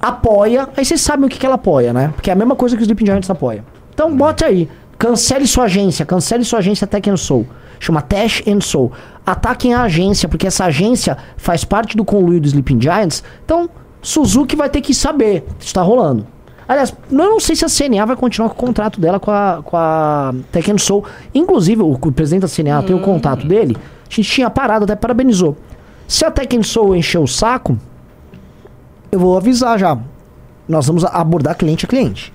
apoia. Aí vocês sabem o que, que ela apoia, né? Porque é a mesma coisa que os Sleeping Giants apoia. Então bote aí: cancele sua agência, cancele sua agência Tech and Soul. Chama Tech and Soul. Ataquem a agência, porque essa agência faz parte do conluio dos Sleeping Giants. Então Suzuki vai ter que saber que está rolando. Aliás, eu não sei se a CNA vai continuar com o contrato dela com a, com a Tekken Soul. Inclusive, o, o presidente da CNA tem o contato dele. A gente tinha parado, até parabenizou. Se a Tekken Soul encher o saco, eu vou avisar já. Nós vamos a- abordar cliente a cliente.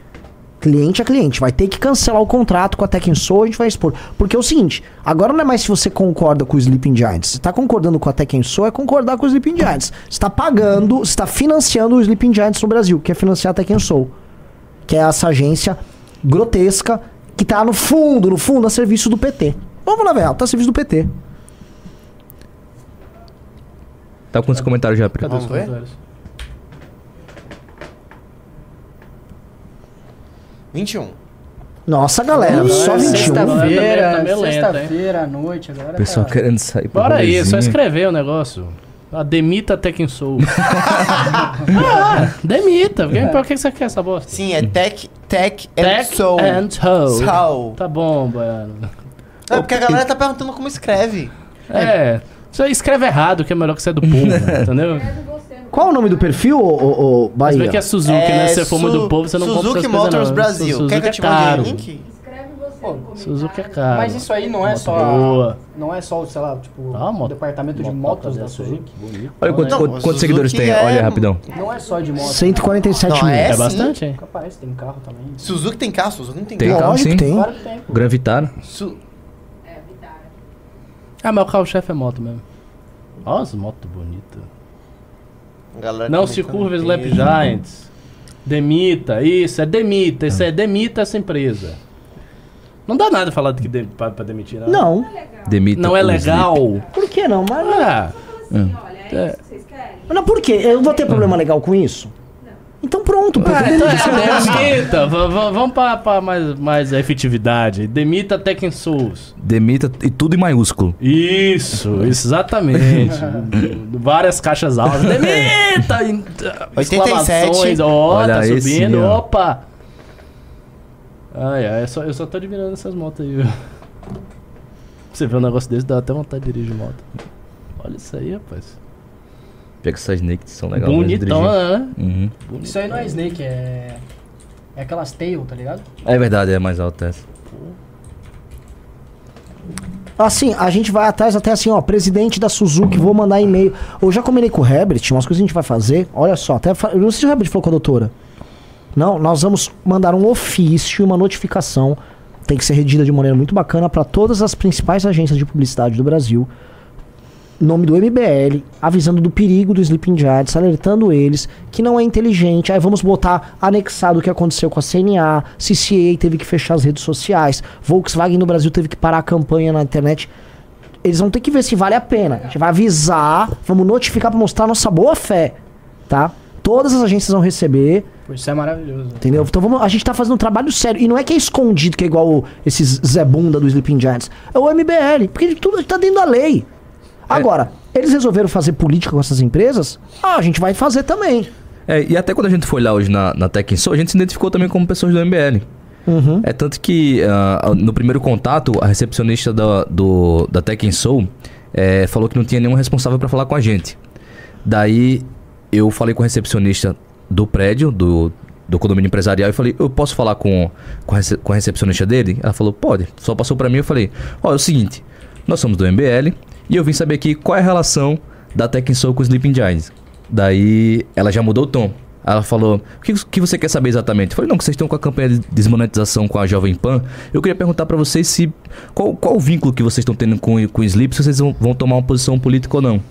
Cliente a cliente. Vai ter que cancelar o contrato com a Tekken Soul, a gente vai expor. Porque é o seguinte, agora não é mais se você concorda com o Sleeping Giants. Se tá concordando com a Tekken Soul, é concordar com o Sleeping Giants. Você tá pagando, você tá financiando o Sleeping Giants no Brasil, que é financiar a Tekken Soul que é essa agência grotesca que tá no fundo, no fundo, a serviço do PT. Vamos na real, tá a serviço do PT.
Tá com os comentários já, Pri?
Cadê os comentários?
21.
Nossa, galera,
Ih, é
só 21.
Tá meio
Sexta-feira,
lenta, hein?
sexta-feira à noite, a galera.
Pessoal
tá...
querendo sair pra
Bora aí, é
rolezinho.
só escrever o negócio. Ah, demita Tekken
(laughs)
Soul. ah, demita. Porque, Pra que você quer essa bosta?
Sim, é Tech, Tech, É. and
Tech
Soul.
and Soul.
Soul.
Tá bom, Baiano.
É porque a galera tá perguntando como escreve.
É, você escreve errado, que é melhor que você é do povo, entendeu?
Qual é o nome do perfil, ô, ô, ô
Mas
Bahia?
bem que é Suzuki, né? Se você for muito do povo, você não compra
Suzuki
essas coisas,
Motors
não.
Brasil.
Suzuki
Quer que
é
eu te mande
caro.
o link?
Suzuki é caro.
Mas isso aí não é
Moto
só.
boa.
Não é só, sei lá, tipo,
Ah,
o
moto-
departamento de motos da Suzuki.
Olha quanto-
Não,
quanto-
a
quantos seguidores
Suzuki
tem,
é-
olha rapidão.
Não é só de moto.
147 Não, mil. é
É
sim.
bastante,
bastante,
hein? Capaz, tem carro também.
Suzuki tem carro? Suzuki não tem,
Tem carro, sim.
Claro que tem. pô.
Gran Vitara.
Su-
Ah, mas o carro-chefe é moto mesmo. Olha as motos bonitas.
Galera tá
Não
comentando
se curva, Slap
mesmo.
Giants. Demita, isso, é demita, isso é demita essa empresa. Não dá nada falar que de, pra, pra demitir, não.
Não.
Demita
Não é
o
legal.
Por que não? Mas,
Ah,
é. Mas não, por quê? Eu vou ter problema legal com isso? Então pronto, pô,
Ah,
tudo
então
bem, você
é,
gosta.
demita, v- v- vamos pra, pra mais, mais efetividade. Demita Tekken Souls.
Demita e tudo em maiúsculo.
Isso, isso,
(laughs)
exatamente. Várias caixas altas. Demita! em-
87.
exclamações, Ó,
Olha
tá
aí sim,
subindo,
ó.
opa! Ai, ai, eu só, eu só tô admirando essas motos aí, viu? Você vê um negócio desse, dá até vontade de dirigir moto. Olha isso aí, rapaz.
Pega essas naked, são legais.
Bonitona, né?
Uhum.
Isso aí não é Snake, é.
É aquelas tail, tá ligado?
É verdade, é mais alta essa.
Assim, a gente vai atrás até assim, ó, presidente da Suzuki, vou mandar e-mail. Eu já combinei com o Herbert, umas coisas que a gente vai fazer. Olha só, até. fa- Eu não sei se o Herbert falou com a doutora. Não, nós vamos mandar um ofício e uma notificação. Tem que ser redigida de maneira muito bacana para todas as principais agências de publicidade do Brasil. Nome do MBL, avisando do perigo do Sleeping Giants, alertando eles que não é inteligente. Aí vamos botar anexado o que aconteceu com a CNA, CCA teve que fechar as redes sociais, Volkswagen no Brasil teve que parar a campanha na internet. Eles vão ter que ver se vale a pena. A gente vai avisar, vamos notificar para mostrar nossa boa fé, tá? Todas as agências vão receber.
Pô, isso é maravilhoso.
Entendeu? Então vamos, a gente tá fazendo um trabalho sério. E não é que é escondido, que é igual o- esses Zé Bunda do Sleeping Giants. É o MBL, porque tudo tá dentro da lei.
É.
Agora, eles resolveram fazer política com essas empresas? Ah, a gente vai fazer também.
É, e até quando a gente foi lá hoje na, na Tech Show, a gente se identificou também como pessoas do MBL. É tanto que ah, no primeiro contato, a recepcionista da, do, da Tech Soul eh, falou que não tinha nenhum responsável para falar com a gente. Daí eu falei com a recepcionista do prédio, do, do condomínio empresarial, e falei: Eu posso falar com, com, a, rece- com a recepcionista dele? Ela falou: Pode. Só passou para mim e falei: Ó, é o seguinte, nós somos do MBL e eu vim saber aqui qual é a relação da Tech Soul com os Sleeping Giants. Daí ela já mudou o tom. Ela falou: O que, que você quer saber exatamente? Eu falei: Não, que vocês estão com a campanha de desmonetização com a Jovem Pan. Eu queria perguntar pra vocês se. Qual, qual o vínculo que vocês estão tendo com, com o Sleep? Se vocês vão, vão tomar uma posição política ou não.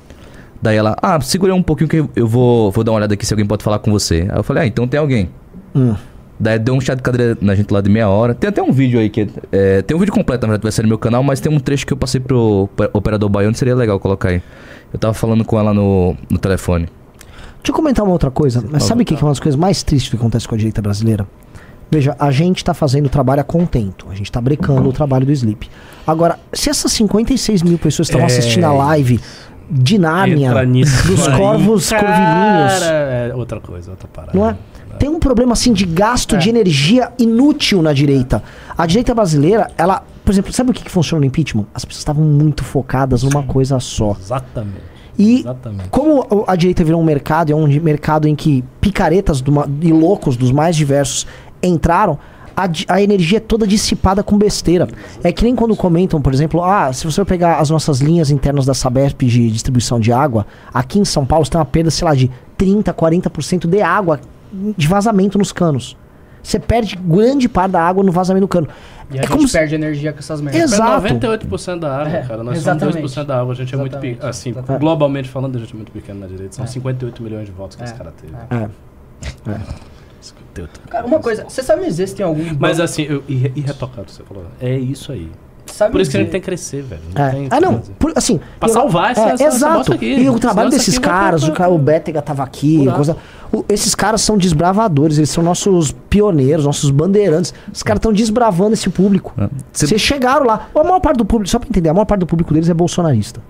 Daí ela: Ah, segura um pouquinho que eu- eu vou, vou dar uma olhada aqui se alguém pode falar com você. Aí eu falei: Ah, então tem alguém.
Hum.
Daí deu um chá de cadeira na gente lá de meia hora. Tem até um vídeo aí que. é, tem um vídeo completo, na verdade, vai sair no meu canal, mas tem um trecho que eu passei pro oper- operador baiano, seria legal colocar aí. Eu tava falando com ela no, no telefone.
Deixa eu comentar uma outra coisa. Mas sabe o que que é uma das coisas mais tristes que acontece com a direita brasileira? Veja, a gente tá fazendo o trabalho a contento. A gente tá brecando o trabalho do Sleep. Agora, se essas 56 mil pessoas estão
É.
assistindo a live de Nárnia,
Entra nisso
Ah, dos
aí.
corvos
Cara,
corvilinhos,
é outra coisa, outra parada.
não é? Tem um problema assim de gasto de energia inútil na direita. A direita brasileira, ela, por exemplo, sabe o que, que funciona no impeachment? As pessoas estavam muito focadas numa coisa só.
Exatamente.
E
Exatamente.
como o- a direita virou um mercado, e é um de- mercado em que picaretas do ma- e loucos dos mais diversos entraram, a, di- a energia é toda dissipada com besteira. É que nem quando comentam, por exemplo, ah, se você pegar as nossas linhas internas da Sabesp de distribuição de água, aqui em São Paulo você tem uma perda, sei lá, de 30, 40% de água de vazamento nos canos. Você perde grande parte da água no vazamento do cano. É
E a gente perde energia com essas merdas.
Exato.
98% da água,
É,
cara. Nós
exatamente.
somos 2% da água. A gente é muito pequeno. Assim, globalmente falando, a gente é muito pequeno na direita. São 58 milhões de votos que esse cara teve.
É.
Cara, uma coisa, você sabe me dizer se tem algum.
Mas
banco-
assim, eu, irre- irretocável, você falou. É isso aí.
Sabe
Por isso que a
dizer.
gente tem que crescer, velho.
É.
tem o que
ah, não.
fazer.
por- assim,
Pra
eu-
salvar essa- essa- essa
Exato.
bosta aqui. né?
E o
Senão
trabalho
isso
desses
aqui vai
caras,
pra-
o, cara, o Bétega tava aqui,
Buraco.
coisa- o- esses caras são desbravadores, eles são nossos pioneiros, nossos bandeirantes. Os caras estão desbravando esse público.
É.
Vocês chegaram lá. A maior parte do público, só pra entender, a maior parte do público deles é bolsonarista.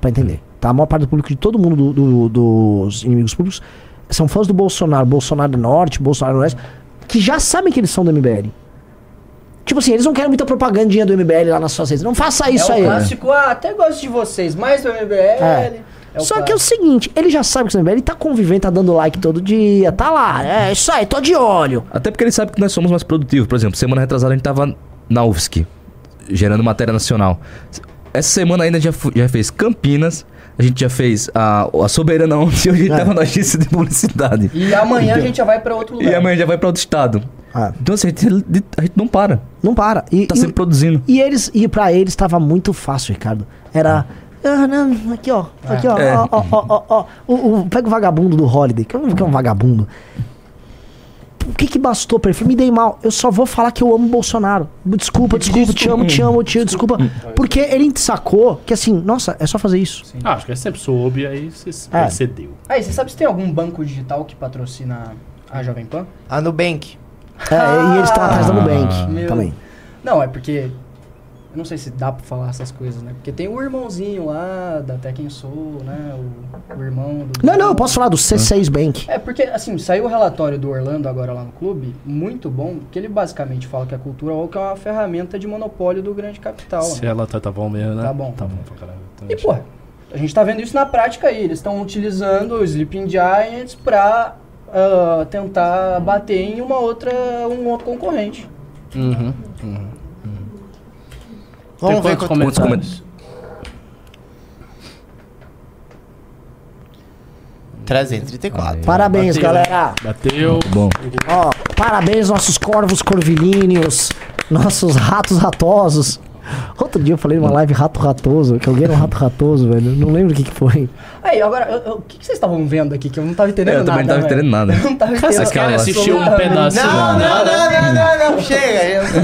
Pra entender.
Hum.
Tá? A maior parte do público de todo mundo do- do- dos inimigos públicos são fãs do Bolsonaro, Bolsonaro do Norte, Bolsonaro do Oeste, que já sabem que eles são do MBL. Tipo assim, eles não querem muita propagandinha do MBL lá nas suas redes. Não faça isso
é
aí.
O clássico, ah, até gosto de vocês, mas do MBL.
É.
É o
Só que é o seguinte, ele já sabe que o MBL ele tá convivendo, tá dando like todo dia, tá lá, é isso aí, tô de olho.
Até porque ele sabe que nós somos mais produtivos. Por exemplo, semana retrasada a gente tava na UFSC, gerando matéria nacional. Essa semana ainda já, fu- já fez Campinas, a gente já fez a, a Soberana ontem (laughs) e hoje a gente tava na agência de publicidade.
E amanhã
Então-
a gente já vai pra outro lugar.
E amanhã já vai pra outro estado. Então assim, a gente, a gente não para.
Ah. Não para. E,
tá sempre produzindo.
E eles, e pra eles tava muito fácil, Ricardo. Era. Ah, não, aqui ó, aqui ó,
É.
ó, ó, ó, ó, ó. O- o- pega o vagabundo do Holiday, que é um, que é um vagabundo. O que que bastou pra ele? Falei, Me dei mal, eu só vou falar que eu amo o Bolsonaro.
(laughs)
Desculpa, desculpa, te amo, te amo, te amo, desculpa. Porque ele sacou que assim, nossa, é só fazer isso.
Ah, acho que ele sempre soube, aí se se
É.
percebeu.
Aí, você sabe se tem algum banco digital que patrocina a Jovem Pan? Ah,
A Nubank.
É, e eles estão
Ah.
atrás da Nubank
Meu.
também.
Não, é porque. Eu não sei se dá pra falar essas coisas, né? Porque tem o irmãozinho lá da Tekken Soul, né? O, o irmão do.
Não, não, eu posso falar do C6 Bank.
É, porque, assim, saiu o relatório do Orlando agora lá no clube, muito bom, que ele basicamente fala que a cultura woke é uma ferramenta de monopólio do grande capital. né?
Se ela tá, tá bom mesmo, né?
Tá bom.
Tá bom pra caralho. Então,
E, porra, a gente tá vendo isso na prática aí. Eles estão utilizando os Sleeping Giants pra ah, tentar bater em uma outra, um outro concorrente.
Uhum.
Vamos ver
quantos
quanto- comentários?
comentários.
334.
Parabéns,
Bateu.
galera.
Bateu.
bom.
Ó, parabéns, nossos corvos corvilíneos, nossos ratos ratosos. Outro dia eu falei numa live rato ratoso, que alguém era um rato ratoso, velho. Não lembro o que, que foi.
Aí, agora, eu- eu- o que, que vocês estavam vendo aqui que eu não tava entendendo
É,
Eu
nada?
também não tava
velho?
entendendo nada.
(laughs) Eu não tava
Cara,
entendendo
vocês querem
assistir um pedaço
Não,
da-
não, não, não, não, não, chega. É, eu-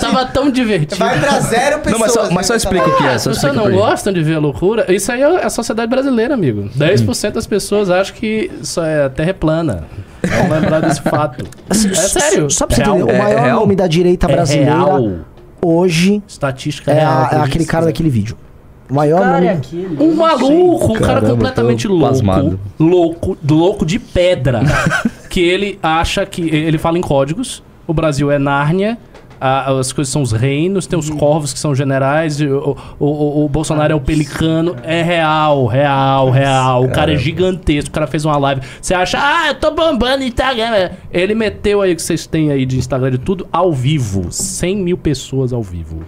(laughs) Tava tão divertido.
Vai pra zero pessoas.
Não, mas só-
mas só explica o que é, só
As pessoas
explica
não
pra gente.
gostam de ver a loucura. Isso aí é a sociedade brasileira, amigo. 10% das pessoas acham que isso é a terra é plana. Vamos lembrar desse fato. É sério.
Assim, Só pra você entender, o maior nome da direita
É
brasileira
real.
hoje
Estatística
é,
real, né?
a-
por
é
isso.
aquele cara daquele vídeo. O maior nome.
Um maluco, um cara
Caramba,
completamente
tô
louco,
pasmado.
louco, louco de
(laughs)
pedra, que ele acha que ele fala em códigos. O Brasil é Nárnia. a- As coisas são os reinos, tem os
Uhum.
corvos que são generais, e o, o- o- o Bolsonaro é o pelicano. É real, real, real. O cara é gigantesco, o cara fez uma live. Você acha, ah, eu tô bombando no Instagram. Ele meteu aí o que vocês têm aí de Instagram de tudo ao vivo. 100 mil pessoas ao vivo.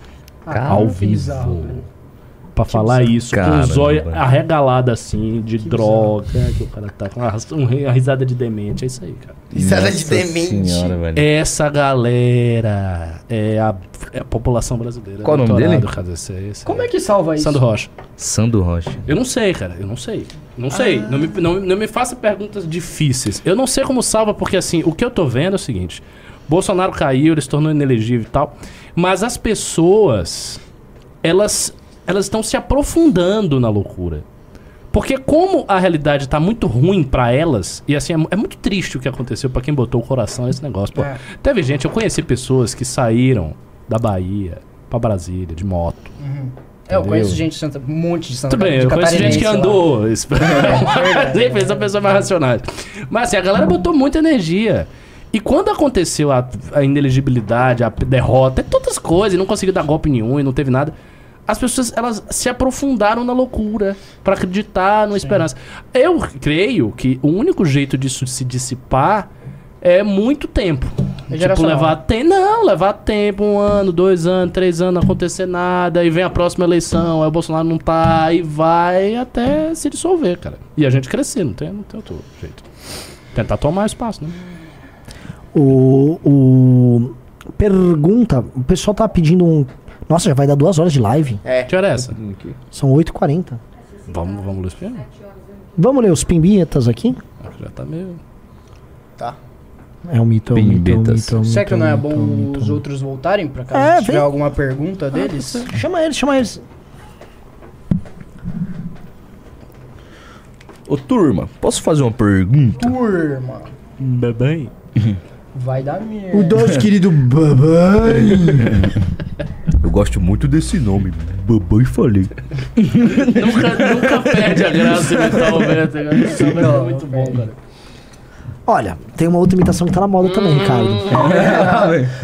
Ah,
ao
que
vivo.
bizarro,
Pra falar isso, com
Caramba.
os olhos arregalados assim, de droga, que o cara tá com uma, uma risada de demente, é isso aí, cara.
Risada de Nossa demente. senhora, velho.
Essa galera é a, é a população brasileira.
Qual o nome
Doutorado,
dele?
cara, esse é- esse
Como é que salva isso?
Sandro Rocha.
Sandro Rocha.
Eu não sei, cara. Eu não sei. Não sei. Não, me, não, não me faça perguntas difíceis. Eu não sei como salva, porque assim, o que eu tô vendo é o seguinte: Bolsonaro caiu, ele se tornou inelegível e tal. Mas as pessoas, elas elas estão se aprofundando na loucura. Porque como a realidade tá muito ruim pra elas, e assim, é, mu- é muito triste o que aconteceu pra quem botou o coração nesse negócio. Pô,
É.
Teve gente, eu conheci pessoas que saíram da Bahia pra Brasília de moto.
Uhum. É, eu
Entendeu?
conheço gente de Santa, um monte de Santa
Tudo bem,
de
eu conheço gente
catarinense,
que
sei lá.
andou. Isso- (laughs) Nem fez a pessoa mais racional. Mas assim, a galera botou muita energia. E quando aconteceu a, a inelegibilidade, a derrota, todas as coisas, e não conseguiu dar golpe nenhum e não teve nada. As pessoas elas se aprofundaram na loucura pra acreditar numa esperança. Eu creio que o único jeito disso se dissipar é muito tempo. tipo,
É geracional.
levar tempo. Não, levar tempo, um ano, dois anos, três anos, não acontecer nada, aí vem a próxima eleição, aí o Bolsonaro não tá, e vai até se dissolver, cara. E a gente crescer, não tem, não tem outro jeito. Tentar tomar espaço, né?
O, o. Pergunta. O pessoal tá pedindo um. Nossa, já vai dar duas horas de live.
É.
Que hora é essa?
São 8h40.
Vamos, vamos, Luiz Pinheiro.
Vamos ler os pimbinhetas aqui?
Acho que Já tá meio.
É um mito, é um mito, é um mito. é um mito,
Será que não é
um mito,
bom
é um mito.
os outros voltarem pra cá?
É,
se tiver
vem. Ah,
alguma pergunta deles?
Chama eles, chama eles.
então. Ô, turma, posso fazer uma pergunta?
Turma,
Bem.
vai dar merda.
O
(laughs)
É.
nosso querido Babai.
Eu gosto muito desse nome. Babai falei.
nunca, nunca perde a graça mentalmente, cara. Esse momento é muito bom, cara.
Olha, tem uma outra imitação que tá na moda também, Ricardo.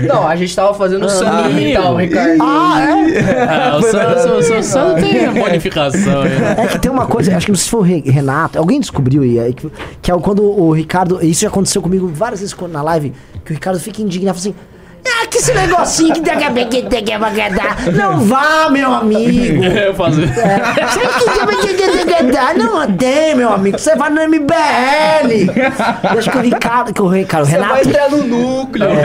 Não, a gente tava fazendo sangue
ah,
e tal, Ricardo.
Ah, é?
Ah, o Sandro o Sandro- o Sandro
(laughs)
tem bonificação aí. né?
É que tem uma coisa, acho que não sei se foi o Re- Renato, alguém descobriu aí, aí que, que é o- quando o Ricardo, isso já aconteceu comigo várias vezes quando- na live, que o Ricardo fica indignado, fala assim, ah, que esse negocinho que daqui a pouco que daqui a pouco que dá. não vá,
(laughs)
meu amigo.
É,
Eu faço.
Sabe que daqui a pouco que daqui a pouco que dá? Não tem, meu amigo, você vai no MBL. Eu acho que o Ricardo, que o Ricardo, o Renato...
Vai entrar no núcleo.
É,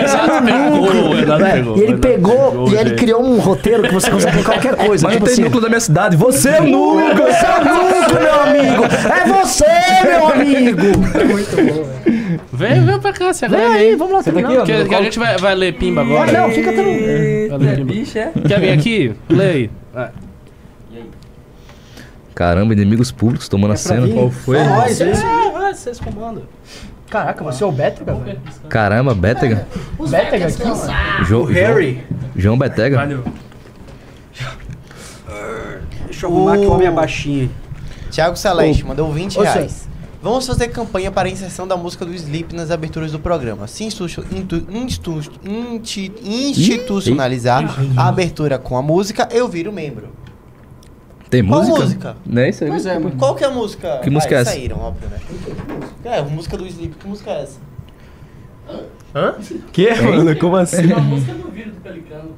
né?
Renato pegou, o Renato pegou.
E ele pegou,
pegou,
e ele
gente.
criou um roteiro que você consegue em qualquer coisa.
Mas
tipo
não tem
assim,
núcleo da minha cidade. Você é o núcleo!
Você é o núcleo, meu amigo! É você,
(laughs)
meu amigo!
Vem, vem pra cá, você
Vem aí, vamos lá,
Você
terminar.
que, que a gente vai, vai ler Pimba agora.
Não, fica tranquilo.
Vai ler Pimba.
Bicha.
Quer vir aqui? Lê aí. Ah,
Caramba, inimigos públicos tomando
É
a cena. Qual foi?
Ah, vocês comandam. Caraca, você é o Bétega, velho?
Caramba, Bétega.
Os Bétega aqui, mano.
Jo-
Ah, O Harry.
João, João Betega.
Deixa eu arrumar aqui uma minha baixinha.
Tiago Celeste mandou 20
Ô,
reais.
Celeste.
Vamos fazer campanha para a inserção da música do Sleep nas aberturas do programa. Se institu- intu- instu- inti- institucionalizar a abertura com a música, eu viro membro.
Tem
Qual
É música?
música?
Não é isso aí?
Pois é, mano. Qual que é a música?
Que música é essa?
Saíram, óbvio, né? É, a música do Sleep. Que música é essa?
Hã? Que, mano? Como assim?
É do vídeo do Pelicano.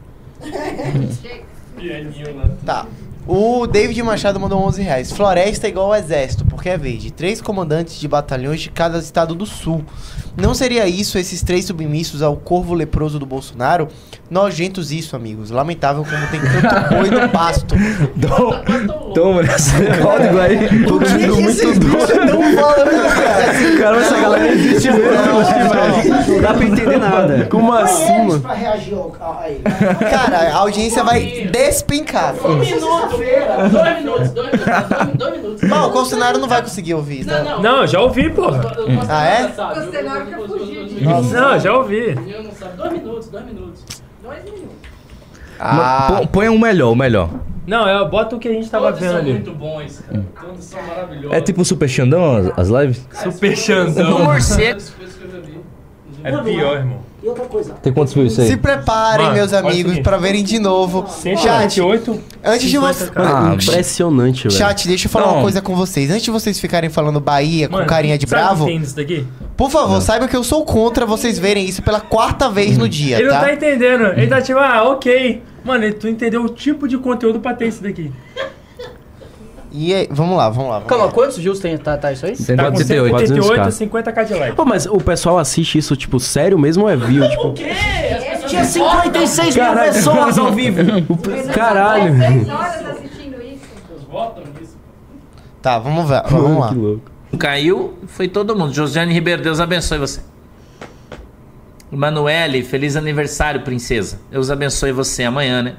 Tá. O David Machado mandou 11 reais. Floresta é igual ao exército, porque é verde. Três comandantes de batalhões de cada estado do sul. Não seria isso esses três submissos ao corvo leproso do Bolsonaro? Nojentos isso, amigos. Lamentável como tem tanto boi no pasto.
Toma esse código aí.
O que é que esses bichos estão falando, cara?
Cara, essa galera existe mesmo, velho. Não dá pra entender nada. Como assim, mano?
pra
Tá,
reagir ao aí. Cara, a audiência vai despincar.
Um minuto.
(laughs)
Dois minutos, dois minutos, dois minutos.
Não, o Bolsonaro não vai conseguir ouvir. Não,
Não, já ouvi, porra.
Ah, é?
Não, já ouvi.
Dois minutos, dois minutos. Dois minutos.
Ah. Põe- Põe um melhor, o melhor.
Não, eu boto o que a gente tava
Todos
vendo
são
ali. Hum.
muito bons, cara. Todos são maravilhosos.
É tipo o Super Xandão, as- as lives?
Super Xandão. É pior, irmão.
E outra coisa.
Tem quantos mil isso aí?
Se preparem,
Mano,
meus
olha
amigos,
isso aqui.
pra verem de novo. Chat,
148,
antes de você.
50, cara. Impressionante, velho.
Chat, deixa eu falar uma
Não.
coisa com vocês. Antes de vocês ficarem falando Bahia com
Mano,
carinha de
sabe
bravo,
quem é isso daqui?
por favor, saiba que eu sou contra vocês verem isso pela quarta vez no dia,
Ele não
tá?
tá entendendo. Ele tá tipo, ah, ok. Mano, ele- tu entendeu o tipo de conteúdo pra ter isso daqui.
E aí, vamos lá, vamos lá. Vamos
Calma, quantos views tem, tá, tá isso aí?
Tá com 188,
400k.
50k de like.
Pô, mas o pessoal assiste isso, tipo, sério mesmo ou é view? Tipo,
é
Tinha 56 mil
Caralho.
pessoas ao vivo.
Caralho.
(laughs) Tá, vamos ver. Vamos lá.
Caiu, foi todo mundo. Josiane Ribeiro, Deus abençoe você. Manuele, feliz aniversário, princesa. Deus abençoe você amanhã, né?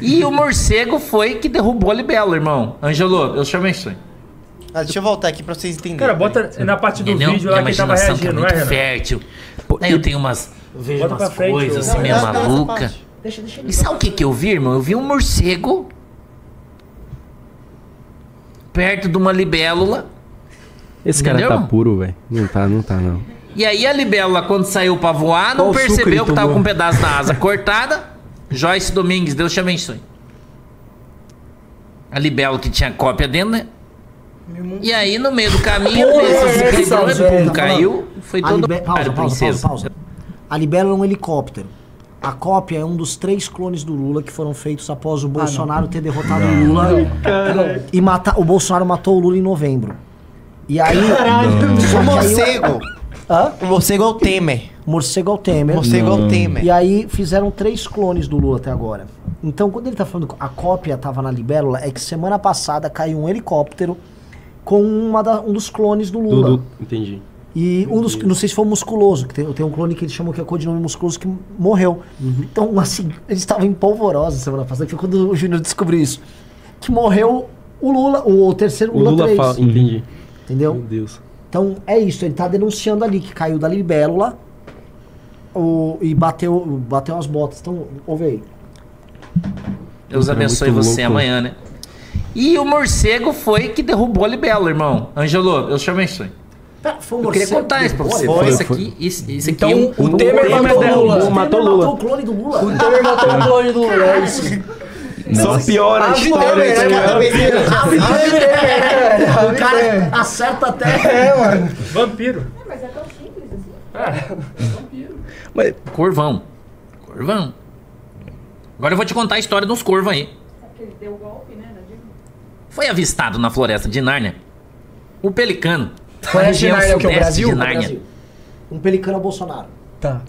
E o morcego foi que derrubou a libelo, irmão. Angelo, Deus te abençoe.
Ah, deixa eu voltar aqui pra vocês entenderem.
Cara, bota na parte do
Entendeu?
vídeo lá
Minha
que ele tava
imaginação tá
reagindo, não
muito
é, Renan?
fértil. Daí eu tenho umas, vejo
Bota pra
umas
frente,
coisas
ô.
assim, meio
Não, não, essa
maluca. E sabe o que, que eu vi, irmão? Eu vi um morcego perto de uma libélula.
Esse cara
Entendeu?
tá puro, velho. Não tá, não tá, não.
E aí a libélula, quando saiu pra voar, não
Qual o suco que
percebeu
ele
que tava
tomou?
com um pedaço da asa cortada. Joyce Domingues, Deus te abençoe. A libélula que tinha cópia dentro, né? E aí, no meio do caminho,
Porra,
ele se desequilibrou
essa,
e
velho,
pum,
tá falando.
é caiu. Foi
A
todo
libe-
mundo.
pausa,
Cara,
pausa,
princesa.
pausa, pausa. A Libera é um helicóptero. A cópia é um dos três clones do Lula que foram feitos após o Bolsonaro ter derrotado o Lula
Ah, Caralho.
e matar. O Bolsonaro matou o Lula em novembro. E aí.
Caralho.
Só
O
que aí-
morcego.
Hã?
O morcego é o Temer.
Morcego é o Temer.
Morcego é o Não. Temer.
E aí fizeram três clones do Lula até agora. Então, quando ele tá falando que a cópia tava na libélula, é que semana passada caiu um helicóptero com uma da- um dos clones do Lula.
Tudo, entendi.
E um dos, não sei se foi o musculoso, que tem, tem um clone que eles chamam que é codinome musculoso que morreu.
Uhum.
Então, (laughs) assim, eles estavam em polvorosa semana passada, que foi quando o Júnior descobriu isso. Que morreu o Lula, o, o terceiro
O
Lula,
Lula
3.
fala. Entendi.
Entendeu?
Meu Deus.
Então é isso, ele tá denunciando ali que caiu da libélula o, e bateu, bateu as botas. Então, ouve aí.
Deus
É
abençoe
muito
você
louco.
amanhã, né? E o morcego foi que derrubou a libélula, irmão. Angelo, Deus te abençoe.
foi
Eu queria contar isso pra você.
Foi,
isso
foi.
aqui, isso, isso
Então,
aqui. é um
o Temer matou o Lula.
derrubou,
Matou o Lula. clone do Lula. O Temer matou o clone do Lula, é isso.
Só piora a
Ah,
história.
Temer,
esse
cada
cara.
vez ele-
Ah,
O cara acerta (laughs) até.
É, mano.
Vampiro.
É.
Mas... Corvão. Corvão. Agora eu vou te contar a história dos corvos aí. Foi avistado na floresta de Nárnia o pelicano. na
Floresta de
região
Nárnia é o que? O
sudeste
Brasil?
de
O
Nárnia.
Brasil. Um pelicano ao Bolsonaro. Tá.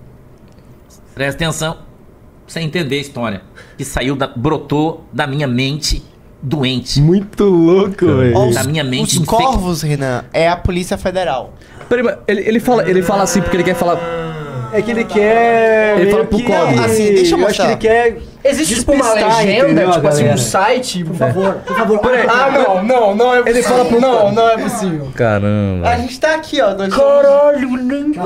Presta atenção. pra Você entender a história. Que saiu da. brotou da minha mente doente.
Muito louco,
Ó,
Da minha mente
os corvos, Renan, é a Polícia Federal.
Peraí, mas ele, ele, fala, ele fala assim porque ele quer falar.
É que ele quer.
Ele
meio
fala pro
que-
Collor.
Assim, deixa eu
acho que
mostrar.
ele quer.
Existe, tipo,
despistar,
uma legenda,
entendeu,
tipo assim,
galera?
um
site? Por favor,
por favor.
Ah, não, não, não é possível.
Ele fala pro-
Não, não é possível.
Caramba.
A gente tá aqui, ó. Caralho,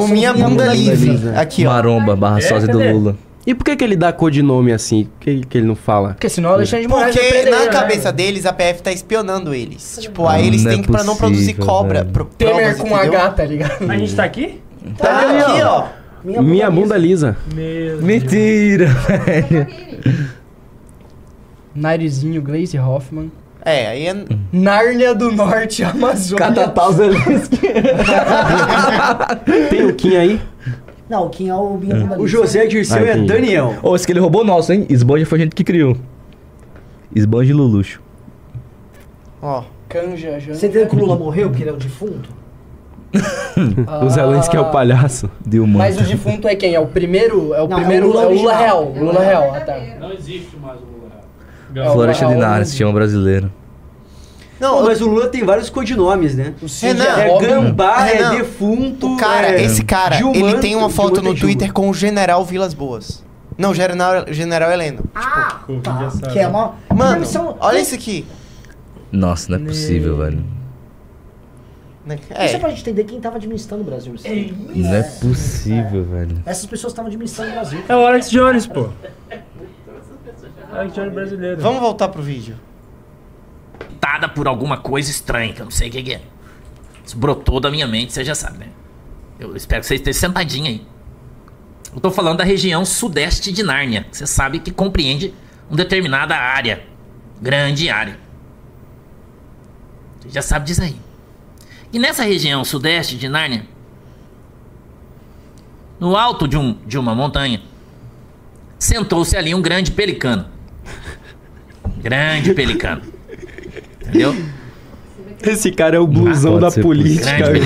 O Minha Bunda Livre.
Aqui, ó.
Maromba, barra sósia do Lula.
E por que, que ele dá codinome assim? Por que, que ele não fala?
Porque senão o
Alexandre de Moraes vai
Porque
perder,
na
né?
cabeça deles a PF tá espionando eles. Tipo,
Ah,
aí eles
Não é
têm que pra não produzir
possível,
cobra.
velho.
Pro,
Temer
provas,
com
entendeu?
H, tá ligado?
A gente tá aqui?
Tá aqui, ó.
Minha, bunda lisa.
Mentira, velho.
Narizinho, Glaze Hoffman.
É, aí é.
Nárnia
(laughs)
do Norte, Amazônia.
Catatau Zelensky.
Tem o Kim aí?
Não, o Kim é o
Hum.
bienalista.
O José Dirceu é Daniel.
Ô, esse que ele roubou nosso, hein? Esbanja foi a gente que criou. Esbanja e Luluxo.
Ó.
Canja, janja.
Você entendeu que o Lula morreu porque ele é um defunto?
O Zelensky é o palhaço. Deu uma.
Mas o defunto é quem? É o primeiro. É o
Não,
primeiro.
é o Lula
é o Lula
original.
real. o Lula real, ah, tá.
Não existe mais o Lula.
É o
Floresta
Lula
Linares, chama brasileiro.
Não, mas o Lula tem vários codinomes, né?
Renan,
é Gambá,
Renan,
é defunto.
O cara,
é
esse cara,
Gilmando,
ele tem uma foto
Gilmando
no
é Gilmando.
Twitter com o General Vilas Boas. Não, General, General Heleno.
Ah, tá. Que é uma.
Mano,
Mas são-
olha isso aqui.
Nossa, não é possível, velho.
Isso é
É,
pra gente entender quem tava administrando o Brasil. isso.
Não é possível, velho.
Essas pessoas estavam administrando o Brasil.
É o Alex Jones, pô.
Alex Jones brasileiro.
vamos voltar pro vídeo.
Tada por alguma coisa estranha, que eu não sei o que, que é. Isso brotou da minha mente, você já sabe, né? Eu espero que vocês estejam sentadinhos aí. Eu tô falando da região sudeste de Nárnia. que Você sabe que compreende uma determinada área. Grande área. Você já sabe disso aí. E nessa região sudeste de Nárnia, no alto de, um, de uma montanha, sentou-se ali um grande pelicano. Grande pelicano. Entendeu?
Esse cara é o
Ah,
blusão da política.
Grande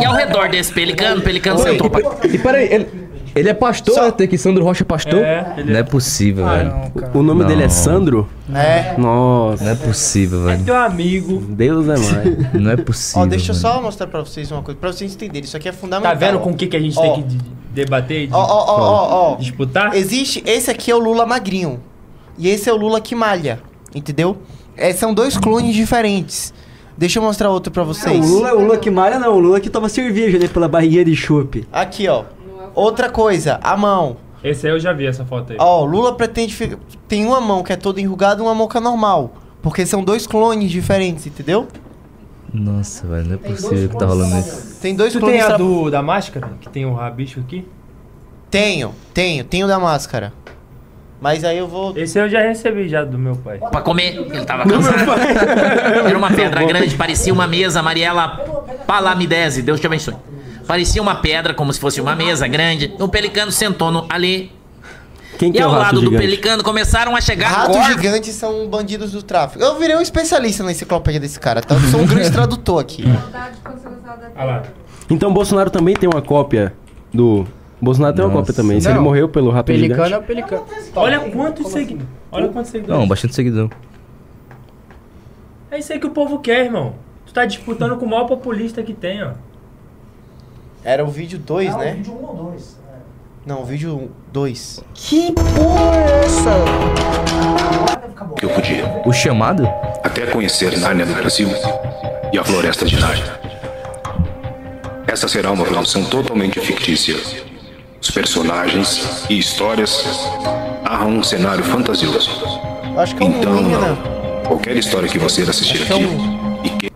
E ao redor desse pelicano, o pelicano sentou pra
E peraí, ele, ele é pastor, né? Tem que Sandro Rocha é pastor? Não é possível, velho.
O nome
Não.
dele é Sandro?
É.
Nossa.
Não é possível, velho.
Teu amigo. Deus é mais.
Não é possível.
Ó, deixa eu
velho.
só mostrar pra vocês uma coisa, pra vocês entenderem. Isso aqui é
Tá
fundamental.
vendo com o que, que a gente
Ó.
tem que de- debater? e de-
Ó, ó, ó, ó, ó.
Disputar?
Existe. Esse aqui é o Lula magrinho. E esse é o Lula que malha. Entendeu? É, são dois clones diferentes. Deixa eu mostrar outro pra
Não,
vocês.
o
é
Lula, é o Lula que malha não, o Lula que toma cerveja, né? Pela barriguinha de chope.
Aqui, ó. Outra coisa, a mão.
Esse aí eu já vi essa foto aí.
Ó, o Lula pretende. fi- Tem uma mão que é toda enrugada e uma mão que é normal. Porque são dois clones diferentes, entendeu?
Nossa, velho, não é possível que tá rolando isso.
Tem dois
Tu
clones.
tem a
tra-
do, da máscara? Que tem o rabicho aqui?
Tenho, tenho, tenho da máscara. Mas aí eu vou.
Esse eu já recebi já do meu pai.
Pra comer, ele tava cansado. Era uma pedra grande, parecia uma mesa, Mariela Palamidese, Deus te abençoe. Parecia uma pedra, como se fosse uma mesa grande. O pelicano sentou no- ali.
Quem que
e
é o
ao
rato
lado do
gigante?
pelicano começaram a chegar
Ratos
corvos.
gigantes são bandidos do tráfico. Eu virei um especialista na enciclopédia desse cara, tá? Eu sou um grande tradutor aqui.
Então Bolsonaro também tem uma cópia do. Bolsonaro tem uma cópia também. Se
Não.
ele morreu pelo rato
Pelicano é
gigante.
o pelicano.
Olha quantos seguidores. Olha quantos seguidores.
Não, bastante seguidor.
É isso aí que o povo quer, irmão. Tu tá disputando com o maior populista que tem, ó.
Era o vídeo 2,
É um
né?
vídeo um ou dois.
Não, o vídeo 2.
Que porra é essa?
Eu podia,
O chamado?
até conhecer Nárnia do Brasil e a Floresta de Nárnia. Essa será uma produção totalmente fictícia. Os personagens e histórias narram um cenário fantasioso.
Eu Acho que é um
Então,
ruim,
não.
Renan.
Qualquer história que você assistir
Acho que é
aqui
um.
e que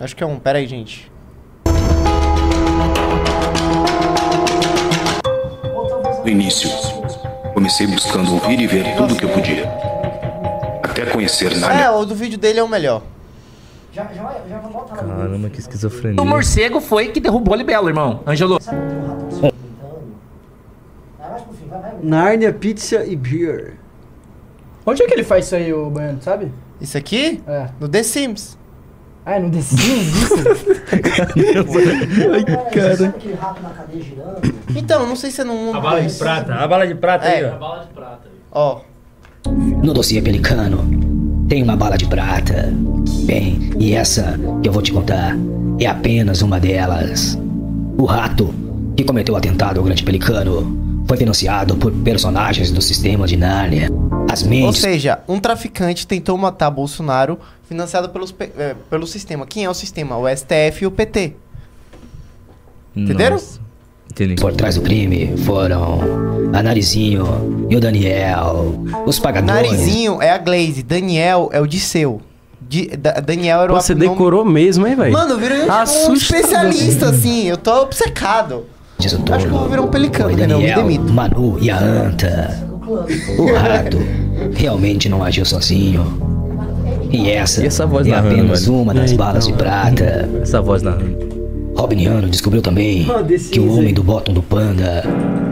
Acho que é um, pera aí, gente.
no início comecei buscando ouvir e ver tudo o que eu podia. Até conhecer Nárnia
É, o do vídeo dele é o melhor.
Já, já, já vou botar lá.
Caramba, que esquizofrenia.
O morcego foi que derrubou o libelo, irmão. Ângelo.
Nárnia, pizza e beer.
Onde é que ele faz isso aí, o Baiano, sabe?
Isso aqui?
É.
No The Sims.
Ah, não
(laughs)
decide isso?
Sabe aquele rato na cadeia girando?
Então, não sei se é no 1
A bala de prata, a bala de prata
É.
aí, ó.
Ó.
No dossiê Pelicano tem uma bala de prata. Bem, e essa que eu vou te contar é apenas uma delas. O rato que cometeu o atentado ao Grande Pelicano foi financiado por personagens do sistema de Nárnia. As
Ou
mentes
seja, um traficante tentou matar Bolsonaro financiado pelos, pe- eh, pelo sistema. Quem é o sistema? O STF e o PT. Entenderam?
por trás do crime foram a Narizinho e o Daniel, os pagadores.
Narizinho é a Glaze, Daniel é o Disseu. Di- Da- Daniel era o
Você
apnome-
decorou mesmo, hein, velho?
Mano, eu virei um- um
Assustador.
especialista, assim. Eu tô obcecado. Acho que eu vou virar um pelicano, né? Não, me
Daniel,
demito.
Manu e a Anta. O rato realmente não agiu sozinho. E essa,
E essa voz
é
narrando,
apenas
velho?
uma das balas de prata.
Essa voz narrando.
Robiniano descobriu também
Ah, desses
que o
aí.
homem do bottom do panda,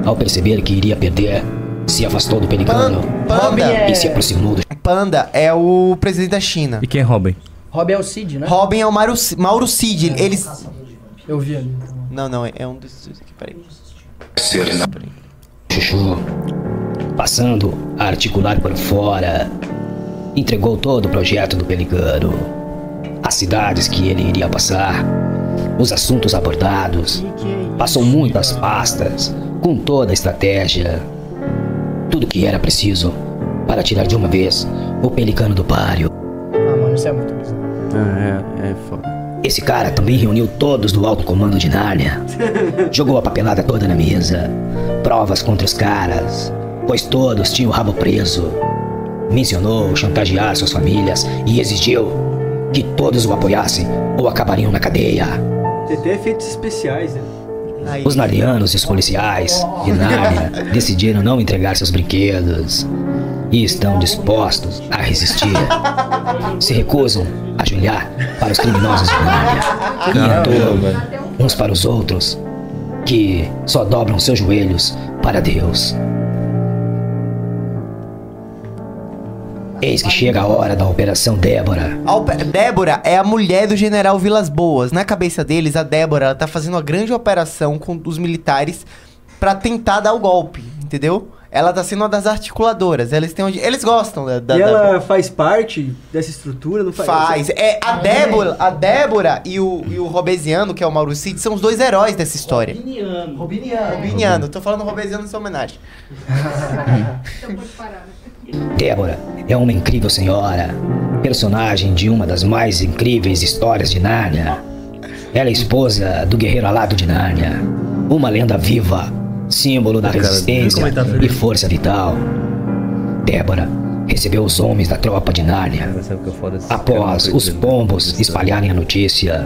ao perceber que iria perder, se afastou do pelicano
Panda.
e se aproximou do
Panda é o presidente da China.
E quem é Robin?
Robin é o Cid, né?
Robin é o Mauro, C- Mauro Cid. Eles.
Eu vi ali.
Não, não, é- é um desses dois aqui, peraí.
Chuchu, passando a articular por fora, entregou todo o projeto do Pelicano, as cidades que ele iria passar, os assuntos abordados, passou muitas pastas, com toda a estratégia, tudo que era preciso para tirar de uma vez o Pelicano do páreo.
Ah, mano, isso é muito bizarro.
É, é foda. Esse cara também reuniu todos do alto comando de Nárnia. Jogou a papelada toda na mesa. Provas contra os caras, pois todos tinham o rabo preso. Mencionou chantagear suas famílias e exigiu que todos o apoiassem ou acabariam na cadeia.
Tem até efeitos especiais, né?
Os narianos e os policiais de Nárnia decidiram não entregar seus brinquedos e estão dispostos a resistir. Se recusam a ajoelhar para os
(laughs)
criminosos de Nárnia e atuam uns para os outros que só dobram seus joelhos para Deus. Eis que chega a hora da Operação Débora.
A ope- Débora é a mulher do general Vilas Boas. Na cabeça deles, a Débora ela tá fazendo uma grande operação com os militares pra tentar dar o golpe, entendeu? Ela tá sendo uma das articuladoras. Eles, têm onde... eles gostam da, da
e
da-
ela faz parte dessa estrutura, não faz? Ah,
Faz. É, a Débora, a Débora e o, e o Robesiano, que é o Mauro Cid, são os dois heróis dessa história.
Robiniano.
É. Robiniano, tô falando Robesiano em sua homenagem.
Débora é uma incrível senhora, personagem de uma das mais incríveis histórias de Nárnia. Ela é esposa do guerreiro alado de Nárnia, uma lenda viva, símbolo da
Cara,
resistência
como ele tá
e
feliz.
força vital. Débora recebeu os homens da tropa de Nárnia após os pombos espalharem a notícia.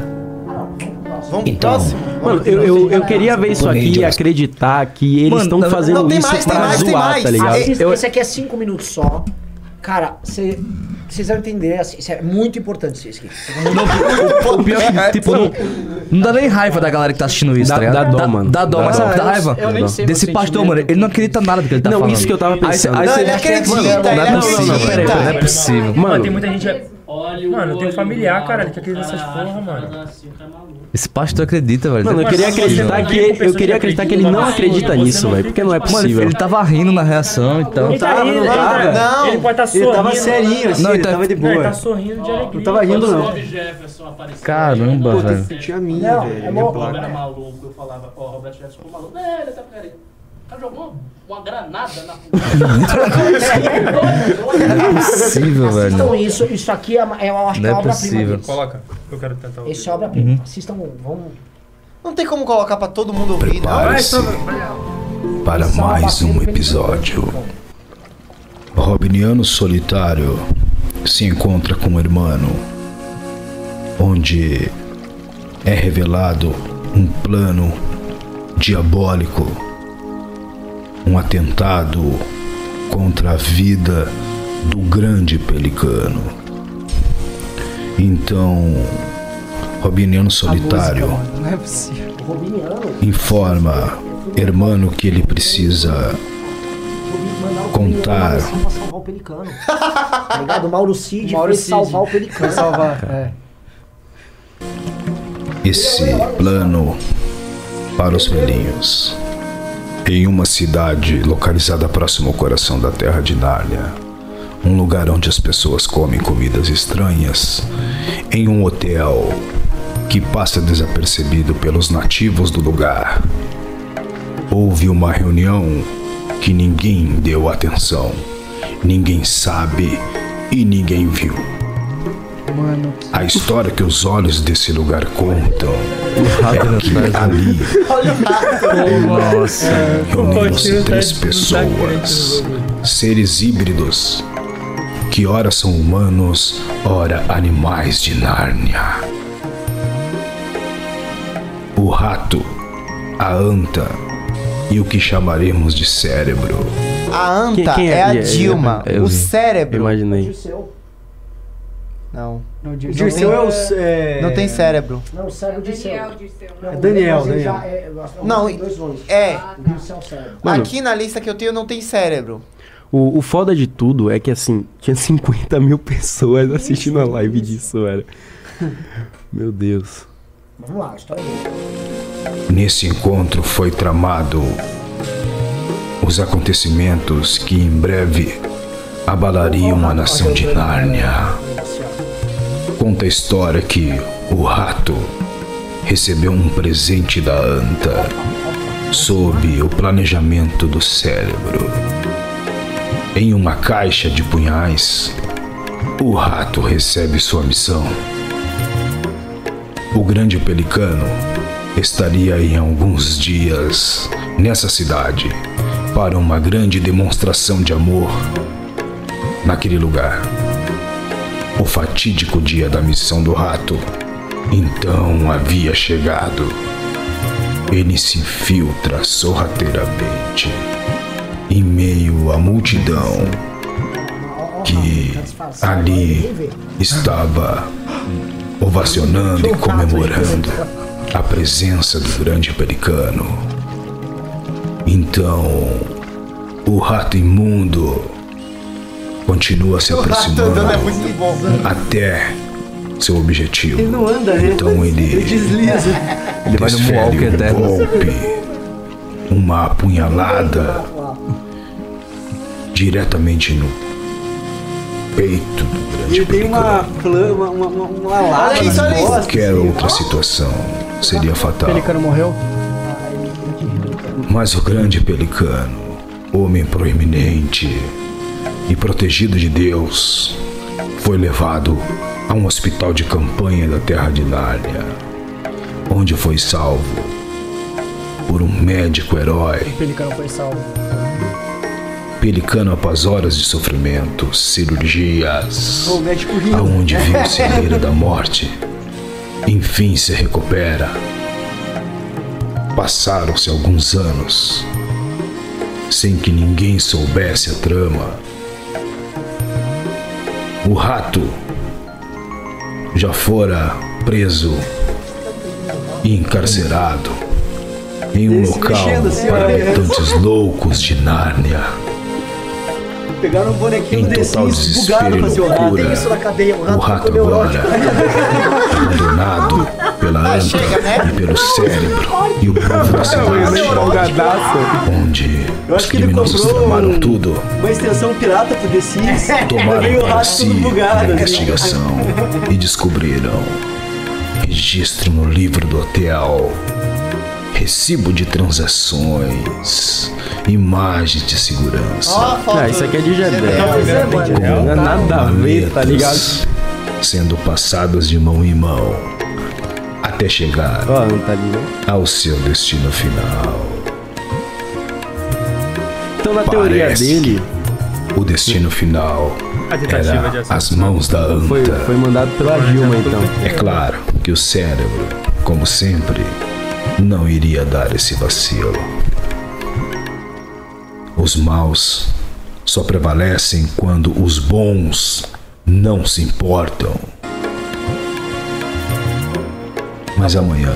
Então,
Mano, eu, eu, eu queria ver isso
Por meio
aqui
de
e
uma-
acreditar que eles
Mano,
estão
não, não,
fazendo
tem
isso
mais, tem
pra
mais, tem
zoar,
mais.
tá
Ah,
ligado?
Assista,
Eu-
Esse aqui é 5 minutos só. Cara, cê- vocês vão entender, assim, isso é muito importante isso aqui.
O, o pior é que, (laughs) tipo, não, não dá nem raiva da galera que tá assistindo isso,
Dá-
tá ligado?
dá dó, mano.
Dá dó,
Dá
mas sabe
dó.
que dá raiva?
Eu nem sei
Desse
meu
pastor, mano, ele não acredita nada do que ele tá
Não,
falando.
isso que eu tava pensando.
Aí, cê- aí
Não,
cê-
ele acredita, tá
Mano,
ele
não, é possível,
acredita.
peraí, peraí, não é
Mano,
possível.
tem
Mano,
muita gente. é- Mano, eu tenho familiar, cara, que acredita nessas porra, mano.
esse pastor acredita, velho.
Mano, eu queria acreditar que ele- eu queria acreditar que ele não acredita nisso, velho, porque não é
Mano,
possível.
ele tava rindo na reação e tal.
Ele tá rindo, ele tá- Não, ele pode tá
Ele tava
sorrindo,
serinho,
né?
assim,
Não,
ele
ele tá-
tava de
Não,
boa.
ele tá
sorrindo de alegria.
Não tava rindo, não.
Caramba,
Puta,
velho.
eu senti a minha,
Não,
velho.
é
a
bom.
minha
Robert
placa.
maluco, eu falava, ó, Robert Jefferson ficou maluco. É, ele tá peraí. O cara jogou uma granada na
Não é possível,
Assistam
velho.
isso, isso aqui é, uma- é, eu acho que
Não
é
é
obra-prima
possível.
deles.
Coloca, eu quero tentar
Esse é obra-prima.
Uhum.
Assistam, vamos...
Tá Não tem como colocar pra todo mundo ouvir, né? não.
Prepare-se. para mais um episódio. Robiniano solitário se encontra com o irmão, onde é revelado um plano diabólico, um atentado contra a vida do grande pelicano. Então, Robiniano solitário
Não é possível. Robiniano.
informa hermano que ele precisa
Tá.
contar
pra salvar o
(laughs)
Pelicano. tá ligado? O Mauro Cid
Mauro
foi
Cid.
salvar o Pelicano.
Foi salvar,
é.
esse plano para os velhinhos. Em uma cidade localizada próximo ao coração da terra de Nárnia, um lugar onde as pessoas comem comidas estranhas, em um hotel que passa desapercebido pelos nativos do lugar, houve uma reunião que ninguém deu atenção, ninguém sabe e ninguém viu. A história que os olhos desse lugar contam é que ali
Nossa.
reuniram-se
tá
três pessoas, seres híbridos, que ora são humanos, ora animais de Nárnia. O rato, a anta e o que chamaremos de cérebro.
é A anta é a Dilma. O cérebro.
Imaginei.
Não.
Não, Dir-
Dirceu é o- é-
Não tem cérebro.
Não, o cérebro de né? Daniel,
É Daniel, Daniel.
é,
Não,
Não, um dois nomes.
é.
O Dirceu é o cérebro.
Mano.
Aqui na lista que eu tenho não tem cérebro.
O, o foda de tudo é que, assim, tinha (laughs) 50 mil pessoas assistindo a live disso, velho. Meu Deus.
Vamos lá, a história
Nesse encontro foi tramado os acontecimentos que em breve abalariam a nação de Nárnia. Conta a história que o rato recebeu um presente da anta sob o planejamento do cérebro. Em uma caixa de punhais, o rato recebe sua missão. O grande pelicano estaria em alguns dias nessa cidade para uma grande demonstração de amor naquele lugar. O fatídico dia da missão do rato então havia chegado. Ele se infiltra sorrateiramente em meio à multidão que ali estava ovacionando e comemorando a presença do grande pelicano. Então, o rato imundo continua se
O rato andando é
aproximando
muito bom.
até seu objetivo.
Ele não anda, né? (laughs)
Então ele
Desliza.
ele vai
no Moonwalk eterno.
golpe, uma apunhalada diretamente no peito do grande
Ele tem uma flama, uma, uma, uma lava.
Em
nas costas.
Qualquer outra situação seria fatal.
Pelicano morreu?
Mas o grande pelicano, homem proeminente e protegido de Deus, foi levado a um hospital de campanha da terra de Nárnia, onde foi salvo por um médico herói
O Pelicano foi salvo.
Pelicano após horas de sofrimento, cirurgias,
O um médico rindo.
aonde
(laughs)
viu se rir da morte, enfim se recupera. Passaram-se alguns anos sem que ninguém soubesse a trama. O rato já fora preso e encarcerado em um
Ele se
local
mexendo assim, ó.
para habitantes loucos de Nárnia.
Pegaram um bonequinho
Em
do The
total
Sims,
desespero
bugado
e
pra ser orado.
loucura,
Tem isso na cadeia, o
o
rato
rato
ficou neurótico.
agora abandonado pela anta e pelo cérebro e o povo da cidade, onde os
que ele
criminosos
comprou
tramaram
um-
tudo,
Uma extensão pirata pro The Sims.
(laughs) tomaram
Veio o
para
rato
si a
tudo
né?
bugado.
investigação e descobriram registro no livro do hotel, recibo de transações, imagens de segurança.
Ó, a foto tá
Ah, isso aqui é de Jedel.
Com
Não é nada a ver, tá ligado?
maletas Sendo passadas de mão em mão até chegar
tá né?
ao seu destino final.
Então, na teoria
Parece
dele,
O destino final
A tentativa de
era
assassinato.
as mãos da anta.
foi, foi mandado pela Dilma, então.
É claro que o cérebro, como sempre, não iria dar esse vacilo. Os maus só prevalecem quando os bons não se importam. Mas amanhã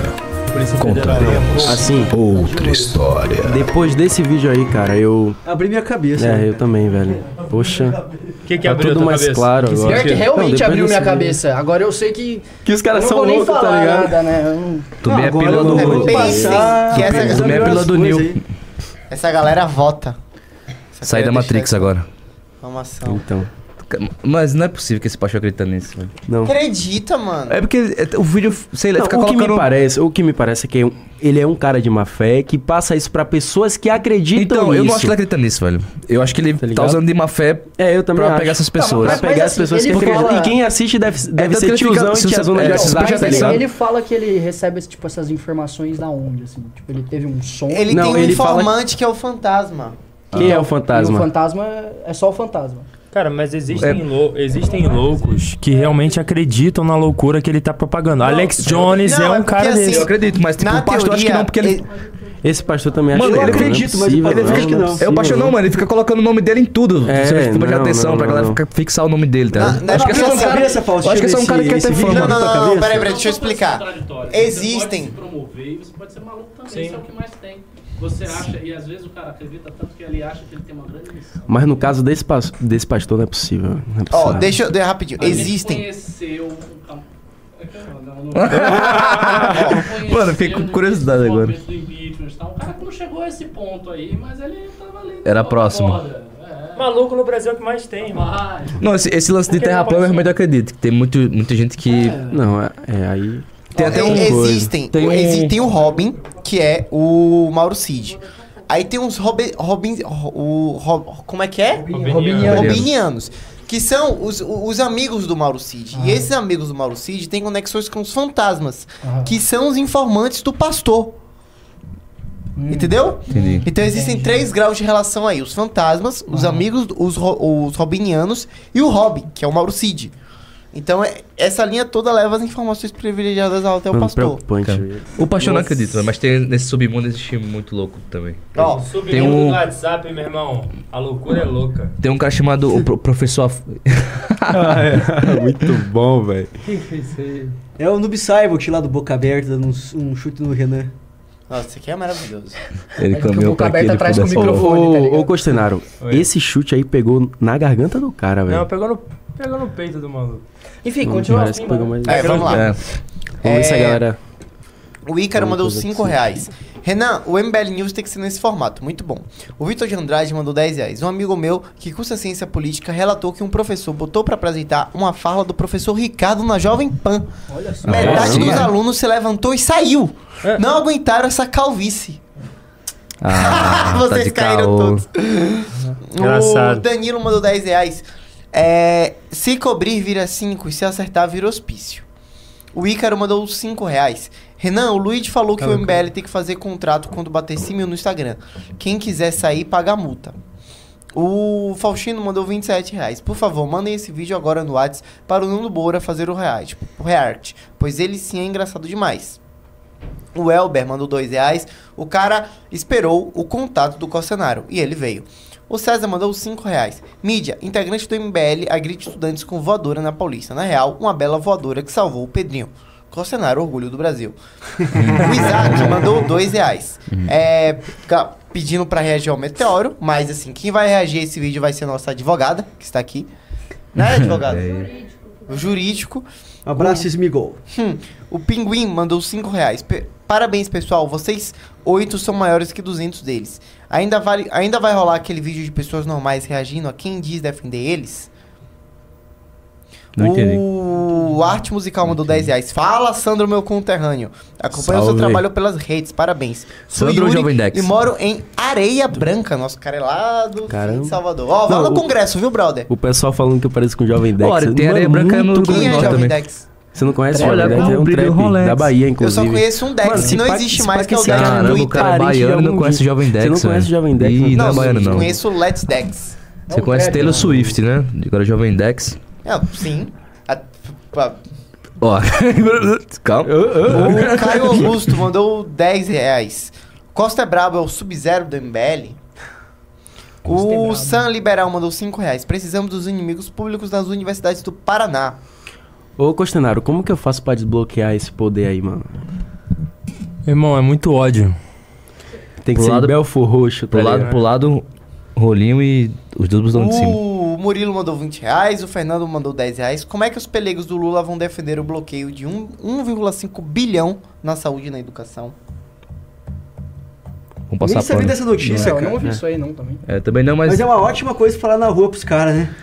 contaremos
Assim,
outra história.
Depois desse vídeo aí, cara, eu.
Abri minha cabeça.
É, eu também, velho. Poxa.
O que que
tá
abriu
tudo
a tua
mais
cabeça?
claro
Que
agora.
Pior que
Não,
realmente
depois
abriu
desse
minha
vídeo-
cabeça. Agora eu sei que.
Que os caras
eu
são
não vou nem
loucos, tá
falar
ligado?
Nada, né? Eu não-
Tu bem é
agora
pila
eu
do.
não vou
Tu
pensar.
que essa-
bem- tu bem é
essas
pila do
coisas
Nil.
Essa galera vota.
Saí da Matrix agora.
Informação.
Então.
Mas não é possível que esse Pacho acredita nisso, velho.
Não.
Acredita, mano.
É porque é, o vídeo, sei lá,
Não,
fica
o que me
colocando.
parece, o que me parece é que ele é um cara de má fé que passa isso pra pessoas que acreditam
Então,
nisso.
eu não acho que ele acredita nisso, velho. Eu acho que ele tá,
ligado?
usando de má fé
é, eu também
pra
acho.
pegar essas
Tá, mas-
pessoas. É,
pra pegar
assim,
as pessoas que acreditam. E quem assiste deve, deve
tanto que
ser
ele fica-
tiozão
se
e
você-
tiazona
tipo,
é,
de
se você
WhatsApp,
prestar
tá
Ele,
ligado?
assim, ele fala que ele recebe tipo, essas informações da onde, assim. Tipo, ele teve um som.
Ele tem um informante que é o fantasma.
Quem é o
E o
fantasma?
fantasma é só o fantasma.
Cara, mas um existem, lou- existem loucos que realmente acreditam na loucura que ele tá propagando. Alex Jones
assim,
Não,
é um
porque
Tipo,
cara
assim,
desse.
na teoria, e-
Esse pastor também
Mano,
acha
ele né?
que não é
acredita,
possível,
mas ele
não, não é
fica É o pastor
possível,
não, mano. Ele fica colocando o nome dele em tudo.
É,
Se vocês prestarem
não,
atenção
não,
pra
não,
galera
não.
ficar- fixar o nome dele, tá? ligado?
na-
acho que é
na
só um
tua
cara,
cabeça,
eu acho que é só um cara que quer ter fama.
Não, não, não, não, peraí, peraí, deixa eu explicar. Existem.
promover e você pode ser maluco também, isso é o que mais tem. Você acha, e às vezes o cara acredita tanto que ele acha que ele tem uma grande missão.
Mas no caso desse, pas- desse pastor não é possível. Não é
Ó,
possível.
deixa eu. Rapidinho.
A gente
Existem.
Conheceu um cam- É que eu não- não- não-
(laughs) Mano, fiquei com curiosidade agora.
do
Então,
impeachment e tal. O cara não chegou a esse ponto aí, mas ele
tá-
tava ali.
Era próximo.
Maluco no Brasil é o que mais tem, irmão.
Não, esse, esse lance de terra plana, eu realmente acredito. Que tem muito, muita gente que.
Não, é, é aí.
Tem até um.
Existem.
Tem um-
exi- Tem o Robin, que é o Mauro Cid. Aí tem uns Robin. Robin o, Ro- como é que é?
Robinianos.
Robinianos. Que são os, os amigos do Mauro Cid.
Ah.
E esses amigos do Mauro Cid têm conexões com os fantasmas,
Ah.
que são os informantes do pastor.
Hum.
Entendeu?
Entendi.
Então existem três graus de relação aí: os fantasmas, os amigos, os, ro- os robinianos e o Robin, que é o Mauro Cid. Então é- essa linha toda leva as informações privilegiadas até o
Mano,
pastor.
preocupante.
O pastor não
Nossa.
acredita, mas tem nesse submundo existe muito louco também.
assim,
Ó,
tem
Submundo
um.
do WhatsApp, meu irmão. A loucura é louca.
Tem um cara chamado o pro- professor. Af-
(laughs)
(laughs)
Muito bom, velho.
Quem fez isso? É o Noob Cyborg lá do Boca Aberta, dando uns- um, chute no Renan.
Nossa, isso aqui é maravilhoso.
Ele caminhou pra aquele
Ô,
tá
Ô, ô Costenaro, esse chute aí pegou na garganta do cara,
Tá
Não,
velho.
pegou no, pegou no peito do maluco.
Enfim, Hum, continua parece assim, que pegou mano. mais-
É, vamos lá.
É. Vamos ver se a galera-
O Ícaro
Alguma
mandou
coisa
5
assim.
reais. Renan, o MBL News tem que ser nesse formato, muito bom. O Vitor de Andrade mandou 10 reais. Um amigo meu que cursa ciência política relatou que um professor botou pra apresentar uma fala do professor Ricardo na Jovem Pan.
Olha só.
Metade
Caramba.
dos alunos se levantou e saiu. Não aguentaram essa calvície.
Ah, tá de
Vocês caíram
caô.
todos.
Uhum. Engraçado.
O Danilo mandou 10 reais. É, se cobrir, vira 5. E se acertar, vira hospício. O Ícaro mandou 5 reais. Renan, o Luigi falou que o MBL tem que fazer contrato quando bater 100 mil no Instagram. Quem quiser sair, paga a multa. O Faustino mandou 27 reais. Por favor, mandem esse vídeo agora no Whats para o Nuno Moura fazer o react, o react, pois ele sim é engraçado demais. O Elber mandou dois reais. O cara esperou o contato do Cocenário e ele veio. O César mandou cinco reais. Mídia, integrante do MBL, agride estudantes com voadora na Paulista. Na real, uma bela voadora que salvou o Pedrinho. Cocenário, orgulho do Brasil. o Isaac mandou dois reais. É, ca- pedindo pra reagir ao meteoro, mas assim, quem vai reagir a esse vídeo vai ser a nossa advogada, que está aqui.
(laughs)
Né,
É
advogada?
É.
O jurídico.
Abraço,
O-
Smigol.
Hum, o Pinguim mandou 5 reais. Pe- Parabéns, pessoal. Vocês oito são maiores que 200 deles. Ainda, vale, ainda vai rolar aquele vídeo de pessoas normais reagindo a quem diz defender eles?
Não entendi.
O Arte Musical mandou 10 reais. Fala, Sandro, meu conterrâneo. Acompanho o seu
Salve.
trabalho pelas redes. Parabéns. Sou
Sandro
Yuri
Jovem Dex.
E moro em Areia Branca. Nosso cara é lá do fim de Salvador. Ó,
Não,
vai no
o-
congresso, viu, brother?
O pessoal falando que eu pareço com o Jovem Dex.
Olha, tem
Mano,
areia branca
muito
no
bom.
Quem é Jovem Dex?
Você não conhece o
Olha
Jovem Dex?
como
É um
brilha o
trap
Rolex.
da Bahia, inclusive.
Eu só conheço um Dex
Mano,
que
se
não
pá-
existe
se
mais,
pá
que é o
esse
Dex
cara
do um
é
Ita.
cara é
parente de
baiano e não
algum
conhece
jeito.
Jovem Dex,
Você não
né?
conhece o Jovem Dex? É um
Ih,
mano?
não é baiano,
eu
não.
conheço o Let's Dex.
Você conhece Taylor Swift, É um né? Agora é Jovem Dex.
É, sim. A- a-
Ó. (laughs) Calma.
O Caio Augusto mandou 10 reais. Costa é Brabo é o Sub-Zero do MBL. O San Liberal mandou 5 reais. Precisamos dos inimigos públicos nas universidades do Paraná.
Ô, Costenaro, como que eu faço pra desbloquear esse poder aí, mano?
Irmão, é muito ódio.
Tem que
Pro
ser
lado-
Belfo Roxo, tá
Pro lado,
ligado?
pro lado, rolinho e os dois botões de cima.
O Murilo mandou 20 reais. O Fernando mandou 10 reais. Como é que os pelegos do Lula vão defender o bloqueio de um- 1,5 bilhão na saúde e na educação?
Vamos passar
Nem sabia
pano.
dessa notícia,
Não, eu
cara.
não ouvi isso aí não também.
É, também não, mas...
Mas é uma ótima coisa falar na rua pros caras, né?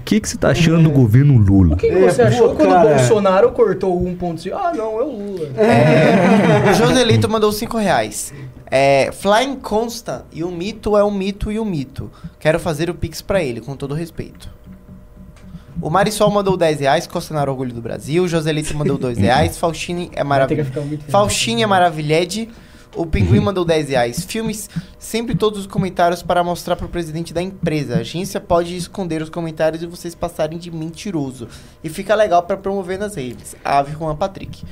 O que, que você tá achando do governo Lula?
O que, que
É,
você achou
pô,
quando
cara.
o Bolsonaro cortou o 1.5? Ah, não, é o Lula.
É.
É.
O Joselito mandou 5 reais. É, Flying Constant e o mito é um mito e um mito. Quero fazer o pix pra ele, com todo respeito. O Marisol mandou 10 reais, Costanar Orgulho do Brasil. Joselito
(laughs)
mandou 2 reais, Faustine é
ter
maravilhoso.
que ficar muito feliz.
Faustine é maravilhede. O
(laughs)
Pinguim mandou 10 reais. Filmes, sempre todos os comentários para mostrar pro presidente da empresa. A agência pode esconder os comentários e vocês passarem de mentiroso. E fica legal pra promover nas redes. Ave Juan Patrick.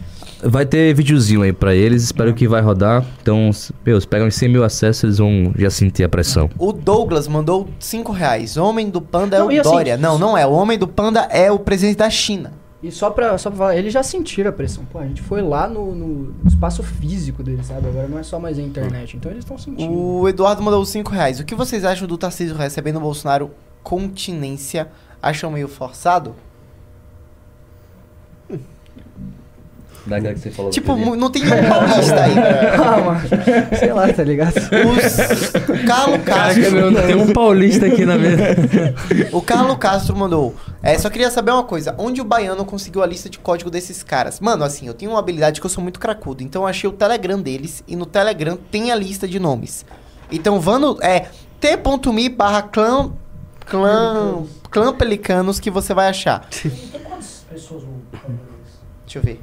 Vai ter videozinho aí pra eles, espero que vai rodar. Então, se- meu, se pegar uns 100 mil acessos, eles vão já sentir a pressão.
O Douglas mandou 5 reais. Homem do Panda é
Não, e
o
assim-
Dória. Não, não é. O Homem do Panda é o presidente da China.
E só pra, só pra falar, eles já sentiram a pressão. Pô, a gente foi lá no, no espaço físico deles, sabe? Agora não é só mais a internet. Então eles estão sentindo.
O Eduardo mandou 5 reais. O que vocês acham do Tarcísio recebendo o Bolsonaro continência? Acham meio forçado?
Daquela que você falou.
Tipo, mu- não tem nenhum paulista aí.
(laughs)
Ah, mano. Sei lá, tá ligado?
Os... Carlo
Caraca, meu,
Castro.
tem um paulista aqui na mesa.
(laughs) O Carlo Castro mandou. É, só queria saber uma coisa. Onde o baiano conseguiu a lista de código desses caras? Mano, assim, eu tenho uma habilidade que eu sou muito cracudo. Então eu achei o Telegram deles. E no Telegram tem a lista de nomes. Então vando é t.me barra clã, clã, clã pelicanos que você vai achar.
Quantas pessoas
Deixa eu ver.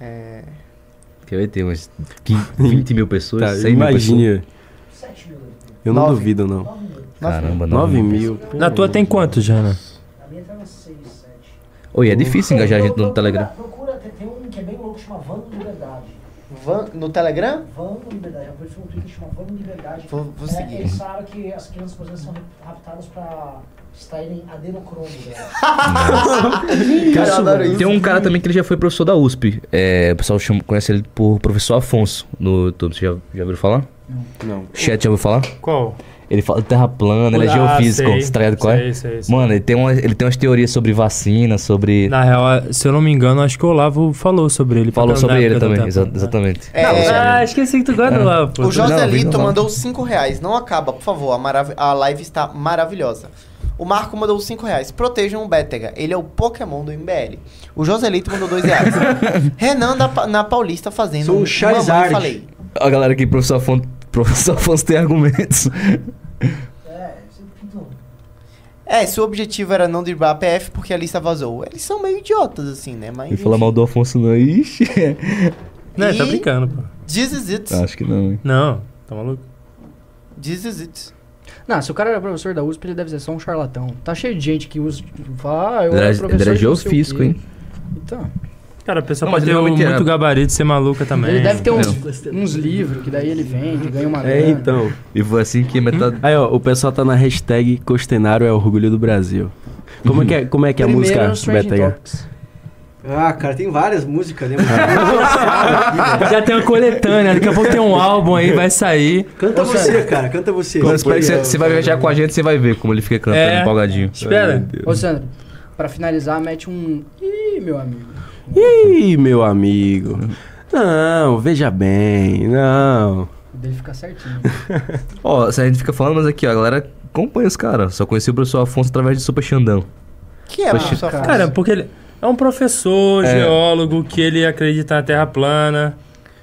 É...
Que vai ter umas 15, 20 mil pessoas,
Tá,
100 mil
imagine.
pessoas.
Eu não
Nove.
duvido, não.
Caramba, nove
9
mil.
mil.
Na tua tem quanto, Jana? Uhum.
Oi, é difícil engajar a gente no Telegram.
Procura, tem, tem um que é bem louco, chama Vando Liberdade.
Van- no Telegram?
Vando Liberdade, já apareceu um tweet que chama Vando Liberdade.
Vou- vou
É,
seguir.
eles falaram que as crianças, por exemplo, são raptadas pra né? extraírem adenocromo
(laughs)
dela.
Cara, eu adoro isso.
Tem um cara também que ele já foi professor da USP. É, o pessoal chama- conhece ele por professor Afonso no YouTube. Você já, já ouviu falar?
Não.
Chat, já ouviu falar?
Qual?
Ele fala terra plana, ele é
Ah,
geofísico.
sei.
Você tá ligado qual é?
Sei, sei, sei.
Mano, ele tem, uma, ele tem umas teorias sobre vacina, sobre.
Na real, se eu não me engano, acho que o Olavo falou sobre ele.
Falou
pra-
sobre
na
ele
época do
também,
tempo.
exa- exatamente.
É, Não,
Ah, esqueci que tu gosta do
É.
Olavo. pô.
O Joselito
Não,
mandou 5 reais. Não acaba, por favor. A, marav- a live está maravilhosa. O Marco mandou 5 reais. Protejam o Bétega. Ele é o Pokémon do MBL. O Joselito mandou 2
(laughs)
reais. Renan da Pa- na Paulista fazendo.
Sou o
um
Charizard.
Mamãe falei.
A galera que professor Afonso, (laughs) professor Afonso tem argumentos.
É, seu objetivo era não driblar a PF porque a lista vazou. Eles são meio idiotas, assim, né? Mas.
E falar mal do Afonso não. Ixi.
Não, ele tá
E-
brincando, pô.
This is it.
Acho que não, hein?
Não, tá maluco?
This is it.
Não, se o cara era professor da USP, ele deve ser só um charlatão. Tá cheio de gente que usa. tipo, Fala, ah, eu
Ele era-
era
ele
professor.
era
de não sei o
geofísico,
quê.
hein?
Então.
Cara, a pessoa
Não, mas
pode ter
ele realmente era-
muito gabarito e ser maluca também.
Ele deve ter um uns,
Entendeu?
uns livros que daí ele vende, ganha uma
É,
grana.
então.
E foi assim que metade.
Aí, ó, o pessoal tá na hashtag Costenário é orgulho do Brasil. Como é que é, como é, que é a
Primeiro
música,
é o Strange
Betega?
Topics. Ah, cara, tem várias músicas, né?
(laughs) Já tem uma coletânea, daqui a pouco tem um álbum aí, vai sair.
Canta você, cara, canta você.
Quando espera que você, você vai viajar com a gente, você vai ver como ele fica cantando
É.
tá um empolgadinho.
Espera.
Ai, meu Deus.
Ô, Sandro, pra finalizar, mete um. Ih, meu amigo.
Ih, meu amigo. Não, veja bem, não.
Dele
(laughs)
fica certinho.
Ó, se a gente fica falando, mas aqui, ó, a galera acompanha os caras. Só conheci o professor Afonso através de Super Xandão.
Que é,
Poxa,
mano? sua
Cara, porque ele é um professor,
É.
geólogo, que ele acredita na Terra plana.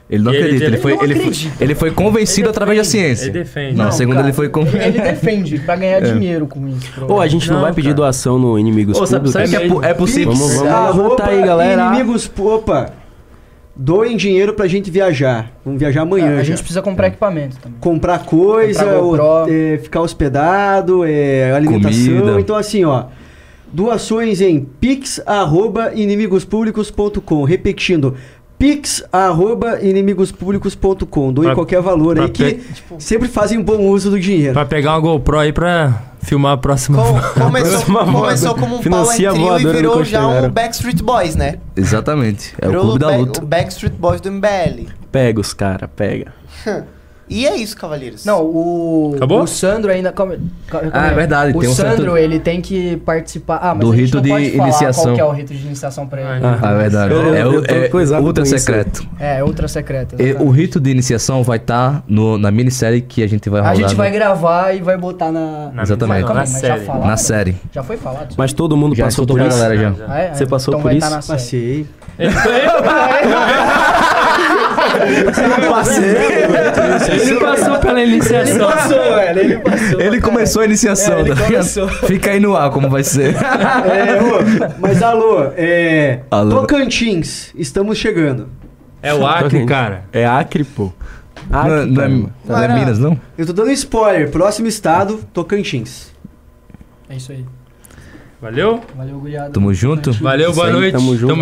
Ele não
E ele
acredita, ele,
dele-
foi,
Ele não
ele, foi,
acredita.
ele foi convencido
Ele
através da
defende,
ciência.
ele defende.
Não,
Não,
segundo
cara,
ele foi
Ele,
convencido.
ele defende pra ganhar
É.
dinheiro com isso.
Ou a gente não, vai pedir doação no Inimigos
Ô, sabe-
Públicos?
sabe que é po- é possível-
Vamos, vamos
Ah,
levantar aí,
opa,
galera.
Inimigos, opa. Doem dinheiro pra gente viajar. Vamos viajar amanhã.
É, a
já.
gente precisa comprar equipamento também.
Comprar coisa,
Comprar
ou,
GoPro.
é, ficar hospedado, é, alimentação.
Comida.
Então, assim, ó. Doações em pix.inimigospublicos.com. Repetindo. pix.inimigospublicos.com. Doem
Pra-
qualquer valor
pra
aí que
pe-
sempre fazem um bom uso do dinheiro.
Pra pegar uma GoPro aí pra filmar a próxima. (laughs)
Começou, começou como um
Financia a
Power Trio
voadora
e
do
virou já um
Costeiro.
Backstreet Boys, né?
Exatamente. É o
Virou
clube da
Ba-
luta.
O Backstreet Boys do MBL.
Pega os cara, pega.
(laughs) E é isso, cavaleiros.
Não, o.
Acabou?
O Sandro ainda. Calma, calma,
Ah, é verdade,
O
tem um
Sandro,
Sandro-
ele tem que participar. Ah, mas
Do
a gente
rito
não
de
pode falar
iniciação.
qual que é o rito de iniciação pra ele.
Ah, é verdade.
Eu- eu-
é
eu tô
o- é
coisado com
ultra
isso.
secreto.
É, outra secreta.
E o rito de iniciação vai estar na minissérie que a gente vai
A
rodar. né?
gente vai
no-
gravar e vai botar na.
Exatamente.
Mas calma aí, mas já falaram?
Na série.
Já foi falado.
Mas todo mundo
Já
passou
soltou
por
pra
isso.
galera já.
Ah, é?
Você passou
Então
por
vai
isso?
tá na série.
Passei.
Você não passou.
Ele passou pela iniciação.
Ele passou, velho. Ele
Ele começou a iniciação,
É, ele
tá ligado?
começou.
Fica aí no ar como vai ser.
É, ô, mas alô, é.
Alô.
Tocantins, estamos chegando.
É o Acre, cara.
É Acre, pô.
Não, não é, não é
Mara,
Minas, não?
Eu tô dando spoiler. Próximo estado, Tocantins.
É isso aí.
um-
Valeu?
Valeu, guiado.
Tamo junto?
Valeu, boa
Isso aí,
noite.
Tamo junto.